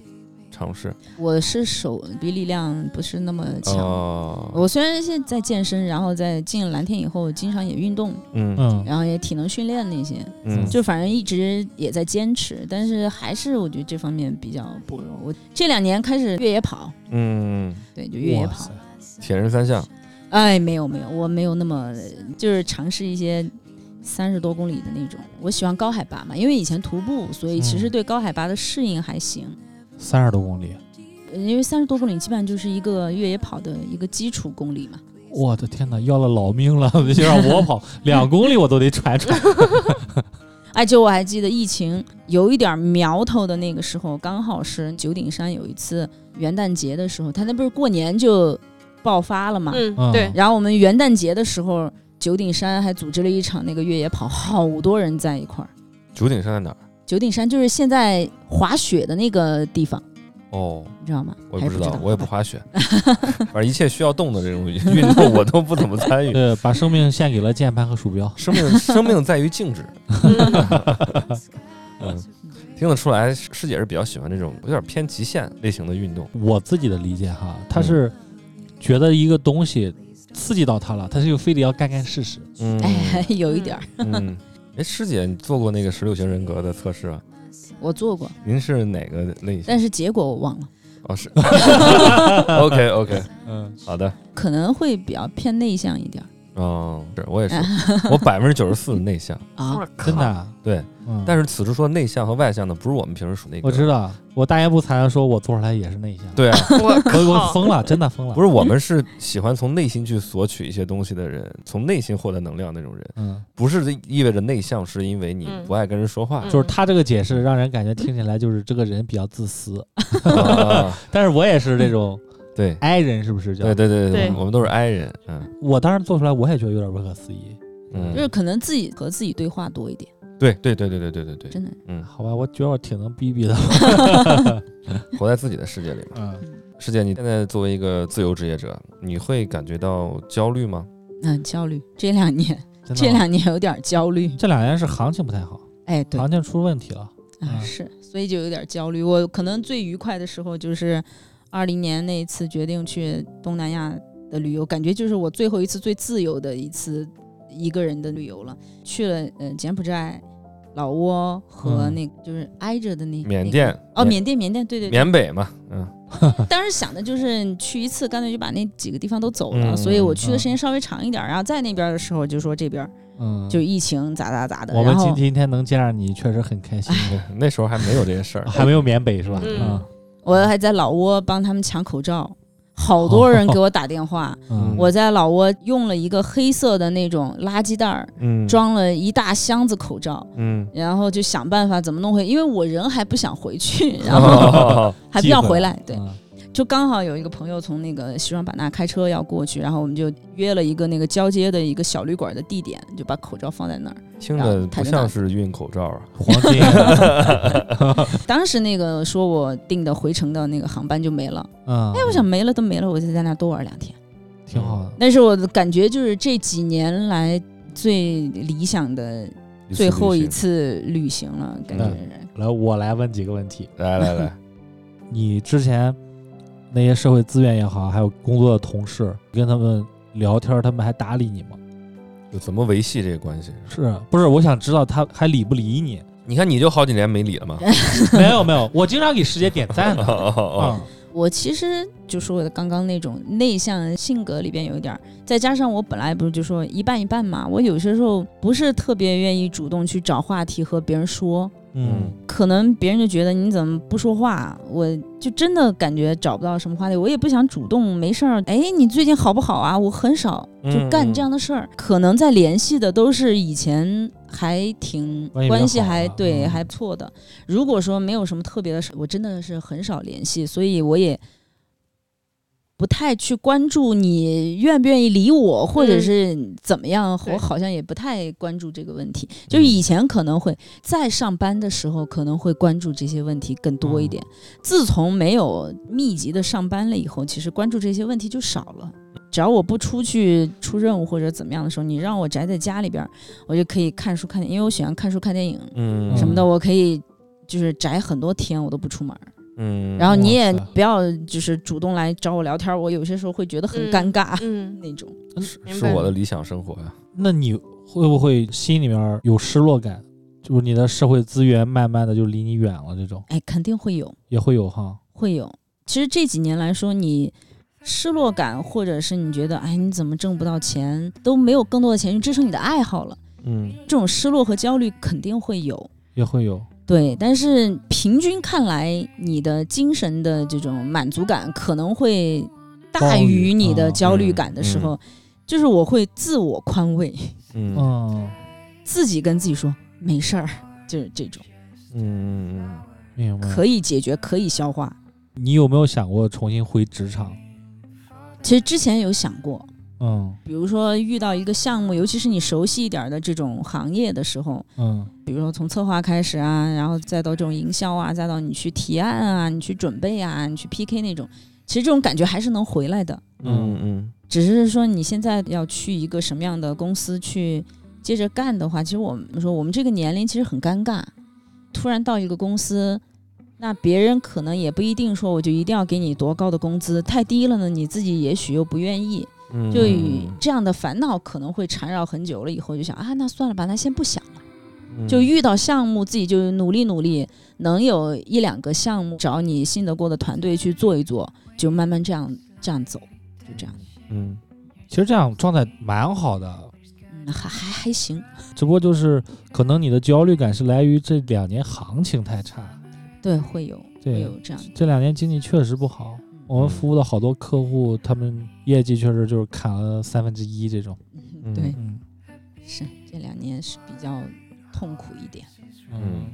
[SPEAKER 1] 尝试？
[SPEAKER 4] 我是手臂力量不是那么强。
[SPEAKER 1] 哦，
[SPEAKER 4] 我虽然现在健身，然后在进蓝天以后，经常也运动，
[SPEAKER 1] 嗯
[SPEAKER 2] 嗯，
[SPEAKER 4] 然后也体能训练那些，
[SPEAKER 1] 嗯，
[SPEAKER 4] 就反正一直也在坚持，但是还是我觉得这方面比较薄弱。我这两年开始越野跑，
[SPEAKER 1] 嗯，
[SPEAKER 4] 对，就越野
[SPEAKER 2] 哇
[SPEAKER 4] 跑
[SPEAKER 2] 塞。
[SPEAKER 1] 铁人三项，
[SPEAKER 4] 哎，没有没有，我没有那么就是尝试一些三十多公里的那种。我喜欢高海拔嘛，因为以前徒步，所以其实
[SPEAKER 2] 嗯
[SPEAKER 4] 对高海拔的适应还行。
[SPEAKER 2] 三十多公里，
[SPEAKER 4] 呃因为三十多公里基本上就是一个越野跑的一个基础公里嘛。
[SPEAKER 2] 我的天哪，要了老命了！ 就让我跑两公里，我都得喘喘。
[SPEAKER 4] 哎，就我还记得疫情有一点苗头的那个时候，刚好是九鼎山有一次元旦节的时候，他那不是过年就爆发了嘛。
[SPEAKER 3] 嗯
[SPEAKER 2] 嗯，
[SPEAKER 3] 对，
[SPEAKER 4] 然后我们元旦节的时候，九鼎山还组织了一场那个越野跑，好多人在一块儿。
[SPEAKER 1] 九鼎山在哪儿？
[SPEAKER 4] 九鼎山就是现在滑雪的那个地方，
[SPEAKER 1] 哦，
[SPEAKER 4] 你知道吗？
[SPEAKER 1] 我
[SPEAKER 4] 还
[SPEAKER 1] 也
[SPEAKER 4] 是
[SPEAKER 1] 不
[SPEAKER 4] 不
[SPEAKER 1] 知道，
[SPEAKER 4] 道，
[SPEAKER 1] 我也不滑雪， 反正一切需要动的这种运动我都不怎么参与。
[SPEAKER 2] 呃，把生命献给了键盘和鼠标。
[SPEAKER 1] 生命，生命在于静止。
[SPEAKER 3] 嗯
[SPEAKER 1] 嗯，听得出来，师姐是比较喜欢这种有点偏极限类型的运动。
[SPEAKER 2] 我自己的理解哈，他是觉得一个东西刺激到他了，他就非得要干干试试。
[SPEAKER 1] 嗯
[SPEAKER 4] 哎， 有一点儿，
[SPEAKER 1] 嗯，哎，师姐，你做过那个十六型人格的测试啊？
[SPEAKER 4] 我做过，
[SPEAKER 1] 您是哪个类型？
[SPEAKER 4] 但是结果我忘了，
[SPEAKER 1] 哦，是。OK OK，
[SPEAKER 2] 嗯，
[SPEAKER 1] 好的。
[SPEAKER 4] 可能会比较偏内向一点儿
[SPEAKER 1] 哦，是我也是，我百分之九十四内向。
[SPEAKER 4] 啊。
[SPEAKER 2] 真的啊。
[SPEAKER 1] 对，
[SPEAKER 2] 嗯，
[SPEAKER 1] 但是此处说内向和外向的，不是我们平时说那个。
[SPEAKER 2] 我知道，我大言不惭的说，我做出来也是内向。
[SPEAKER 1] 对啊，
[SPEAKER 3] 我
[SPEAKER 2] 我我
[SPEAKER 3] 嗯靠，
[SPEAKER 2] 疯了，真的疯了。
[SPEAKER 1] 不
[SPEAKER 2] 是，
[SPEAKER 1] 是我们是喜欢从内心去索取一些东西的人，从内心获得能量那种人，
[SPEAKER 2] 嗯，
[SPEAKER 1] 不是意味着内向是因为你
[SPEAKER 3] 嗯
[SPEAKER 1] 不爱跟人说话。
[SPEAKER 3] 嗯
[SPEAKER 2] 就是他这个解释让人感觉听起来就是这个人比较自私，
[SPEAKER 4] 嗯
[SPEAKER 1] 啊
[SPEAKER 2] 但是我也是这 种
[SPEAKER 1] 对
[SPEAKER 2] I 人，是不是叫？
[SPEAKER 1] 对对对
[SPEAKER 3] 对
[SPEAKER 1] 我们都是 I 人，嗯
[SPEAKER 2] 我当时做出来，我也觉得有点不可思议。
[SPEAKER 1] 嗯，
[SPEAKER 4] 就是可能自己和自己对话多一点，
[SPEAKER 1] 对对对对对对对对，
[SPEAKER 4] 真的。
[SPEAKER 1] 嗯，
[SPEAKER 2] 好吧，我觉得我挺能逼逼的。
[SPEAKER 1] 活在自己的世界里面。
[SPEAKER 2] 嗯，
[SPEAKER 1] 师姐，你现在作为一个自由职业者，你会感觉到焦虑吗？
[SPEAKER 4] 嗯，焦虑这两年，
[SPEAKER 2] 真的
[SPEAKER 4] 这两年有点儿焦虑。
[SPEAKER 2] 这两年是行情不太好，
[SPEAKER 4] 哎，对，
[SPEAKER 2] 行情出问题了。
[SPEAKER 4] 啊，
[SPEAKER 2] 嗯
[SPEAKER 4] 是，所以就有点焦虑。我可能最愉快的时候就是二零年那一次决定去东南亚的旅游，感觉就是我最后一次最自由的一次一个人的旅游了。去了呃柬埔寨、老挝和
[SPEAKER 2] 嗯
[SPEAKER 4] 那个、就是挨着的那
[SPEAKER 1] 缅
[SPEAKER 4] 那个
[SPEAKER 1] 甸
[SPEAKER 4] 哦，缅甸缅甸对对对，
[SPEAKER 1] 缅北嘛，嗯
[SPEAKER 4] 当时想的就是你去一次，干脆就把那几个地方都走了。
[SPEAKER 1] 嗯
[SPEAKER 4] 所以我去
[SPEAKER 2] 嗯
[SPEAKER 4] 的时间稍微长一点儿，然后在那边的时候就说这边儿
[SPEAKER 2] 嗯，
[SPEAKER 4] 就疫情咋咋咋的，
[SPEAKER 2] 我
[SPEAKER 4] 然
[SPEAKER 2] 们
[SPEAKER 4] 后
[SPEAKER 2] 今今天能见着你，确实很开 心。
[SPEAKER 1] 对那时候还没有这些事
[SPEAKER 4] 哦
[SPEAKER 1] 儿，
[SPEAKER 2] 还没有缅北是吧？
[SPEAKER 3] 嗯
[SPEAKER 2] 啊
[SPEAKER 4] 我还在老挝帮他们抢口罩，好多人给我打电话。
[SPEAKER 2] 嗯，
[SPEAKER 4] 我在老挝用了一个黑色的那种垃圾袋儿，
[SPEAKER 1] 嗯
[SPEAKER 4] 装了一大箱子口罩，
[SPEAKER 1] 嗯，
[SPEAKER 4] 然后 就想办法怎么弄回，因为我人还不想回去，然后
[SPEAKER 1] 哦
[SPEAKER 4] 还不想回来。对，
[SPEAKER 2] 嗯
[SPEAKER 4] 就刚好有一个朋友从那个西双版纳开车要过去，然后我们就约了一个那个交接的一个小旅馆的地点，就把口罩放在那儿。
[SPEAKER 1] 听
[SPEAKER 4] 然
[SPEAKER 1] 着
[SPEAKER 4] 后
[SPEAKER 1] 不
[SPEAKER 4] 抬着
[SPEAKER 1] 像
[SPEAKER 4] 脑
[SPEAKER 1] 是运口罩啊。
[SPEAKER 2] 黄金
[SPEAKER 4] 当时那个说我订的回程的那个航班就没了，
[SPEAKER 2] 嗯，哎
[SPEAKER 4] 哎，我想没了都没了，我就在那多玩两天。
[SPEAKER 2] 挺好的。
[SPEAKER 4] 那是我的感觉，就是这几年来最理想的
[SPEAKER 1] 一次
[SPEAKER 4] 最后
[SPEAKER 1] 旅行，
[SPEAKER 4] 一
[SPEAKER 1] 嗯
[SPEAKER 4] 次旅行了，感觉是。
[SPEAKER 2] 来，我来问几个问题。
[SPEAKER 1] 来来 来，
[SPEAKER 2] 你之前那些社会资源也好，还有工作的同事，跟他们聊天，他们还搭理你吗？
[SPEAKER 1] 就怎么维系这个关系？
[SPEAKER 2] 是不是？我想知道他还理不理你？
[SPEAKER 1] 你看你就好几年没理 了嘛。
[SPEAKER 2] 没有没有，我经常给师姐点赞
[SPEAKER 1] 哦
[SPEAKER 2] 的。
[SPEAKER 1] 哦哦，
[SPEAKER 2] 啊，
[SPEAKER 4] 我其实就说我的刚刚那种内向性格里边有一点儿，再加上我本来不是就说一半一半嘛，我有些时候不是特别愿意主动去找话题和别人说，
[SPEAKER 2] 嗯，
[SPEAKER 4] 可能别人就觉得你怎么不说话，我就真的感觉找不到什么话题，我也不想主动，没事儿，哎，你最近好不好啊？我很少就干这样的事儿，可能在联系的都是以前还挺
[SPEAKER 2] 关系比较
[SPEAKER 4] 关系
[SPEAKER 2] 好
[SPEAKER 4] 还
[SPEAKER 2] 的
[SPEAKER 4] 对、
[SPEAKER 2] 嗯
[SPEAKER 4] 还不错的。如果说没有什么特别的事，我真的是很少联系，所以我也不太去关注你愿不愿意理我，或者
[SPEAKER 3] 嗯
[SPEAKER 4] 是怎么样，
[SPEAKER 3] 对
[SPEAKER 4] 我好像也不太关注这个问题。
[SPEAKER 1] 嗯
[SPEAKER 4] 就是以前可能会在上班的时候可能会关注这些问题更多一点，自从没有密集的上班了以后，其实关注这些问题就少了。只要我不出去出任务或者怎么样的时候，你让我宅在家里边儿，我就可以看书看电影，因为我喜欢看书看电影
[SPEAKER 1] 嗯
[SPEAKER 4] 什么的，
[SPEAKER 2] 嗯
[SPEAKER 4] 我可以就是宅很多天，我都不出门儿。
[SPEAKER 1] 嗯，
[SPEAKER 4] 然后你也
[SPEAKER 2] 哇塞
[SPEAKER 4] 不要就是主动来找我聊天儿，我有些时候会觉得很
[SPEAKER 3] 嗯
[SPEAKER 4] 尴尬、
[SPEAKER 3] 嗯，
[SPEAKER 4] 那种。
[SPEAKER 1] 是
[SPEAKER 3] 明
[SPEAKER 1] 是
[SPEAKER 3] 白
[SPEAKER 1] 我的理想生活呀。
[SPEAKER 2] 那你会不会心里面有失落感？就是你的社会资源慢慢的就离你远了，这种
[SPEAKER 4] 哎，肯定会有。
[SPEAKER 2] 也会有哈。
[SPEAKER 4] 会有。其实这几年来说，你失落感，或者是你觉得哎，你怎么挣不到钱，都没有更多的钱去支撑你的爱好了，
[SPEAKER 1] 嗯，
[SPEAKER 4] 这种失落和焦虑肯定会有。
[SPEAKER 2] 也会有，
[SPEAKER 4] 对，但是平均看来，你的精神的这种满足感可能会大
[SPEAKER 2] 高于
[SPEAKER 4] 于你的
[SPEAKER 2] 嗯
[SPEAKER 4] 焦虑
[SPEAKER 1] 嗯
[SPEAKER 4] 感的时
[SPEAKER 1] 嗯
[SPEAKER 4] 候，就是我会自我宽慰，
[SPEAKER 1] 嗯嗯
[SPEAKER 2] 嗯，
[SPEAKER 4] 自己跟自己说没事儿，就是这种
[SPEAKER 1] 嗯嗯
[SPEAKER 2] 明白。
[SPEAKER 4] 可以解决，可以消化。
[SPEAKER 2] 你有没有想过重新回职场？
[SPEAKER 4] 其实之前有想过，
[SPEAKER 2] 嗯
[SPEAKER 4] 比如说遇到一个项目，尤其是你熟悉一点儿的这种行业的时候，
[SPEAKER 2] 嗯
[SPEAKER 4] 比如说从策划开始啊，然后再到这种营销啊，再到你去提案啊，你去准备啊，你去 PK 那种，其实这种感觉还是能回来的，
[SPEAKER 1] 嗯嗯
[SPEAKER 4] 只是说你现在要去一个什么样的公司去接着干的话，其实我们说我们这个年龄其实很尴尬，突然到一个公司。那别人可能也不一定说，我就一定要给你多高的工资，太低了呢，你自己也许又不愿意。
[SPEAKER 1] 嗯，
[SPEAKER 4] 就与这样的烦恼可能会缠绕很久了，以后就想啊，那算了吧，那先不想了。
[SPEAKER 1] 嗯
[SPEAKER 4] 就遇到项目，自己就努力努力，能有一两个项目找你信得过的团队去做一做，就慢慢这样这样走，就这样，
[SPEAKER 1] 嗯
[SPEAKER 2] 其实这样状态蛮好的，
[SPEAKER 4] 嗯，还还还行。
[SPEAKER 2] 只不过就是可能你的焦虑感是来于这两年行情太差，
[SPEAKER 4] 对，会有会
[SPEAKER 2] 对
[SPEAKER 4] 有这样嗯
[SPEAKER 2] 这两年经济确实不好。
[SPEAKER 1] 哦
[SPEAKER 2] 我们服务的好多客户，他们业绩确实就是砍了三分之一这种。
[SPEAKER 4] 嗯
[SPEAKER 1] 嗯
[SPEAKER 4] 对，
[SPEAKER 2] 嗯
[SPEAKER 4] 是这两年是比较痛苦一点。
[SPEAKER 1] 嗯。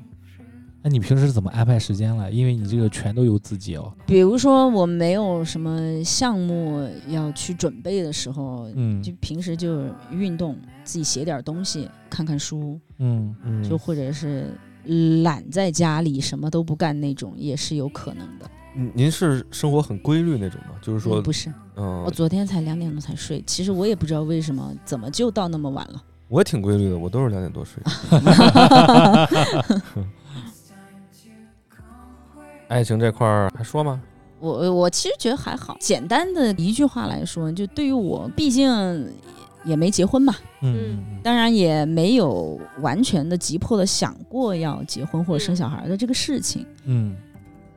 [SPEAKER 2] 那你平时怎么安排时间了？因为你这个全都由自己哦。
[SPEAKER 4] 比如说我没有什么项目要去准备的时候，
[SPEAKER 2] 嗯
[SPEAKER 4] 就平时就是运动，自己写点东西，看看书，
[SPEAKER 2] 嗯
[SPEAKER 1] 嗯
[SPEAKER 4] 就或者是懒在家里什么都不干那种，也是有可能的。
[SPEAKER 1] 您嗯您是生活很规律那种吗？就是说
[SPEAKER 4] 嗯，不是，
[SPEAKER 1] 嗯
[SPEAKER 4] 我，昨天才两点钟才睡，其实我也不知道为什么，怎么就到那么晚了？
[SPEAKER 1] 我也挺规律的，我都是两点多 睡。 爱情这块儿还说吗？
[SPEAKER 4] 我我其实觉得还好，简单的一句话来说，就对于我，毕竟也没结婚嘛，
[SPEAKER 2] 嗯
[SPEAKER 4] 当然也没有完全的急迫的想过要结婚或者生小孩的这个事情。
[SPEAKER 2] 嗯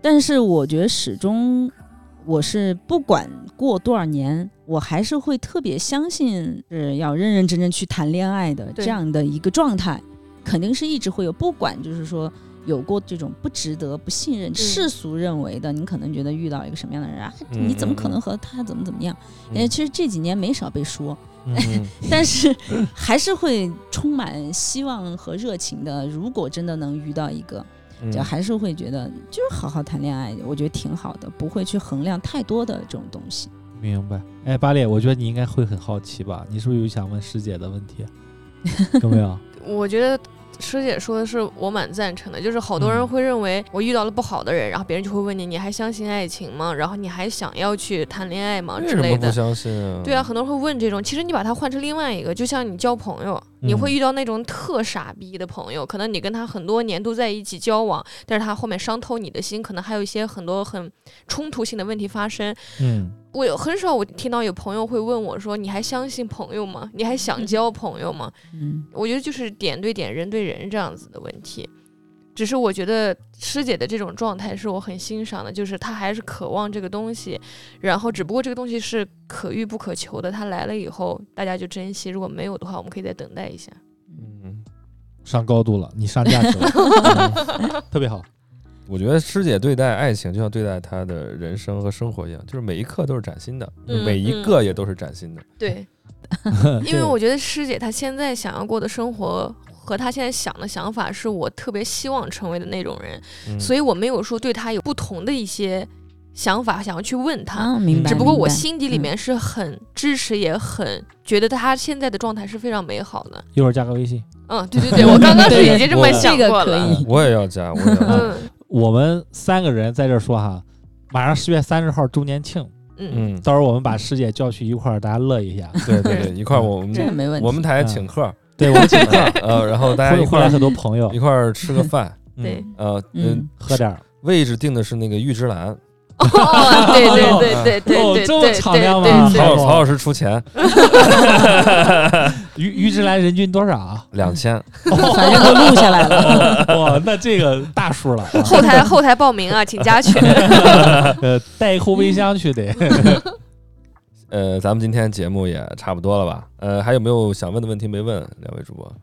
[SPEAKER 4] 但是我觉得始终我是不管过多少年，我还是会特别相信是要认认真真去谈恋爱的
[SPEAKER 3] 对
[SPEAKER 4] 这样的一个状态，肯定是一直会有。不管就是说有过这种不值得、不信任、世俗认为的，你可能觉得遇到一个什么样的人啊，
[SPEAKER 1] 嗯
[SPEAKER 4] 你怎么可
[SPEAKER 1] 嗯
[SPEAKER 4] 能
[SPEAKER 1] 嗯
[SPEAKER 4] 和他怎么怎么样？
[SPEAKER 1] 嗯
[SPEAKER 4] 哎，其实这几年没少被说，
[SPEAKER 1] 嗯
[SPEAKER 4] 但是还是会充满希望和热情的。如果真的能遇到一个，
[SPEAKER 1] 嗯
[SPEAKER 4] 就还是会觉得就是好好谈恋爱，我觉得挺好的，不会去衡量太多的这种东西。
[SPEAKER 2] 明白。哎，八烈，我觉得你应该会很好奇吧？你是不是有想问师姐的问 题？有没有？
[SPEAKER 3] 我觉得师姐说的是我蛮赞成的，就是好多人
[SPEAKER 2] 嗯
[SPEAKER 3] 会认为我遇到了不好的人，然后别人就会问你，你还相信爱情吗？然后你还想要去谈恋爱吗？
[SPEAKER 1] 为
[SPEAKER 3] 之
[SPEAKER 1] 什么
[SPEAKER 3] 类
[SPEAKER 1] 不
[SPEAKER 3] 的。
[SPEAKER 1] 相信啊？
[SPEAKER 3] 对啊，，很多人会问这种。其实你把它换成另外一个，就像你交朋友，你
[SPEAKER 2] 嗯
[SPEAKER 3] 会遇到那种特傻逼的朋友，可能你跟他很多年都在一起交往，但是他后面伤透你的心，可能还有一些很多很冲突性的问题发生。
[SPEAKER 2] 嗯，
[SPEAKER 3] 我有很少我听到有朋友会问我说：“你还相信朋友吗？你还想交朋友吗
[SPEAKER 4] 嗯，？”
[SPEAKER 3] 我觉得就是点对点、人对人这样子的问题。只是我觉得师姐的这种状态是我很欣赏的，就是她还是渴望这个东西，然后只不过这个东西是可遇不可求的，她来了以后大家就珍惜，如果没有的话，我们可以再等待一下。
[SPEAKER 1] 嗯，
[SPEAKER 2] 上高度了，你上价 值了，嗯特别好。
[SPEAKER 1] 我觉得师姐对待爱情就像对待她的人生和生活一样，就是每一刻都是崭新的，
[SPEAKER 3] 嗯
[SPEAKER 1] 每一
[SPEAKER 3] 嗯
[SPEAKER 1] 个也都是崭新的。
[SPEAKER 3] 对，因为我觉得师姐她现在想要过的生活和她现在想的想法，是我特别希望成为的那种人，
[SPEAKER 1] 嗯
[SPEAKER 3] 所以我没有说对她有不同的一些想法，想要去问她。
[SPEAKER 4] 啊，明白。嗯
[SPEAKER 3] 只不过
[SPEAKER 4] 明
[SPEAKER 3] 我
[SPEAKER 4] 白
[SPEAKER 3] 心底里面是很支持，也很觉得她现在的状态是非常美好的。
[SPEAKER 2] 一会儿加个微信。
[SPEAKER 3] 嗯，对对对，我刚刚是已经这么
[SPEAKER 1] 我
[SPEAKER 3] 想
[SPEAKER 4] 这个
[SPEAKER 3] 过
[SPEAKER 4] 可
[SPEAKER 3] 了。
[SPEAKER 4] 以
[SPEAKER 1] 我也要加，我也要加。
[SPEAKER 3] 嗯
[SPEAKER 2] 我们三个人在这儿说哈，马上十月三十号周年庆，
[SPEAKER 3] 嗯，
[SPEAKER 1] 嗯，
[SPEAKER 2] 到时候我们把师姐叫去一块儿，大家乐一下。
[SPEAKER 1] 对对 对，一块儿我
[SPEAKER 4] 这个
[SPEAKER 1] 们
[SPEAKER 4] 没问题。
[SPEAKER 1] 嗯我们台请客，
[SPEAKER 2] 对，我 们请
[SPEAKER 1] 客，呃，然后大家一
[SPEAKER 2] 会会
[SPEAKER 1] 块
[SPEAKER 2] 来
[SPEAKER 1] 儿
[SPEAKER 2] 很多朋 友
[SPEAKER 1] 一，块儿吃个饭，
[SPEAKER 2] 嗯
[SPEAKER 3] 对，
[SPEAKER 1] 呃嗯
[SPEAKER 4] 嗯，，
[SPEAKER 2] 喝点儿。
[SPEAKER 1] 位置定的是那个玉之蓝，
[SPEAKER 3] 哦，对对对对对对
[SPEAKER 2] 哦这么
[SPEAKER 3] 对
[SPEAKER 2] 敞
[SPEAKER 3] 对
[SPEAKER 2] 亮
[SPEAKER 3] 对
[SPEAKER 2] 吗
[SPEAKER 1] 曹
[SPEAKER 2] 好
[SPEAKER 1] 老曹老师出钱
[SPEAKER 2] 于于之兰人均多少啊？
[SPEAKER 1] 两千，
[SPEAKER 4] 反正都录下来 了。
[SPEAKER 2] 哇，那这个大数 了啊。
[SPEAKER 3] 后台后台报名啊，请 加群。
[SPEAKER 2] 呃，带一后备箱去得。
[SPEAKER 4] 嗯
[SPEAKER 1] 呃，咱们今天节目也差不多了吧？呃，还有没有想问的问题没问？两位主播，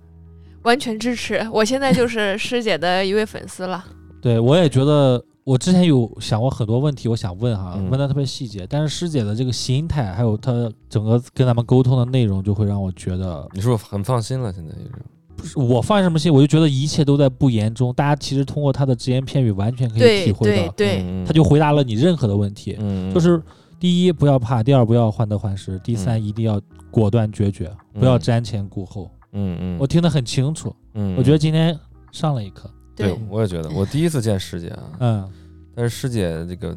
[SPEAKER 3] 完全支持！我现在就是师姐的一位粉丝了。
[SPEAKER 2] 对，我也觉得，我之前有想过很多问题，我想问哈，
[SPEAKER 1] 嗯
[SPEAKER 2] 问的特别细节，但是师姐的这个心态，还有她整个跟咱们沟通的内容，就会让我觉得，
[SPEAKER 1] 你是不是很放心了？现在也是，
[SPEAKER 2] 不是我放什么心，我就觉得一切都在不言中。大家其实通过她的只言片语，完全可以
[SPEAKER 3] 对
[SPEAKER 2] 体会
[SPEAKER 3] 对
[SPEAKER 2] 到，
[SPEAKER 3] 对，
[SPEAKER 1] 嗯
[SPEAKER 2] 她就回答了你任何的问题，
[SPEAKER 1] 嗯，
[SPEAKER 2] 就是第一不要怕，第二不要患得患失，第三
[SPEAKER 1] 嗯
[SPEAKER 2] 一定要果断决绝，不要
[SPEAKER 1] 嗯
[SPEAKER 2] 瞻前顾后。
[SPEAKER 1] 嗯嗯，
[SPEAKER 2] 我听得很清楚，
[SPEAKER 1] 嗯，
[SPEAKER 2] 我觉得今天上了一课。
[SPEAKER 1] 对
[SPEAKER 3] 对，
[SPEAKER 1] 我也觉得，我第一次见师姐啊，
[SPEAKER 2] 嗯，
[SPEAKER 1] 但是师姐这个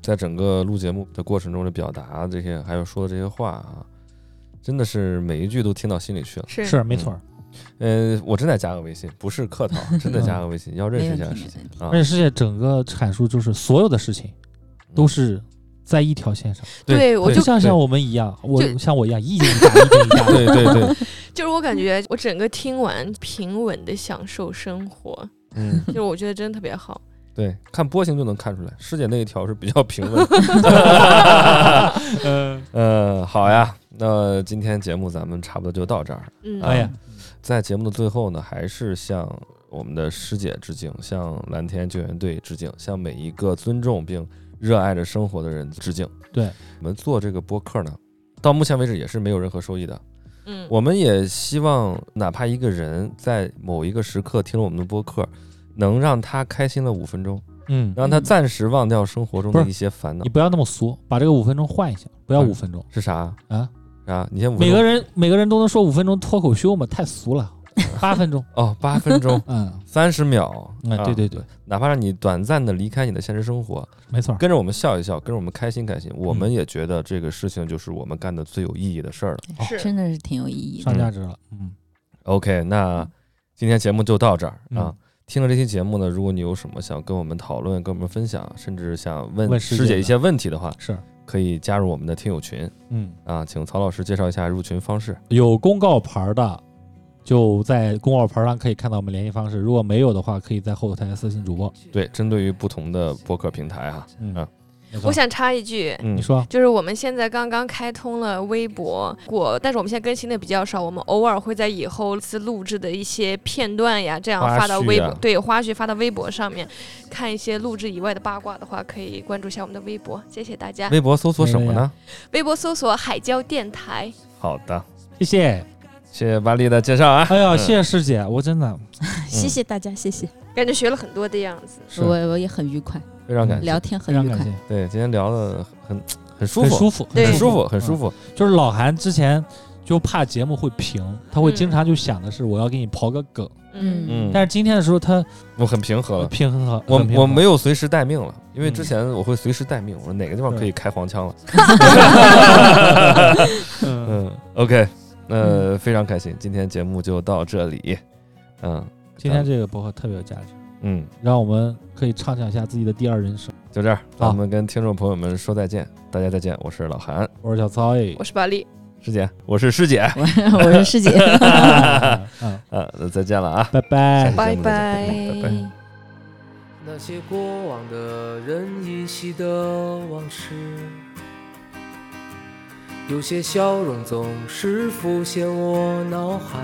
[SPEAKER 1] 在整个录节目的过程中的表达这些，还有说的这些话啊，真的是每一句都听到心里去了。
[SPEAKER 3] 是
[SPEAKER 2] 是没
[SPEAKER 1] 嗯
[SPEAKER 2] 错儿。
[SPEAKER 1] 呃，我真得加个微信，不是客套，啊真的加个微 信，要认识一
[SPEAKER 4] 没
[SPEAKER 1] 下
[SPEAKER 4] 问题
[SPEAKER 1] 师姐
[SPEAKER 4] 没问题
[SPEAKER 1] 啊
[SPEAKER 2] 而。且师姐整个阐述就是所有的事情
[SPEAKER 1] 嗯
[SPEAKER 2] 都是在一条线上，
[SPEAKER 3] 对我
[SPEAKER 2] 不
[SPEAKER 3] 就
[SPEAKER 2] 像像我们一样，我
[SPEAKER 3] 就
[SPEAKER 2] 像我一样一惊一 乍，一惊一乍。
[SPEAKER 1] 对对 对，
[SPEAKER 3] 就是我感觉我整个听完平稳的享受生活，
[SPEAKER 1] 嗯，
[SPEAKER 3] 就是我觉得真的特别好。
[SPEAKER 1] 对，看波形就能看出来，师姐那一条是比较平稳。
[SPEAKER 2] 嗯，
[SPEAKER 1] 呃，好呀，那今天节目咱们差不多就到这儿。
[SPEAKER 3] 嗯，
[SPEAKER 1] 哎
[SPEAKER 2] 哎
[SPEAKER 1] 呀
[SPEAKER 2] 呀，
[SPEAKER 1] 在节目的最后呢，还是向我们的师姐致敬，向蓝天救援队致敬，向每一个尊重并热爱着生活的人致敬。
[SPEAKER 2] 对
[SPEAKER 1] 我们做这个播客呢，到目前为止也是没有任何收益的。
[SPEAKER 3] 嗯，
[SPEAKER 1] 我们也希望，哪怕一个人在某一个时刻听了我们的播客，能让他开心了五分钟，
[SPEAKER 2] 嗯，
[SPEAKER 1] 让他暂时忘掉生活中的
[SPEAKER 2] 不是
[SPEAKER 1] 一些烦恼
[SPEAKER 2] 你。不要那么俗，把这个五分钟换一下，不要
[SPEAKER 1] 嗯
[SPEAKER 2] 五分钟
[SPEAKER 1] 是啥
[SPEAKER 2] 啊。
[SPEAKER 1] 啊？你先五分
[SPEAKER 2] 每个
[SPEAKER 1] 钟
[SPEAKER 2] 人每个人都能说五分钟脱口秀嘛，太俗了，八分钟。，
[SPEAKER 1] 哦，八分钟
[SPEAKER 2] 嗯，
[SPEAKER 1] 三十秒。啊
[SPEAKER 2] 哎，对对对，
[SPEAKER 1] 哪怕让你短暂的离开你的现实生活，
[SPEAKER 2] 没错儿。
[SPEAKER 1] 跟着我们笑一笑，跟着我们开心开心，我们也觉得这个事情就是我们干的最有意义的事儿了。
[SPEAKER 3] 是
[SPEAKER 4] 真的是挺有意义的。
[SPEAKER 2] 上价值了，嗯，
[SPEAKER 1] OK，那嗯今天节目就到这儿啊
[SPEAKER 2] 嗯。
[SPEAKER 1] 听了这期节目呢，如果你有什么想跟我们讨论、跟我们分享，甚至想问
[SPEAKER 2] 问师
[SPEAKER 1] 师
[SPEAKER 2] 姐
[SPEAKER 1] 姐一
[SPEAKER 2] 的
[SPEAKER 1] 些问题的话，
[SPEAKER 2] 是，
[SPEAKER 1] 可以加入我们的听友群
[SPEAKER 2] 嗯，
[SPEAKER 1] 啊。请曹老师介绍一下入群方式。
[SPEAKER 2] 有公告牌儿的，就在公告牌儿上可以看到我们联系方式；如果没有的话，可以在后台私信主播。
[SPEAKER 1] 对，针对于不同的播客平台啊，
[SPEAKER 2] 嗯
[SPEAKER 1] 啊，
[SPEAKER 2] 没错
[SPEAKER 3] 我想插一句。
[SPEAKER 1] 嗯，
[SPEAKER 2] 你说，
[SPEAKER 3] 就是我们现在刚刚开通了微博，我但是我们现在更新的比较少，我们偶尔会在以后次录制的一些片段呀，这样
[SPEAKER 1] 花
[SPEAKER 3] 发到
[SPEAKER 1] 絮
[SPEAKER 3] 微博，
[SPEAKER 1] 啊
[SPEAKER 3] 对花絮发到微博上面，看一些录制以外的八卦的话，可以关注一下我们的微博，谢谢大家。
[SPEAKER 1] 微博搜索什么呢？
[SPEAKER 3] 微博搜索海椒电台，
[SPEAKER 1] 好的，
[SPEAKER 2] 谢谢。
[SPEAKER 1] 谢谢巴力的介绍啊，
[SPEAKER 2] 哎呀，谢谢师姐，我真的
[SPEAKER 4] 谢谢大家，谢谢，
[SPEAKER 3] 感觉学了很多的样子。
[SPEAKER 1] 嗯是
[SPEAKER 4] 我我也很愉快，
[SPEAKER 1] 非常感谢。
[SPEAKER 4] 聊天
[SPEAKER 2] 非
[SPEAKER 4] 很
[SPEAKER 2] 常
[SPEAKER 4] 愉
[SPEAKER 2] 感
[SPEAKER 4] 快
[SPEAKER 2] 谢，，
[SPEAKER 1] 对，今天聊的很很舒
[SPEAKER 2] 很
[SPEAKER 1] 服，
[SPEAKER 2] 舒服，嗯
[SPEAKER 3] 对
[SPEAKER 1] 很舒服，很舒服。
[SPEAKER 2] 就是老韩之前就怕节目会平，他会经常就想的是我要给你刨个梗，
[SPEAKER 4] 嗯
[SPEAKER 1] 嗯，
[SPEAKER 2] 但是今天的时候他
[SPEAKER 1] 我很平和了。
[SPEAKER 2] 平衡好，
[SPEAKER 1] 我
[SPEAKER 2] 很平衡
[SPEAKER 1] 我没有随时待命了，因为
[SPEAKER 2] 嗯
[SPEAKER 1] 之前我会随时待命，我说哪个地方可以开黄腔 了。
[SPEAKER 2] 嗯，
[SPEAKER 1] 嗯，OK，那非常开心，今天节目就到这里。嗯
[SPEAKER 2] 今天这个博客特别有价值，
[SPEAKER 1] 嗯，
[SPEAKER 2] 让我们可以畅想一下自己的第二人生。
[SPEAKER 1] 就这样，那我们跟听众朋友们说再见，大家再见，我是老韩
[SPEAKER 2] 我是小 曹哎
[SPEAKER 3] 我，是巴力，
[SPEAKER 1] 师姐，我是师姐，
[SPEAKER 4] 我 我是师姐。
[SPEAKER 2] 嗯，
[SPEAKER 1] 呃，那再见了啊。
[SPEAKER 2] 拜拜。
[SPEAKER 1] 下
[SPEAKER 3] 拜
[SPEAKER 1] 期节目再
[SPEAKER 3] 拜
[SPEAKER 1] 见拜拜。
[SPEAKER 6] 那些过往的人依稀的往事，有些笑容总是浮现我脑海，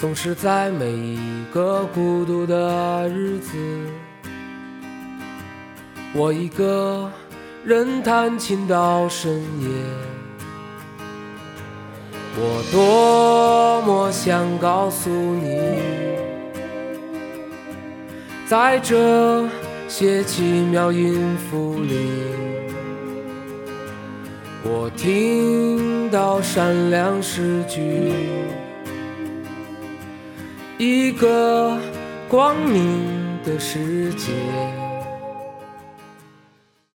[SPEAKER 6] 总是在每一个孤独的日子，我一个人弹琴到深夜。我多么想告诉你。在这些奇妙音符里，我听到善良诗句，一个光明的世界。